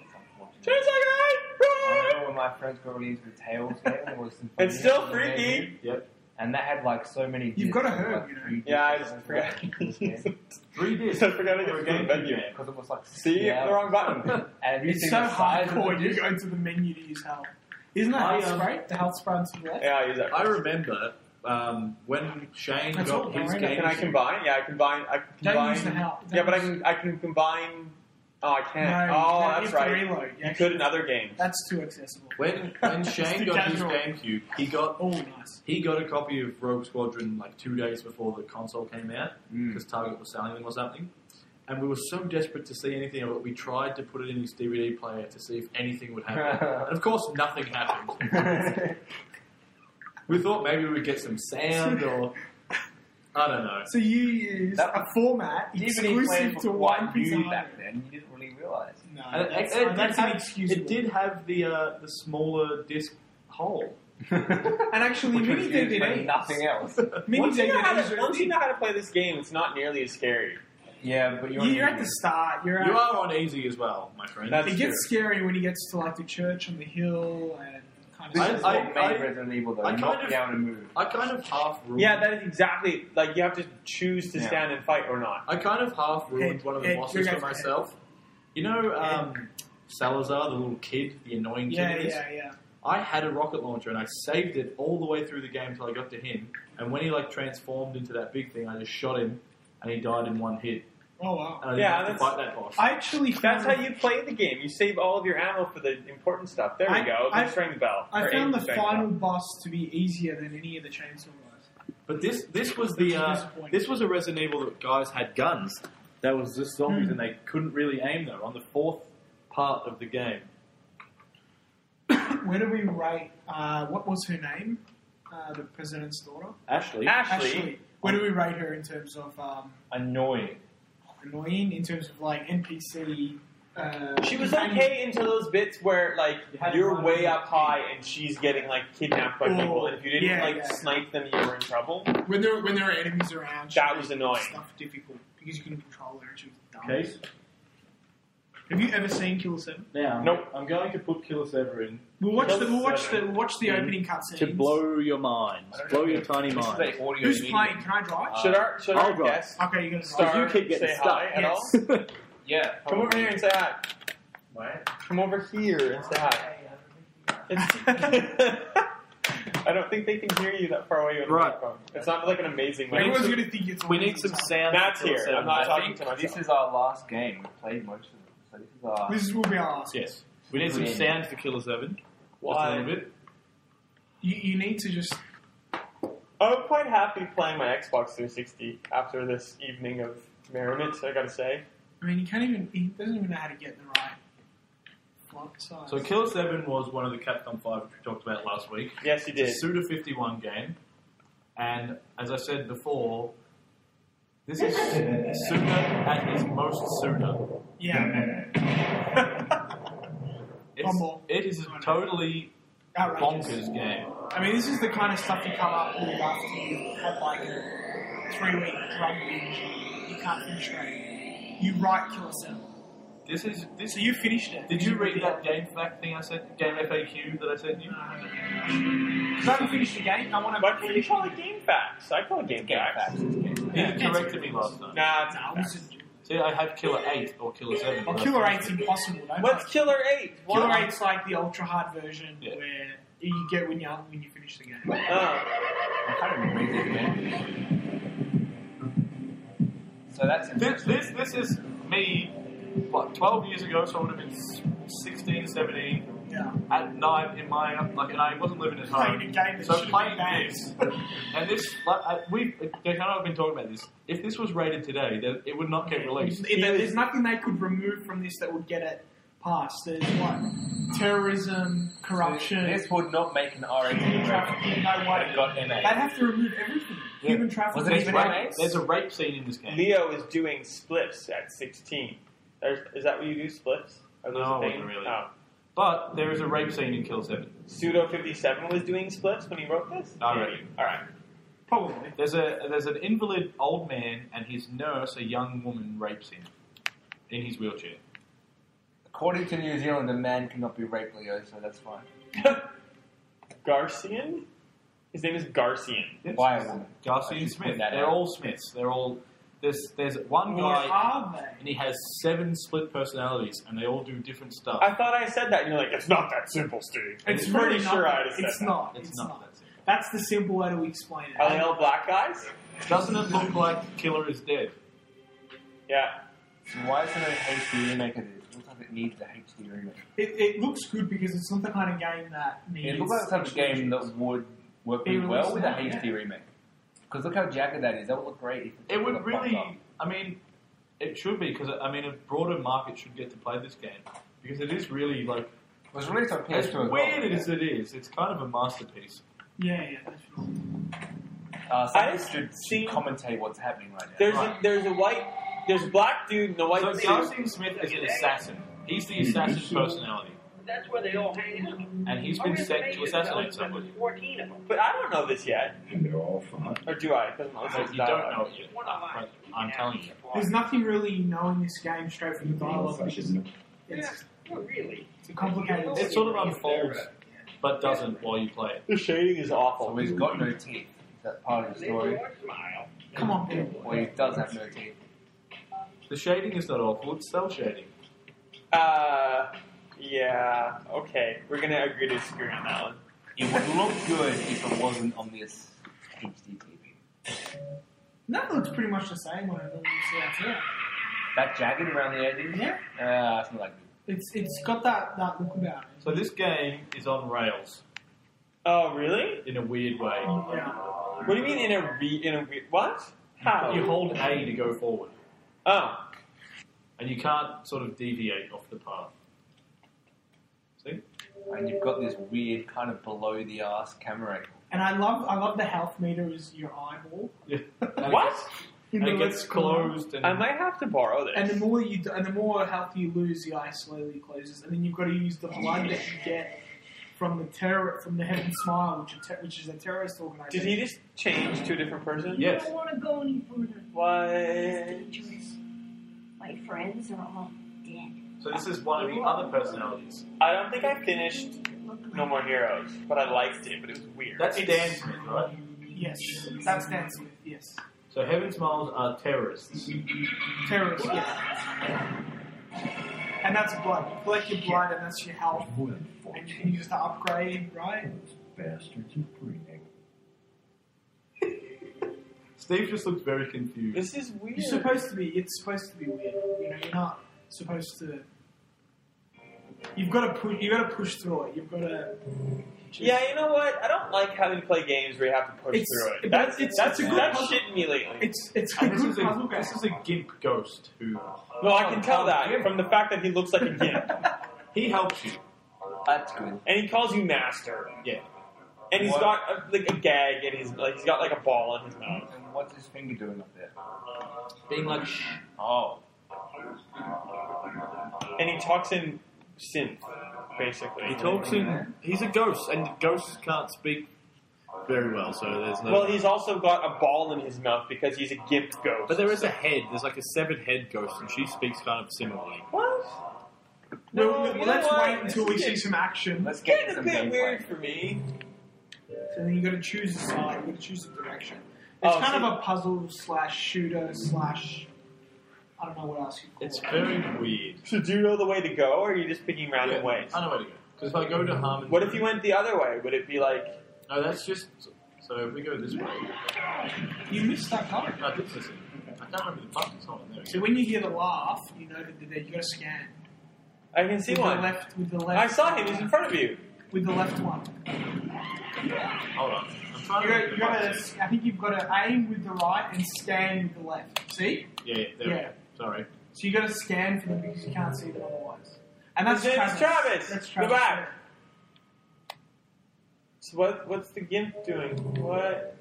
Speaker 2: chainsaw
Speaker 4: I
Speaker 2: guy.
Speaker 4: remember when my friends got released with Tails game. It was
Speaker 2: It's still
Speaker 4: Symphonia, and they
Speaker 2: freaky.
Speaker 4: did,
Speaker 6: Yep.
Speaker 4: And that had like so many.
Speaker 3: You've
Speaker 4: discs,
Speaker 3: gotta
Speaker 4: it was,
Speaker 3: hurt,
Speaker 4: like,
Speaker 3: you know.
Speaker 4: three discs
Speaker 2: Yeah, I
Speaker 4: of
Speaker 2: just
Speaker 4: those
Speaker 2: forgot.
Speaker 4: games. Yeah.
Speaker 6: Three discs.
Speaker 2: I forgot it
Speaker 6: for
Speaker 2: was
Speaker 6: a
Speaker 2: game
Speaker 6: game
Speaker 2: menu.
Speaker 6: game.
Speaker 4: Because it was like
Speaker 2: See,
Speaker 4: yeah,
Speaker 2: the wrong button.
Speaker 4: And
Speaker 3: It's so hardcore. You go to the menu to use health. Isn't that
Speaker 6: I,
Speaker 3: health
Speaker 6: um,
Speaker 3: sprite? The health sprite to the left.
Speaker 2: Yeah, I use that.
Speaker 6: I remember um, when Shane
Speaker 3: That's
Speaker 6: got
Speaker 3: what
Speaker 6: his
Speaker 3: Lorena-
Speaker 6: game.
Speaker 2: Can I combine? Yeah, I combine. I can
Speaker 3: Don't use the
Speaker 2: combine.
Speaker 3: health.
Speaker 2: Yeah, but I can. I can combine. Oh, I can't.
Speaker 3: No,
Speaker 2: oh,
Speaker 3: no, you have
Speaker 2: that's
Speaker 3: to
Speaker 2: right.
Speaker 3: reload. You
Speaker 2: You
Speaker 3: actually-
Speaker 2: could in other games.
Speaker 3: That's too accessible.
Speaker 6: When when Shane
Speaker 3: It's
Speaker 6: got his
Speaker 3: casual.
Speaker 6: GameCube, he got
Speaker 3: Oh, nice.
Speaker 6: he got a copy of Rogue Squadron like two days before the console came out because Target was selling them or something. And we were so desperate to see anything of it, we tried to put it in his DVD player to see if anything would happen. and of course, nothing happened. We thought maybe we'd get some sound or I don't know.
Speaker 3: So you use
Speaker 4: That-
Speaker 3: a format exclusive to one piece of
Speaker 4: you
Speaker 3: hardware.
Speaker 4: back then. You didn't really realize.
Speaker 3: No,
Speaker 6: And it-
Speaker 3: that's,
Speaker 6: it, it
Speaker 3: that's
Speaker 6: did have,
Speaker 3: inexcusable.
Speaker 6: It did have the uh, the smaller disc hole.
Speaker 3: And actually,
Speaker 4: Which was
Speaker 3: mini
Speaker 4: used for
Speaker 3: DVDs.
Speaker 4: nothing else.
Speaker 3: Mini
Speaker 2: once, you know how
Speaker 3: DVDs.
Speaker 2: to,
Speaker 3: are-
Speaker 2: once you know how to play this game, it's not nearly as scary.
Speaker 4: yeah, but you're,
Speaker 3: you're at the start. You're at.
Speaker 6: You are on easy as well, my friend.
Speaker 2: That's
Speaker 3: it gets scary when he gets to like the church on the hill and kind of.
Speaker 4: This
Speaker 6: I-
Speaker 4: is
Speaker 6: I-
Speaker 4: what
Speaker 6: I-
Speaker 4: made Resident Evil though.
Speaker 6: I
Speaker 4: You're
Speaker 6: kind
Speaker 4: not
Speaker 6: of-
Speaker 4: down to move.
Speaker 6: I kind of half ruined.
Speaker 2: Yeah, that is exactly like you have to choose to
Speaker 4: Yeah.
Speaker 2: stand and fight or not.
Speaker 6: I kind of half ruined
Speaker 3: Head,
Speaker 6: one of the
Speaker 3: head,
Speaker 6: bosses
Speaker 3: you're
Speaker 6: for
Speaker 3: going for
Speaker 6: myself. You know, um, Salazar, the little kid, the annoying kid.
Speaker 3: yeah,
Speaker 6: in this?
Speaker 3: yeah, yeah.
Speaker 6: I had a rocket launcher and I saved it all the way through the game until I got to him. And when he like transformed into that big thing, I just shot him and he died in one hit.
Speaker 3: Oh wow.
Speaker 6: And I didn't
Speaker 2: Yeah,
Speaker 6: have to
Speaker 2: that's-
Speaker 6: fight that boss.
Speaker 3: I actually found
Speaker 2: That's how you play the game. You save all of your ammo for the important stuff. There we
Speaker 3: I-
Speaker 2: go. The
Speaker 3: I-
Speaker 2: string bell.
Speaker 3: I
Speaker 2: Or
Speaker 3: found
Speaker 2: aim
Speaker 3: the
Speaker 2: string
Speaker 3: final
Speaker 2: bell.
Speaker 3: boss to be easier than any of the chainsaw guys.
Speaker 6: but this this was the uh,
Speaker 3: Disappointing.
Speaker 6: this was a Resident Evil that guys had guns. That was just zombies and they couldn't really aim though. On the fourth part of the game,
Speaker 3: Where do we rate? Uh, what was her name? Uh, the president's daughter,
Speaker 6: Ashley
Speaker 2: Ashley.
Speaker 3: Where do we rate her in terms of um,
Speaker 6: annoying.
Speaker 3: annoying? In terms of like NPC? Uh,
Speaker 2: She was
Speaker 3: companion?
Speaker 2: okay into those bits where like
Speaker 3: had
Speaker 2: you're
Speaker 3: one
Speaker 2: way
Speaker 3: on
Speaker 2: up high and she's getting like kidnapped by
Speaker 3: Oh,
Speaker 2: people, and if you didn't
Speaker 3: yeah,
Speaker 2: like
Speaker 3: yeah.
Speaker 2: snipe them, you were in trouble.
Speaker 3: when there when there were enemies around. she
Speaker 2: That
Speaker 3: made
Speaker 2: was annoying.
Speaker 3: Stuff difficult because you couldn't control her and she was dumb.
Speaker 6: Case.
Speaker 3: Have you ever seen Killer Seven?
Speaker 1: Now,
Speaker 2: Nope.
Speaker 1: I'm going to put Killer Sever in
Speaker 3: We'll watch the
Speaker 1: Killer
Speaker 3: we'll watch the
Speaker 1: Seven.
Speaker 3: we'll watch the
Speaker 6: Mm-hmm.
Speaker 1: Mm.
Speaker 3: opening cutscenes.
Speaker 1: to blow your minds, blow your tiny
Speaker 4: This is
Speaker 1: minds.
Speaker 4: the audio.
Speaker 3: Who's
Speaker 4: medium.
Speaker 3: playing? Can I drive?
Speaker 2: should our should
Speaker 1: I'll
Speaker 2: Uh, our
Speaker 1: go.
Speaker 2: guest
Speaker 3: okay, you're gonna
Speaker 2: star
Speaker 3: drive.
Speaker 1: You keep getting
Speaker 2: say
Speaker 1: stuck.
Speaker 2: hi at
Speaker 3: Yes.
Speaker 2: all?
Speaker 4: Yeah.
Speaker 2: Come over here and say hi.
Speaker 4: What?
Speaker 2: Come over here and say hi. It's- I don't think they can hear you that far away on the
Speaker 1: Right.
Speaker 2: microphone. It's not like an amazing mic.
Speaker 3: Everyone's gonna think it's
Speaker 6: We need some sound.
Speaker 2: Matt's
Speaker 6: for Killer
Speaker 2: here.
Speaker 6: Seven.
Speaker 2: I'm not
Speaker 6: I
Speaker 2: talking
Speaker 6: think-
Speaker 2: to myself.
Speaker 4: This is our last game. We played most of it. So this is our.
Speaker 3: This will be our last.
Speaker 6: Yes. We need some
Speaker 4: Yeah.
Speaker 6: sound for Killer Seven.
Speaker 2: Why?
Speaker 6: Just a little bit.
Speaker 3: You, you need to just
Speaker 2: I'm Oh, quite happy playing my Xbox 360 after this evening of merriment. I gotta say,
Speaker 3: I mean, he can't even. He doesn't even know how to get the right block size.
Speaker 6: So Killer Seven was one of the Capcom Five which we talked about last week.
Speaker 2: yes, you did.
Speaker 6: It's a Suda Fifty One game, and as I said before, this is Suda at his most Suda.
Speaker 3: yeah,
Speaker 6: It's,
Speaker 3: Humble.
Speaker 6: it is a totally
Speaker 3: outrageous.
Speaker 6: bonkers game.
Speaker 3: I mean, this is the kind of stuff you come up with after you've had like a three week drug binge. You can't finish training. You right kill a cell.
Speaker 6: This is this.
Speaker 3: So you finished it.
Speaker 6: Did you read that game fact thing I sent? Game FAQ that I sent you?
Speaker 3: Because I haven't finished the game. I want
Speaker 2: But
Speaker 3: to
Speaker 2: you
Speaker 3: finish
Speaker 2: call it game facts. I call it game, facts.
Speaker 6: He corrected me last time.
Speaker 2: Nah, it's
Speaker 3: No,
Speaker 2: not.
Speaker 3: this is,
Speaker 6: See, I have Killer Eight or Killer Seven.
Speaker 3: well, Killer 8's impossible. Don't
Speaker 2: What's
Speaker 3: touch it.
Speaker 2: Killer Eight?
Speaker 3: Killer
Speaker 2: What?
Speaker 3: 8's like the ultra hard version
Speaker 6: Yeah.
Speaker 3: where you get when you when you finish the game.
Speaker 2: Uh,
Speaker 4: I can't even read this man. So that's
Speaker 6: This, this, this is me, what, 12 years ago, so I would have been s- 16, 17,
Speaker 3: Yeah.
Speaker 6: at night in my, like, and I wasn't living at
Speaker 3: Playing a game
Speaker 6: home.
Speaker 3: that
Speaker 6: So
Speaker 3: should
Speaker 6: playing
Speaker 3: have been
Speaker 6: this, and this, like, I, we, Decano and I have been talking about this. If this was rated today, then it would not get released.
Speaker 3: If there- there's nothing they could remove from this that would get it passed. There's what terrorism, corruption,
Speaker 4: This would not make an R
Speaker 3: human
Speaker 4: rated
Speaker 3: trafficking. No
Speaker 4: but it
Speaker 3: way.
Speaker 4: got
Speaker 3: They'd
Speaker 4: MA.
Speaker 3: have to remove everything.
Speaker 4: Yeah.
Speaker 3: Human
Speaker 4: Was
Speaker 3: trafficking.
Speaker 4: it
Speaker 6: There's,
Speaker 4: even
Speaker 6: rape-
Speaker 4: MA?
Speaker 6: there's a rape scene in this game.
Speaker 2: Leo is doing splits at 16. There's, is that what you do, splits? Are those
Speaker 6: No,
Speaker 2: a
Speaker 6: I
Speaker 2: thing?
Speaker 6: wouldn't really.
Speaker 2: Oh.
Speaker 6: But there is a rape scene in Kill 7.
Speaker 2: Pseudo 57 was doing splits when he wrote this?
Speaker 6: No, I reckon.
Speaker 2: Alright.
Speaker 3: Probably.
Speaker 6: There's a there's an invalid old man and his nurse, a young woman, rapes him in his wheelchair.
Speaker 4: According to New Zealand, a man cannot be raped, Leo, so that's fine.
Speaker 2: Garcian? His name is Garcian.
Speaker 4: By a woman.
Speaker 6: Garcia
Speaker 4: I
Speaker 6: and
Speaker 4: should
Speaker 6: Smith.
Speaker 4: put that
Speaker 6: They're
Speaker 4: out.
Speaker 6: all Smiths. They're all there's there's one
Speaker 3: Or
Speaker 6: guy
Speaker 3: are they?
Speaker 6: and he has seven split personalities and they all do different stuff.
Speaker 2: I thought I said that, and you're like, it's not that simple, Steve.
Speaker 3: It's
Speaker 2: I'm pretty
Speaker 3: really
Speaker 2: sure
Speaker 3: not,
Speaker 2: I just said
Speaker 3: It's
Speaker 2: that.
Speaker 3: not.
Speaker 6: it's,
Speaker 3: It's,
Speaker 6: not,
Speaker 3: not.
Speaker 6: that simple.
Speaker 3: That's the simple way to explain it.
Speaker 2: Are they all black guys?
Speaker 6: Doesn't it look like Killer is dead?
Speaker 2: Yeah.
Speaker 4: So why isn't it a HD remake of this? It looks like it needs a HD remake.
Speaker 3: It, it looks good because it's not the kind of game that needs.
Speaker 4: It looks like the type of game that would work
Speaker 3: Be
Speaker 4: really well
Speaker 3: released
Speaker 4: with a
Speaker 3: now, yeah.
Speaker 4: HD remake. Because look how jagged that is. That would look great if
Speaker 6: It would
Speaker 4: got bumped
Speaker 6: really.
Speaker 4: up.
Speaker 6: I mean, it should be because I mean a broader market should get to play this game because it is really like
Speaker 4: It was released on PS2
Speaker 6: as
Speaker 4: as well.
Speaker 6: weird
Speaker 4: yeah.
Speaker 6: as it is. It's kind of a masterpiece.
Speaker 3: Yeah, yeah, that's right.
Speaker 4: Uh, someone
Speaker 2: just
Speaker 4: should should
Speaker 2: see-
Speaker 4: commentate what's happening right now.
Speaker 2: There's
Speaker 6: Right.
Speaker 2: a, there's a white, there's a black dude and a white
Speaker 6: So
Speaker 2: suit.
Speaker 6: Justin Smith is an assassin. He's
Speaker 2: Mm-hmm.
Speaker 6: the assassin's personality,
Speaker 11: That's where they all hang out.
Speaker 6: and he's
Speaker 11: Our
Speaker 6: been sent to
Speaker 11: information
Speaker 6: assassinate
Speaker 11: tells us
Speaker 6: somebody.
Speaker 11: there's 14 of them.
Speaker 2: But I don't know this yet.
Speaker 12: And they're all fun.
Speaker 2: Or do I? It doesn't Uh, look
Speaker 6: So
Speaker 2: like
Speaker 6: you don't
Speaker 2: dialogue.
Speaker 6: know it yet,
Speaker 11: One of mine.
Speaker 6: but I'm telling you.
Speaker 3: There's nothing really you know in this game straight from the dialogue, which is
Speaker 12: Fascism.
Speaker 3: it's,
Speaker 11: Well, really.
Speaker 3: it's a complicated.
Speaker 6: It sort of unfolds, but doesn't while you play it.
Speaker 2: The shading is
Speaker 4: So
Speaker 2: awful.
Speaker 4: he's got no teeth. Is that part of the
Speaker 11: They all
Speaker 4: story?
Speaker 11: smile.
Speaker 3: Come on, people.
Speaker 4: Or he does have no teeth.
Speaker 6: The shading is not awful, it's cell shading.
Speaker 2: Uh, yeah. Okay, we're gonna agree to disagree on that one.
Speaker 4: It would look good if it wasn't on this HD TV.
Speaker 3: That looks pretty much the same when it looks out there.
Speaker 4: That jagged around the edges?
Speaker 3: Yeah.
Speaker 4: Uh, it's not like
Speaker 3: It's it's got that, that look about it.
Speaker 6: So this game is on rails
Speaker 2: Oh, really?
Speaker 6: in a weird way.
Speaker 3: Yeah.
Speaker 2: What do you mean in a re- in a re- what? How?
Speaker 6: You hold A to go forward,
Speaker 2: Oh,
Speaker 6: and you can't sort of deviate off the path. See?
Speaker 4: And you've got this weird kind of below the ass camera angle.
Speaker 3: And I love I love the health meter is your eyeball.
Speaker 6: Yeah.
Speaker 2: What?
Speaker 6: And it gets
Speaker 3: left
Speaker 6: closed,
Speaker 2: I
Speaker 6: and
Speaker 2: might have to borrow this.
Speaker 3: corner. And the more you do, and the more health you lose, the eye slowly closes, and then you've got to use the blood that you get from the terror from the heaven smile, which are ter- which is a terrorist organization.
Speaker 2: Did he just change to a different person?
Speaker 6: yes.
Speaker 11: don't want to go any further.
Speaker 2: What?
Speaker 11: My friends are all dead.
Speaker 6: So this is one of the other personalities.
Speaker 2: I don't think I finished No More Heroes, but I liked it, but it was weird.
Speaker 6: That's
Speaker 2: It's-
Speaker 6: Dan Smith, right?
Speaker 3: Yes, that's Dan Smith. Yes,
Speaker 6: So Heaven Smiles are terrorists.
Speaker 3: terrorist. Yeah. And that's blood. You collect your blood, and that's your health, and you can use the upgrade, right?
Speaker 12: Those bastards are breathing.
Speaker 6: Steve just looks very confused.
Speaker 2: This is weird.
Speaker 3: You're supposed to be. It's supposed to be weird. You know, you're not supposed to. You've got to push. You've got to push through it. You've got to.
Speaker 2: yeah, you know what? I don't like having to play games where you have to push
Speaker 3: It's-
Speaker 2: through it.
Speaker 3: but
Speaker 2: That's
Speaker 3: it's-
Speaker 2: that's
Speaker 3: it's a good
Speaker 2: that's
Speaker 3: puzzle.
Speaker 2: shitting me lately.
Speaker 3: It's it's a
Speaker 6: And this
Speaker 3: good
Speaker 6: is a,
Speaker 3: puzzle game.
Speaker 6: this is a gimp ghost who
Speaker 2: no, I can tell
Speaker 4: oh,
Speaker 2: that
Speaker 4: yeah.
Speaker 2: from the fact that he looks like a gimp,
Speaker 6: he helps you.
Speaker 4: That's good.
Speaker 2: and he calls you master,
Speaker 6: Yeah.
Speaker 2: and he's
Speaker 4: What?
Speaker 2: got a, like a gag, and he's like he's got like a ball in his mouth.
Speaker 4: And what's his finger doing up there?
Speaker 6: Being like shh.
Speaker 4: Oh.
Speaker 2: and he talks in synth. basically.
Speaker 1: He talks in. He's a ghost, and ghosts can't speak very well, so there's no.
Speaker 2: Well, he's also got a ball in his mouth because he's a gimp ghost.
Speaker 1: but there is a head. There's like a severed head ghost, and she speaks kind of similarly.
Speaker 2: What?
Speaker 3: Well,
Speaker 2: No,
Speaker 3: well,
Speaker 2: you
Speaker 3: let's
Speaker 2: know what?
Speaker 3: wait until we see some action.
Speaker 4: Let's get
Speaker 2: Getting a
Speaker 4: some
Speaker 2: bit
Speaker 4: gameplay.
Speaker 2: weird for me.
Speaker 3: So then you got to choose a side. You got to choose a direction. It's
Speaker 2: Oh,
Speaker 3: kind
Speaker 2: so-
Speaker 3: of a puzzle slash shooter slash. I don't know what else you call
Speaker 1: It's
Speaker 3: it.
Speaker 1: very weird.
Speaker 2: So do you know the way to go, or are you just picking random
Speaker 1: Yeah,
Speaker 2: ways?
Speaker 1: I know where to go. Because if I go to Harmon,
Speaker 2: What if you went the other way? Would it be like
Speaker 1: No, that's just. So if we go this way,
Speaker 3: You missed that part.
Speaker 1: no, this is it. I can't remember the button. It's not on there.
Speaker 3: So when you hear the laugh, you know that they're there. You got to scan.
Speaker 2: I can see
Speaker 3: with
Speaker 2: one?
Speaker 3: The left, with the left.
Speaker 2: I saw him. He's in front of you.
Speaker 3: With the left one.
Speaker 1: Hold on. I'm trying
Speaker 3: You
Speaker 1: to. remember
Speaker 3: got,
Speaker 1: the
Speaker 3: you got to.
Speaker 1: button.
Speaker 3: I think you've got to aim with the right and scan with the left. See?
Speaker 1: Yeah, yeah, there we
Speaker 3: Yeah.
Speaker 1: go. Sorry.
Speaker 3: So you got to scan for them because you can't see them otherwise. And that's
Speaker 2: His name is
Speaker 3: Travis.
Speaker 2: Travis.
Speaker 3: That's
Speaker 2: Go
Speaker 3: Travis.
Speaker 2: back. So what? What's the gimp doing? What?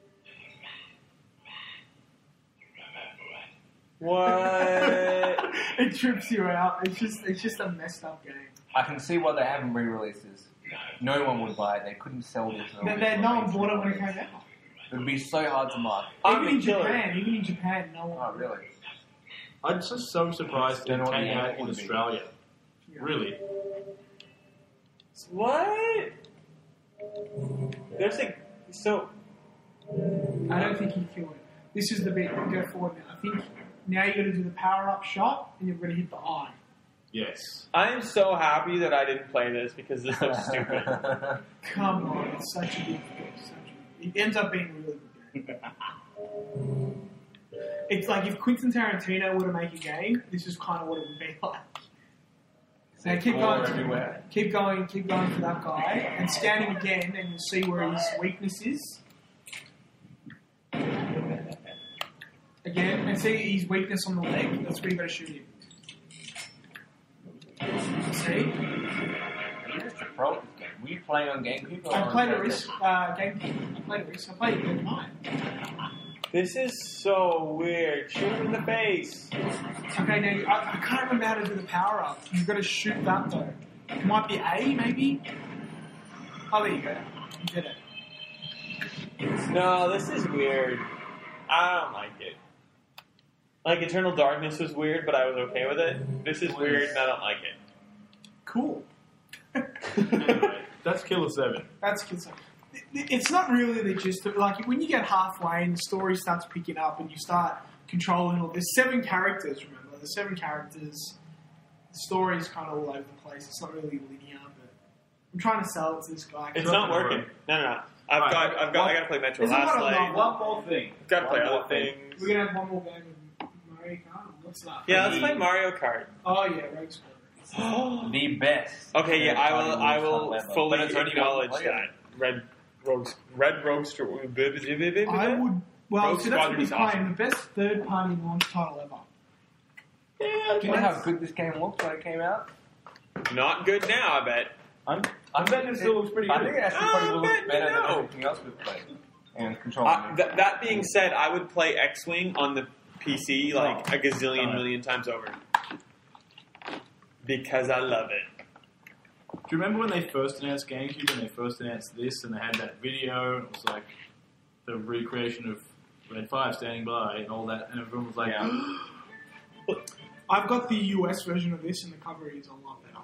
Speaker 2: What?
Speaker 3: it trips you out. It's just it's just a messed up game.
Speaker 4: I can see why they haven't re-released this. No one would buy it. They couldn't sell this.
Speaker 3: They, they, no one bought it when it came out.
Speaker 4: It would be so hard to market.
Speaker 2: I'm
Speaker 3: even
Speaker 2: a
Speaker 3: in
Speaker 2: killer.
Speaker 3: Japan, even in Japan, no one.
Speaker 4: Oh, really?
Speaker 1: I'm just so surprised
Speaker 4: Don't
Speaker 1: it
Speaker 4: know what
Speaker 1: came
Speaker 4: the
Speaker 1: out
Speaker 4: app
Speaker 1: in
Speaker 4: would be.
Speaker 1: Australia.
Speaker 3: Yeah.
Speaker 1: Really?
Speaker 2: What? There's a so
Speaker 3: I don't think he killed it. This is the bit. You go forward now. I think now you got to do the power up shot, and you're going to hit the eye.
Speaker 1: Yes.
Speaker 2: I'm so happy that I didn't play this because this looks stupid.
Speaker 3: Come on, it's such a good game. Such a, it ends up being a really good game. it's like if Quentin Tarantino were to make a game, this is kind of what it would be like. Now keep going,
Speaker 4: everywhere.
Speaker 3: keep going, keep going for that guy, and scan him again, and you'll see where his weakness is. Again, and see his weakness on the leg. That's where you got to shoot him. See,
Speaker 4: Here's the problem. with this game. Were you playing on GameCube? or
Speaker 3: I
Speaker 4: on
Speaker 3: played a
Speaker 4: Dreamcast?
Speaker 3: risk uh, game. I played a risk. I played it the other night.
Speaker 2: this is so weird. Shoot him in the face.
Speaker 3: Okay, now you, I, I can't remember how to do the power up. You've got to shoot that though. It might be A, maybe. Oh, there you go. You did it.
Speaker 2: No, this is weird. I don't like it. Like Eternal Darkness was weird, but I was okay with it. This is weird, and I don't like it.
Speaker 3: Cool.
Speaker 1: anyway, that's Killer 7.
Speaker 3: That's good stuff. It- It's not really the gist of like when you get halfway and the story starts picking up and you start controlling all. There's seven characters. Remember, there's seven characters. The story's kind of all over the place. It's not really linear. But I'm trying to sell it to this guy.
Speaker 2: It's not working. No, no, no. I've
Speaker 1: Alright.
Speaker 2: got, I've got, I gotta play Metro
Speaker 3: There's a lot
Speaker 2: Last
Speaker 3: of
Speaker 2: Light.
Speaker 3: love.
Speaker 8: One more thing.
Speaker 2: Gotta play
Speaker 8: One more
Speaker 2: other things.
Speaker 3: We're gonna have one more game with Mario Kart. What's that?
Speaker 2: Yeah, let's play Mario Kart.
Speaker 3: Oh yeah, Rogue Squadron.
Speaker 4: The best.
Speaker 2: okay, yeah, I will, I will
Speaker 4: Level.
Speaker 2: fully
Speaker 4: But it's only
Speaker 2: acknowledge
Speaker 4: one player.
Speaker 2: that. Red Rogue, Red Rogue. Stro-
Speaker 3: I would. Well,
Speaker 2: Rogue
Speaker 3: see, that's
Speaker 2: Squadron
Speaker 3: what we
Speaker 2: is
Speaker 3: playing.
Speaker 2: awesome.
Speaker 3: The best third-party launch title ever.
Speaker 4: Do you know how good this game looked when it came out?
Speaker 2: Not good now, I bet.
Speaker 4: I'm, I bet
Speaker 1: it still looks pretty
Speaker 4: I
Speaker 1: good.
Speaker 4: think it actually
Speaker 2: I
Speaker 4: probably
Speaker 2: bet
Speaker 4: looks better
Speaker 2: you know.
Speaker 4: than everything else we've played. And controlling
Speaker 2: Uh, th- that being said, I would play X Wing on the PC like a gazillion million times over because I love it.
Speaker 1: Do you remember when they first announced GameCube and they first announced this and they had that video and it was like the recreation of Red 5 standing by and all that and everyone was like,
Speaker 3: I've got the US version of this, and the cover is a lot better.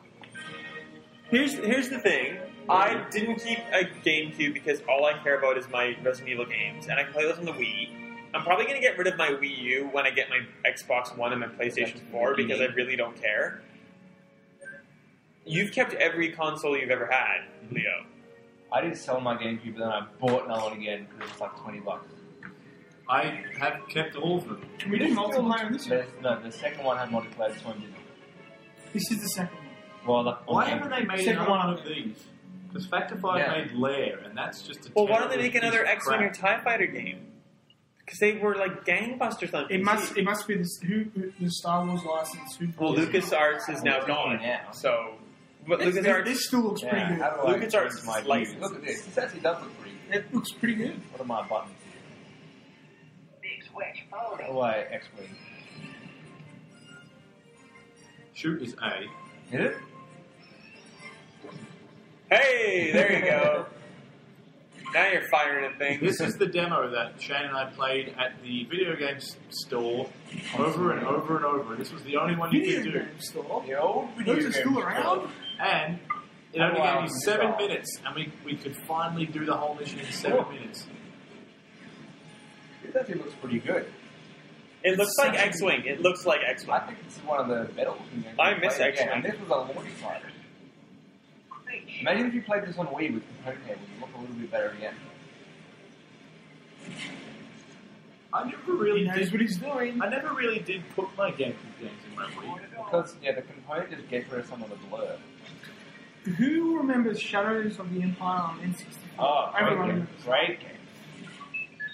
Speaker 2: Here's here's the thing. I didn't keep a GameCube because all I care about is my Resident Evil games, and I can play those on the Wii. I'm probably gonna get rid of my Wii U when I get my Xbox One and my PlayStation 4 because I really don't care. You've kept every console you've ever had, Leo.
Speaker 4: I didn't sell my GameCube, but then I bought another one again because it's like 20 bucks.
Speaker 1: I have kept all of them.
Speaker 3: Can we do multiplayer on this one?
Speaker 4: There's, no, the second one had multiplayer, this one didn't.
Speaker 3: This is the second one.
Speaker 4: Well, the,
Speaker 1: Why haven't they made
Speaker 3: Second
Speaker 1: another
Speaker 3: one.
Speaker 1: one of these? Because Factor 5
Speaker 4: Yeah.
Speaker 1: made Lair and that's just a
Speaker 2: Well, why don't they
Speaker 1: terrible
Speaker 2: make
Speaker 1: piece
Speaker 2: another
Speaker 1: of
Speaker 2: X Men or
Speaker 1: crap.
Speaker 2: Tie Fighter game? Because they were like gangbusters on
Speaker 3: It
Speaker 2: PC.
Speaker 3: must. It must be this. Who who- the Star Wars license? Who?
Speaker 2: Well, LucasArts is now gone,
Speaker 4: Yeah.
Speaker 2: so but
Speaker 3: This, this,
Speaker 2: LucasArts.
Speaker 3: this still looks pretty
Speaker 4: Yeah,
Speaker 3: good.
Speaker 4: how do I
Speaker 2: LucasArts
Speaker 4: change
Speaker 2: is
Speaker 4: my views?
Speaker 2: licensed.
Speaker 4: Look at this. This actually does look pretty good.
Speaker 3: It looks pretty good.
Speaker 4: What are my buttons here?
Speaker 11: Big switch phone.
Speaker 4: How do I X-Wing?
Speaker 1: Shoot is A.
Speaker 4: Hit it?
Speaker 2: Hey, there you go. now you're firing at things.
Speaker 1: This is the demo that Shane and I played at the video game s- store over and over and over. This was the only one you
Speaker 3: Video
Speaker 1: could do.
Speaker 3: game store.
Speaker 4: The old
Speaker 3: Those are still around.
Speaker 1: And it
Speaker 4: How
Speaker 1: only
Speaker 4: long
Speaker 1: gave you
Speaker 4: was
Speaker 1: seven
Speaker 4: that?
Speaker 1: minutes, and we, we could finally do the whole mission in seven minutes.
Speaker 4: This actually looks pretty good.
Speaker 2: It looks like X-wing. It looks like
Speaker 4: I
Speaker 2: X-wing.
Speaker 4: think this is one of the better looking games.
Speaker 2: I
Speaker 4: we've
Speaker 2: miss
Speaker 4: played.
Speaker 2: X-Men.
Speaker 4: Yeah, and this was a launch title. Imagine if you played this on Wii with component cable, you look a little bit better again.
Speaker 1: I never
Speaker 3: He
Speaker 1: really
Speaker 3: knows
Speaker 1: did.
Speaker 3: what he's doing.
Speaker 1: I never really did put my GameCube games in my Wii.
Speaker 4: Because, yeah, the component just gets rid of some of the blur.
Speaker 3: Who remembers Shadows of the Empire on N64?
Speaker 4: Oh,
Speaker 3: Everyone remembers.
Speaker 4: Great game.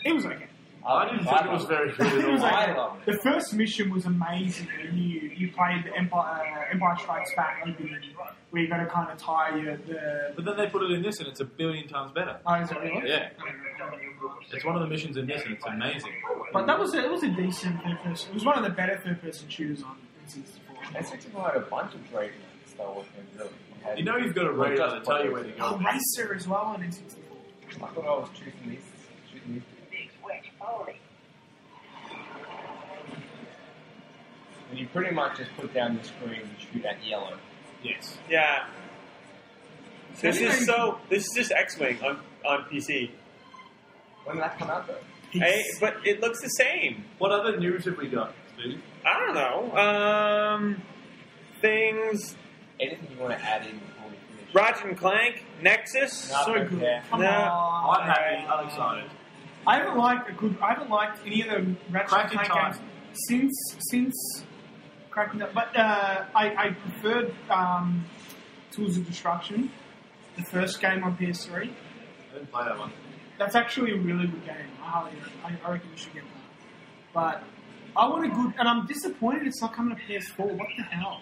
Speaker 3: It was okay.
Speaker 4: Um,
Speaker 1: I didn't think it was very good
Speaker 3: It
Speaker 1: at
Speaker 3: was
Speaker 1: all.
Speaker 4: I
Speaker 3: like-
Speaker 4: loved
Speaker 3: The
Speaker 4: it.
Speaker 3: first mission was amazing. When you you played the Empire uh, Empire Strikes Back opening, where you got to kind of tie your the.
Speaker 1: But then they put it in this, and it's a billion times better.
Speaker 3: Oh, is it really?
Speaker 1: Yeah,
Speaker 3: I don't know.
Speaker 1: it's one of the missions in this, and it's amazing.
Speaker 3: But that was a, it was a decent third person. It was one of the better third person shooters on N64.
Speaker 4: N64 had a bunch of great Star Wars games, really. It had-
Speaker 1: You know you've got a radar to tell you where to
Speaker 3: Oh,
Speaker 1: go.
Speaker 3: Racer as well on N64.
Speaker 4: I thought I was choosing these. Choosing these. And you pretty much just put down the screen and shoot at yellow.
Speaker 1: Yes.
Speaker 2: Yeah. This
Speaker 3: Anyway,
Speaker 2: is so. This is just X-wing on on PC.
Speaker 4: When did that come out though?
Speaker 2: Hey, but it looks the same.
Speaker 1: What other news have we got, Steve?
Speaker 2: I don't know. Um, things.
Speaker 4: Anything you want to add in before we finish?
Speaker 2: Ratchet and Clank, Nexus.
Speaker 3: so
Speaker 4: Nothing,
Speaker 3: good.
Speaker 4: yeah.
Speaker 3: Come
Speaker 2: No,
Speaker 3: on.
Speaker 1: I'm happy. I'm excited.
Speaker 3: I haven't liked a good. I haven't liked any of the Ratchet and
Speaker 1: Cracking
Speaker 3: Clank
Speaker 1: time.
Speaker 3: games since since cracking up. But uh, I, I preferred um, Tools of Destruction, the first game on PS3.
Speaker 1: I didn't play that one.
Speaker 3: That's actually a really good game. I highly, I I reckon you should get that. But I want a good, and I'm disappointed it's not coming to PS4. What the hell?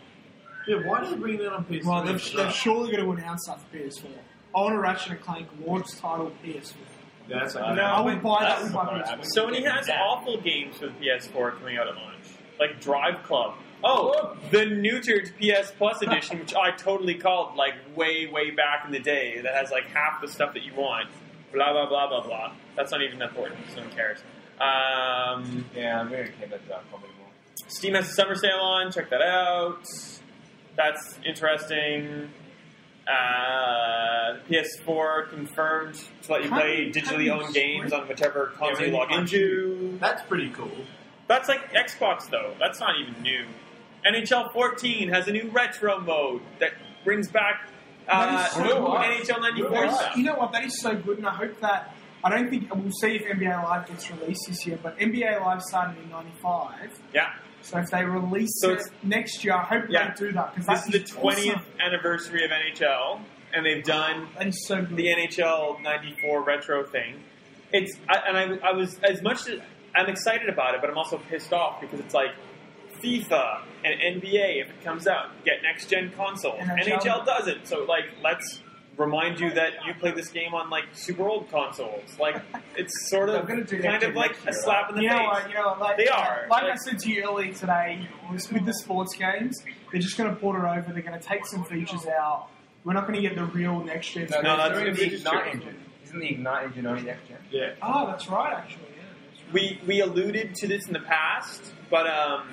Speaker 1: Yeah, why did they bring that on PS3?
Speaker 3: Well, they've, they're surely going to announce that for PS4. I want a Ratchet and Clank launch title PS4.
Speaker 1: That's okay.
Speaker 3: No, I would buy that
Speaker 4: that's
Speaker 3: with my
Speaker 4: not
Speaker 3: PS4.
Speaker 4: happening.
Speaker 2: Sony has awful games for the PS4 coming out at launch, like Drive Club. Oh, the neutered PS Plus edition, which I totally called like way, way back in the day, that has like half the stuff that you want. Blah blah blah blah blah. That's not even that important. So who cares? Um,
Speaker 4: Yeah, I'm very keen about that probably more.
Speaker 2: Steam has a summer sale on. Check that out. That's interesting. Uh, PS4 confirmed to let you play
Speaker 3: Can't- can't
Speaker 2: digitally
Speaker 3: you
Speaker 2: owned games on whichever console you
Speaker 1: Yeah,
Speaker 2: log
Speaker 1: we-
Speaker 2: into.
Speaker 1: That's pretty cool.
Speaker 2: That's like Xbox though. That's not even new. NHL 14 has a new retro mode that brings back uh,
Speaker 3: That is so
Speaker 2: old
Speaker 3: nice.
Speaker 2: NHL 94
Speaker 3: That is-
Speaker 2: stuff.
Speaker 3: You know what? That is so good, and I hope that I don't think we'll see if NBA Live gets released this year, but NBA Live started in '95.
Speaker 2: Yeah.
Speaker 3: So if they release
Speaker 2: So
Speaker 3: it
Speaker 2: it's-
Speaker 3: next year, I hope
Speaker 2: Yeah.
Speaker 3: they do that because
Speaker 2: This is
Speaker 3: that's
Speaker 2: the 20th anniversary of NHL, and they've done
Speaker 3: That is so good.
Speaker 2: the NHL '94 retro thing. It's I, and I, I was as much as I'm excited about it, but I'm also pissed off because it's like FIFA and NBA. If it comes out, get next gen console.
Speaker 3: NHL.
Speaker 2: NHL doesn't. So like, let's remind you that you play this game on like super old consoles. Like, it's sort
Speaker 4: They're
Speaker 2: of
Speaker 4: gonna do
Speaker 2: kind
Speaker 4: next
Speaker 2: of
Speaker 4: gen
Speaker 2: like
Speaker 4: next
Speaker 2: a
Speaker 4: year,
Speaker 2: slap in the
Speaker 3: you know
Speaker 2: face.
Speaker 3: what? You know what? Like,
Speaker 2: They are.
Speaker 3: Like I
Speaker 2: Like-
Speaker 3: said to you earlier today, with with the sports games, they're just going to port it over. They're going to take some features out. We're not going to get the real next gen.
Speaker 2: No, that's-
Speaker 4: doing the
Speaker 2: it's
Speaker 4: Ignite
Speaker 2: true.
Speaker 4: engine. Isn't the Ignite engine only next gen?
Speaker 1: Yeah.
Speaker 3: Oh, that's right, actually. Yeah.
Speaker 2: we we alluded to this in the past, but um,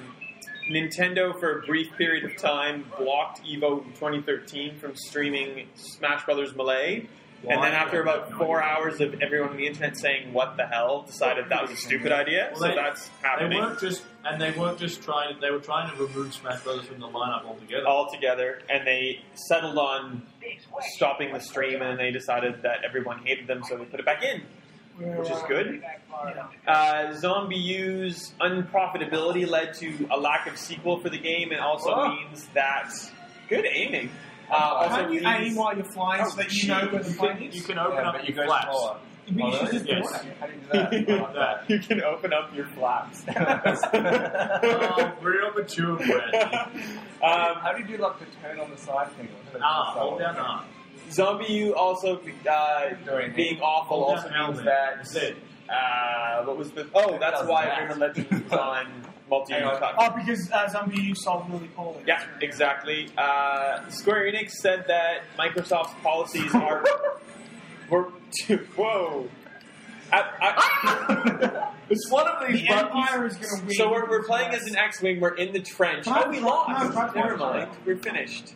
Speaker 2: Nintendo for a brief period of time blocked Evo 2013 from streaming Smash Brothers Melee. And then after about four hours of everyone on the internet saying "What the hell," decided that was a stupid idea.
Speaker 1: Well,
Speaker 2: So
Speaker 1: they-
Speaker 2: that's
Speaker 1: They
Speaker 2: happening
Speaker 1: weren't just, and they weren't just trying. They were trying to remove Smash Brothers from the lineup altogether.
Speaker 2: all together, and they settled on stopping the stream. And then they decided that everyone hated them, so they put it back in,
Speaker 3: We're,
Speaker 2: which is
Speaker 3: uh,
Speaker 2: good.
Speaker 3: you know.
Speaker 2: Uh, Zombie U's unprofitability led to a lack of sequel for the game, and also
Speaker 4: Oh.
Speaker 2: means that good aiming. Uh, also
Speaker 3: Can't you
Speaker 2: means
Speaker 3: aim while you're flying so that you know where the
Speaker 1: you
Speaker 3: plane
Speaker 1: can,
Speaker 3: is?
Speaker 1: you can open
Speaker 4: yeah,
Speaker 1: up
Speaker 4: but you
Speaker 1: your
Speaker 4: go
Speaker 1: flaps.
Speaker 4: smaller.
Speaker 3: We
Speaker 4: Oh,
Speaker 3: should
Speaker 4: really?
Speaker 3: just do
Speaker 1: Yes.
Speaker 3: it.
Speaker 4: How do you do that? I like that.
Speaker 2: you can open up your flaps.
Speaker 1: Oh, real mature, Brad.
Speaker 2: um,
Speaker 4: How do you do like the turn on the side thing?
Speaker 1: Ah, hold down R.
Speaker 2: Zombie U also uh,
Speaker 4: Doing
Speaker 2: being awful
Speaker 1: Hold
Speaker 2: also
Speaker 1: down
Speaker 2: means
Speaker 1: L then.
Speaker 2: that
Speaker 1: That's it.
Speaker 2: uh, what was the oh that's
Speaker 4: Does
Speaker 2: why
Speaker 4: that.
Speaker 2: Urban Legends was on multi-use
Speaker 6: Hang on.
Speaker 2: platform.
Speaker 3: Oh, because uh, Zombie U sold really poorly.
Speaker 2: Yeah, exactly. Uh, Square Enix said that Microsoft's policies are were whoa. I, I,
Speaker 6: It's one of
Speaker 3: The Empire is going to win.
Speaker 2: so we're, we're playing as an X-wing. We're in the trench.
Speaker 3: Can I-
Speaker 2: oh, we
Speaker 3: no,
Speaker 2: lost.
Speaker 3: can I-
Speaker 2: Never mind. We're finished.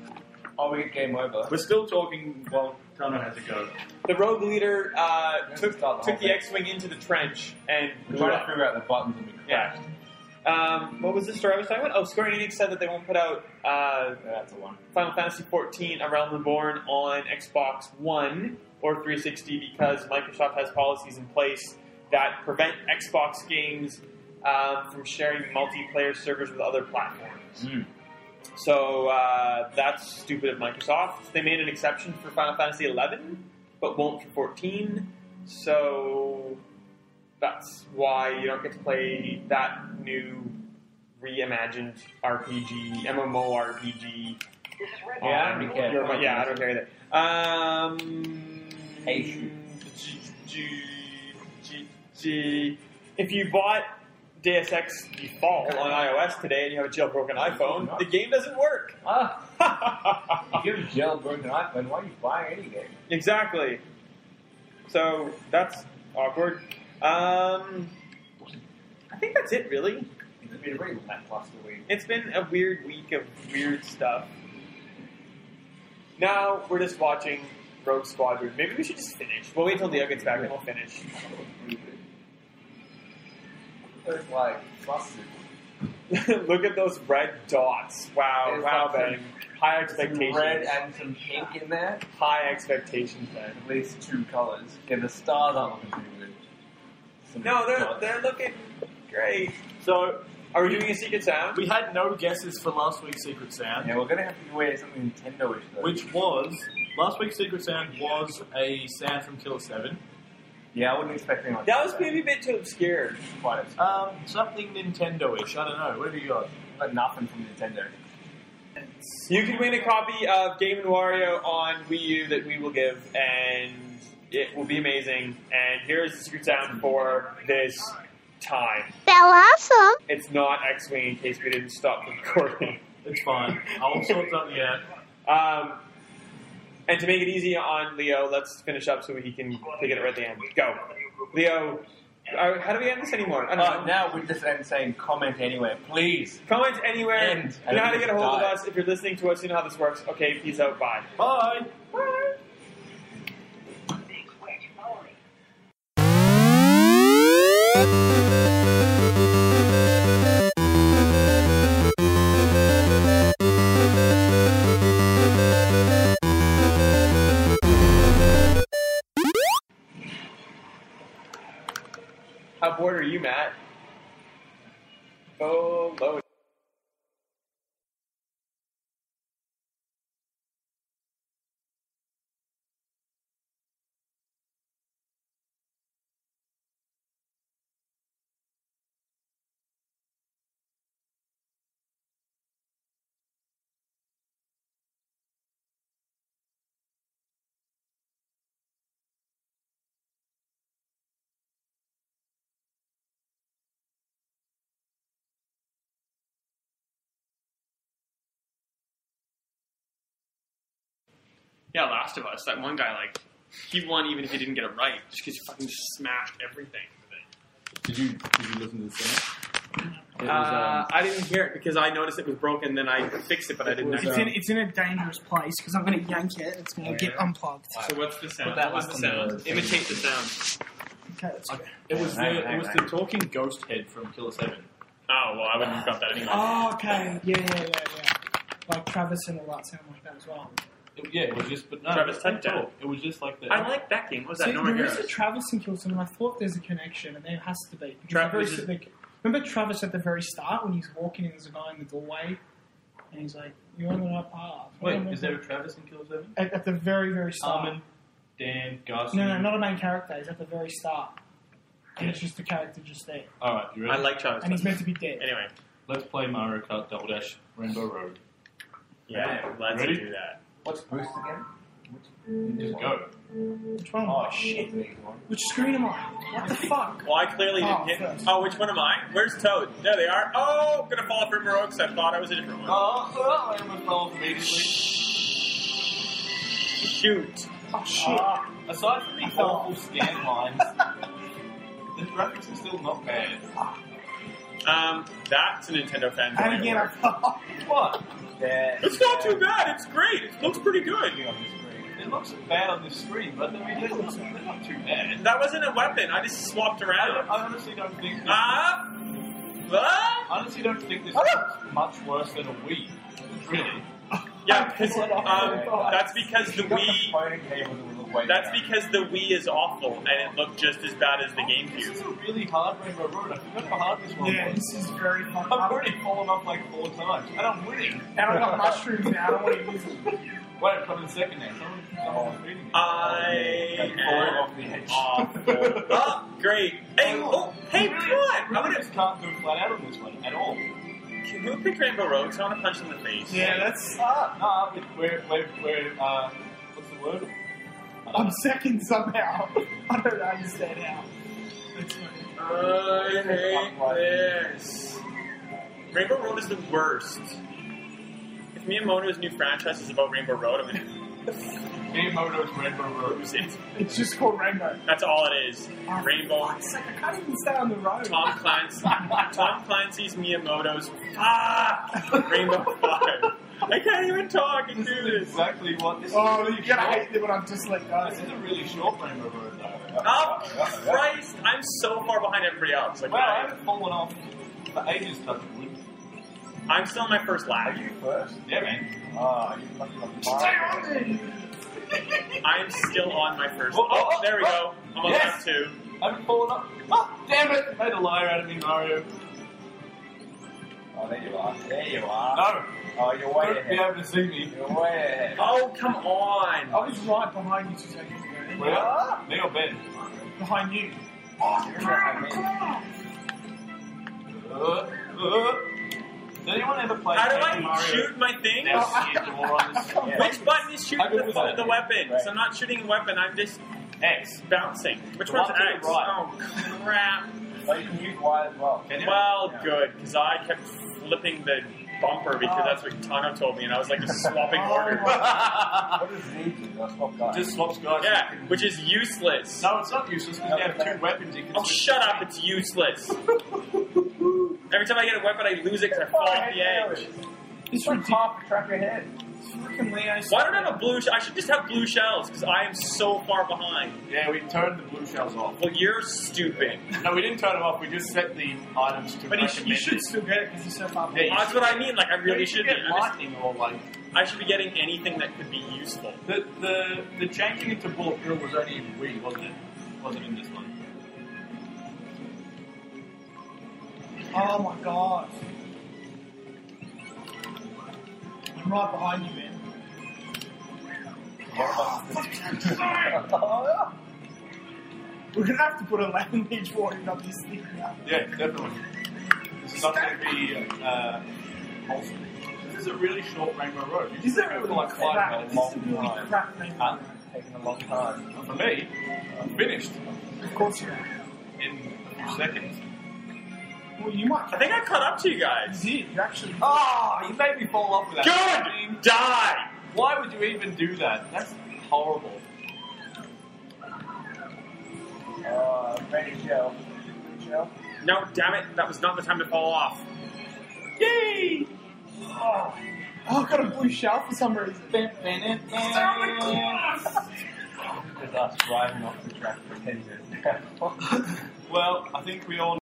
Speaker 4: Oh, we get game over.
Speaker 1: We're still talking while Tana has a go.
Speaker 2: The rogue leader uh, took
Speaker 4: Start the whole
Speaker 2: took the
Speaker 4: thing.
Speaker 2: X-wing into the trench and
Speaker 4: We're
Speaker 2: blew
Speaker 4: trying to
Speaker 2: up.
Speaker 4: figure out the buttons and we
Speaker 2: Yeah.
Speaker 4: crashed.
Speaker 2: Um, what was the story I was talking about? Oh, Square Enix said that they won't put out uh,
Speaker 4: Yeah, that's the one.
Speaker 2: Final Fantasy XIV: A Realm Reborn on Xbox One or 360 because Microsoft has policies in place that prevent Xbox games uh, from sharing multiplayer servers with other platforms.
Speaker 4: Mm.
Speaker 2: So uh, that's stupid of Microsoft. They made an exception for Final Fantasy XI, but won't for 14. So that's why you don't get to play that new reimagined RPG, MMORPG
Speaker 11: This is Red.
Speaker 4: Yeah, Oh, I don't care.
Speaker 2: you're right. yeah, I don't care either. Um,
Speaker 4: Hey, shoot.
Speaker 2: G- G- G- G- If you bought Deus Ex Default on iOS today and you have a jailbroken iPhone, the game doesn't work.
Speaker 4: Ah, if you have a jailbroken iPhone, why are you buying any game?
Speaker 2: exactly. So that's awkward. Um, I think that's it, really.
Speaker 4: It's been a very lackluster week.
Speaker 2: It's been a weird week of weird stuff. Now we're just watching Rogue Squadron. Maybe we should just finish. We'll wait till Neo gets back and we'll finish.
Speaker 4: It's like busted.
Speaker 2: Look at those red dots. Wow,
Speaker 4: It's
Speaker 2: wow,
Speaker 4: like
Speaker 2: Ben. High
Speaker 4: Some
Speaker 2: expectations.
Speaker 4: red and some pink in there.
Speaker 2: High expectations, Ben.
Speaker 4: At least two colors. Get the stars up.
Speaker 2: No, they're, they're looking great.
Speaker 1: So
Speaker 2: Are we doing a secret sound?
Speaker 1: we had no guesses for last week's secret sound.
Speaker 4: Yeah, we're gonna have to wear something Nintendo-ish though.
Speaker 1: Which was last week's secret sound was a sound from Killer Seven.
Speaker 4: yeah, I wouldn't expect anyone.
Speaker 2: That was maybe a bit too obscure.
Speaker 4: quite a
Speaker 1: Um, something Nintendo-ish. I don't know. What have you got?
Speaker 4: but uh, nothing from Nintendo.
Speaker 2: You can win a copy of Game and Wario on Wii U that we will give, and it will be amazing. And here's the secret sound for this time.
Speaker 11: awesome.
Speaker 2: It's not X Wing in case we didn't stop recording.
Speaker 1: It's fine. I'll sort something out.
Speaker 2: Um, and to make it easy on Leo, let's finish up so he can take it right at the end. Go, Leo. Uh, how do we end this anymore? I
Speaker 4: Uh,
Speaker 2: don't know.
Speaker 4: now we just end saying comment anywhere, please.
Speaker 2: Comment anywhere.
Speaker 4: End.
Speaker 2: You know how to get a hold of
Speaker 4: Die.
Speaker 2: us if you're listening to us. You know how this works. Okay, peace out. Bye.
Speaker 1: Bye.
Speaker 11: Big switch only.
Speaker 2: How bored are you, Matt? Oh, low.
Speaker 7: Yeah, Last of Us. That one guy, like, he won even if he didn't get it right, just because he fucking smashed everything.
Speaker 1: Did you did you listen to the sound?
Speaker 2: Uh,
Speaker 1: um,
Speaker 2: I didn't hear it because I noticed it was broken. Then I fixed it, but I didn't.
Speaker 1: was,
Speaker 2: actually-
Speaker 3: It's in, it's in a dangerous place because I'm going to yank it. It's going to get unplugged.
Speaker 1: um,
Speaker 7: So what's the sound?
Speaker 4: Put that
Speaker 7: What was the
Speaker 4: last one
Speaker 7: sound?
Speaker 4: there.
Speaker 7: Imitate the sound.
Speaker 3: Okay, that's good.
Speaker 1: It was
Speaker 4: Hang on,
Speaker 1: the it
Speaker 4: hang
Speaker 1: was
Speaker 4: on,
Speaker 1: the
Speaker 4: hang
Speaker 1: talking ghost head from Killer Seven.
Speaker 7: Oh well, I wouldn't have got that anyway.
Speaker 3: Oh, okay. Yeah, yeah, yeah, yeah. Like Travis and a lot sound like that as well.
Speaker 1: It- yeah, it was just
Speaker 2: Oh,
Speaker 1: but no.
Speaker 7: Travis
Speaker 1: it wasn't
Speaker 7: Tector.
Speaker 1: at all. It was just like the.
Speaker 7: I like that game. What was that?
Speaker 3: See,
Speaker 7: No More
Speaker 3: there is a
Speaker 7: Heroes.
Speaker 3: Travis and Kilson, and I thought there's a connection, and there has to be. Because
Speaker 7: Travis
Speaker 3: the very- the- remember Travis at the very start when he's walking and there's a guy in the doorway, and he's like, "You're on the right path."
Speaker 1: Wait, is there a Travis Uh, in Killer Seven?
Speaker 3: at, at the very very start?
Speaker 1: Simon, Dan, Gus.
Speaker 3: no, no, not a main character. He's at the very start, and it's just the character just there,
Speaker 1: All right, you ready?
Speaker 2: I like Travis.
Speaker 3: and he's meant to be dead.
Speaker 2: Anyway,
Speaker 1: Let's play Mario Kart Double Dash Rainbow Road.
Speaker 2: yeah, let's
Speaker 1: Ready?
Speaker 2: do that.
Speaker 4: What's Boost again?
Speaker 6: You just go.
Speaker 3: Which one? am I?
Speaker 6: Oh shit.
Speaker 3: Which screen am I? What the fuck?
Speaker 2: Well, I clearly didn't
Speaker 3: Oh,
Speaker 2: hit.
Speaker 3: first.
Speaker 2: Oh, which one am I? Where's Toad? There they are. Oh, gonna fall for Muro because I thought I was a different one.
Speaker 6: Oh, oh, I almost fell off immediately.
Speaker 2: Shoot.
Speaker 3: Oh shit.
Speaker 6: Ah, aside from the awful scan lines, the graphics are still not bad.
Speaker 2: Um, that's a Nintendo fan.
Speaker 3: and again, I fell.
Speaker 6: What?
Speaker 2: It's not too bad. It's great. It looks pretty good.
Speaker 6: It looks bad on this screen, but the video looks they're not too bad.
Speaker 2: That wasn't a weapon. I just swapped
Speaker 6: I, don't,
Speaker 2: around.
Speaker 6: I honestly don't think. This, I
Speaker 2: Ah. Ah.
Speaker 6: honestly don't think this looks much worse than a Wii. Really?
Speaker 2: Yeah, because um, that's because the Wii. That's because the Wii is awful, and it looked just as bad as the
Speaker 6: This
Speaker 2: GameCube.
Speaker 6: is a really hard Rainbow Road. I forgot how hard this one
Speaker 3: Yeah,
Speaker 6: was.
Speaker 3: this is very fun.
Speaker 6: I've already fallen off like four times, and I'm winning.
Speaker 3: And I got mushrooms now. I don't want to use them.
Speaker 6: Wait, I'm coming second now. Someone, someone beating me.
Speaker 2: I
Speaker 6: Like, falling
Speaker 2: am
Speaker 6: off the edge.
Speaker 2: awful. Oh, great. Hey, oh, hey,
Speaker 6: Really,
Speaker 2: come on. I'm
Speaker 6: really
Speaker 2: gonna,
Speaker 6: just can't go flat out on this one at all.
Speaker 2: who picked Rainbow Road? 'Cause I want to punch him in the face.
Speaker 3: Yeah, that's
Speaker 6: Ah, nah, we're, we're, we're, uh, what's the word?
Speaker 3: on second somehow. I don't understand how. That's funny.
Speaker 2: I hate this. Rainbow Road is the worst. If Miyamoto's new franchise is about Rainbow Road, I'm gonna
Speaker 6: Miyamoto's Rainbow Road.
Speaker 2: lose it.
Speaker 3: It's just called Rainbow.
Speaker 2: That's all it is. Rainbow.
Speaker 3: It's like I can't even stay on the road.
Speaker 2: Tom Clancy. Tom Clancy's Miyamoto's ah, Rainbow Five. I can't even talk and do this.
Speaker 6: Exactly what this
Speaker 3: Oh,
Speaker 6: is.
Speaker 3: you're gonna hate it when I'm just uh, let go.
Speaker 6: This is a really short Rainbow Road, though.
Speaker 2: Oh Christ! I'm so far behind everybody else. Like
Speaker 6: Wow, I
Speaker 2: I,
Speaker 6: haven't fallen off for ages, touch wood.
Speaker 2: I'm still in my first lap.
Speaker 4: First?
Speaker 6: Yeah, man.
Speaker 4: Ah, you fucking on
Speaker 3: Stay on there.
Speaker 2: I'm still on my first.
Speaker 6: Oh, oh,
Speaker 2: Oh, there we go. I'm on lap
Speaker 6: Yes.
Speaker 2: two.
Speaker 6: I haven't fallen off. Ah, damn it! Made a liar out of me, Mario.
Speaker 4: Oh, there you are. There you are.
Speaker 6: No,
Speaker 4: Oh, you're
Speaker 6: you
Speaker 4: way
Speaker 6: won't be
Speaker 4: ahead.
Speaker 6: able to see me.
Speaker 4: You're way ahead.
Speaker 2: Oh come
Speaker 3: I
Speaker 2: on!
Speaker 3: was right behind you two seconds ago.
Speaker 6: Well, me or Ben?
Speaker 3: Behind you.
Speaker 6: Uh, uh. Did anyone ever play
Speaker 2: How do
Speaker 6: Paper
Speaker 2: I
Speaker 6: Mario?
Speaker 2: shoot my thing?
Speaker 6: Now see if you're all on this.
Speaker 4: Yeah.
Speaker 2: Which button is shooting
Speaker 6: I go
Speaker 2: the,
Speaker 6: with that.
Speaker 2: the weapon?
Speaker 4: Right.
Speaker 2: So I'm not shooting a weapon. I'm just
Speaker 6: X.
Speaker 2: bouncing. Which
Speaker 6: The
Speaker 2: one's
Speaker 6: one to the
Speaker 2: X?
Speaker 6: right.
Speaker 2: Oh crap!
Speaker 4: Oh, you can use Y as well.
Speaker 6: Can you?
Speaker 2: Well,
Speaker 4: Yeah.
Speaker 2: good, because I kept flipping the bumper because that's what Tano told me, and I was like just swapping
Speaker 3: Oh,
Speaker 2: orders.
Speaker 4: What does Z do? I swap guys.
Speaker 6: Just swaps guys.
Speaker 2: Yeah, which is useless.
Speaker 6: No, it's not useless because you have two weapons. You can
Speaker 2: Oh, shut up! It's useless. Every time I get a weapon, I lose it because I fall off the edge.
Speaker 3: It's
Speaker 4: Just
Speaker 3: ridiculous.
Speaker 4: top track ahead.
Speaker 3: Fucking Leo.
Speaker 2: Why don't I have a blue? Sh- I should just have blue shells because I am so far behind.
Speaker 6: Yeah, we turned the blue shells off.
Speaker 2: Well, you're stupid.
Speaker 6: No, we didn't turn them off. We just set the items to
Speaker 3: But you, sh- you
Speaker 6: recommended.
Speaker 3: should still get it because you're so far
Speaker 6: Yeah,
Speaker 3: behind.
Speaker 6: you
Speaker 2: Well, that's
Speaker 6: should.
Speaker 2: what I mean. Like, I
Speaker 6: Yeah,
Speaker 2: really
Speaker 6: you
Speaker 2: should
Speaker 6: should
Speaker 2: be.
Speaker 6: get
Speaker 2: I, just-
Speaker 6: lightning or like
Speaker 2: I should be getting anything that could be useful.
Speaker 6: the the the changing into bullet bill was only in Wii, wasn't it? Wasn't in this one.
Speaker 3: Oh my god. I'm right behind you, man. We're gonna have to put a landing warning up this thing now.
Speaker 6: Yeah, definitely. This is not going to be uh, wholesome. This is a really short Rainbow Road. You
Speaker 3: Is
Speaker 6: just
Speaker 3: that
Speaker 6: go
Speaker 3: really
Speaker 6: for like
Speaker 3: crap?
Speaker 6: five minutes.
Speaker 3: This is a really crap thing.
Speaker 6: Huh?
Speaker 4: Taking a long time.
Speaker 6: For me, I'm finished
Speaker 3: Of course you are.
Speaker 6: in a few seconds.
Speaker 3: Well, you might.
Speaker 2: I think I caught up to you guys.
Speaker 3: did. You actually.
Speaker 6: Oh, you made me fall off with that.
Speaker 2: Good. Die.
Speaker 6: Why would you even do that? That's horrible.
Speaker 4: Uh, Randy Shell. Shell?
Speaker 2: No, damn it. That was not the time to fall off.
Speaker 3: Yay! Oh, oh I got a blue shell for some reason.
Speaker 4: Just us driving off the track for 10 minutes.
Speaker 6: Well, I think we all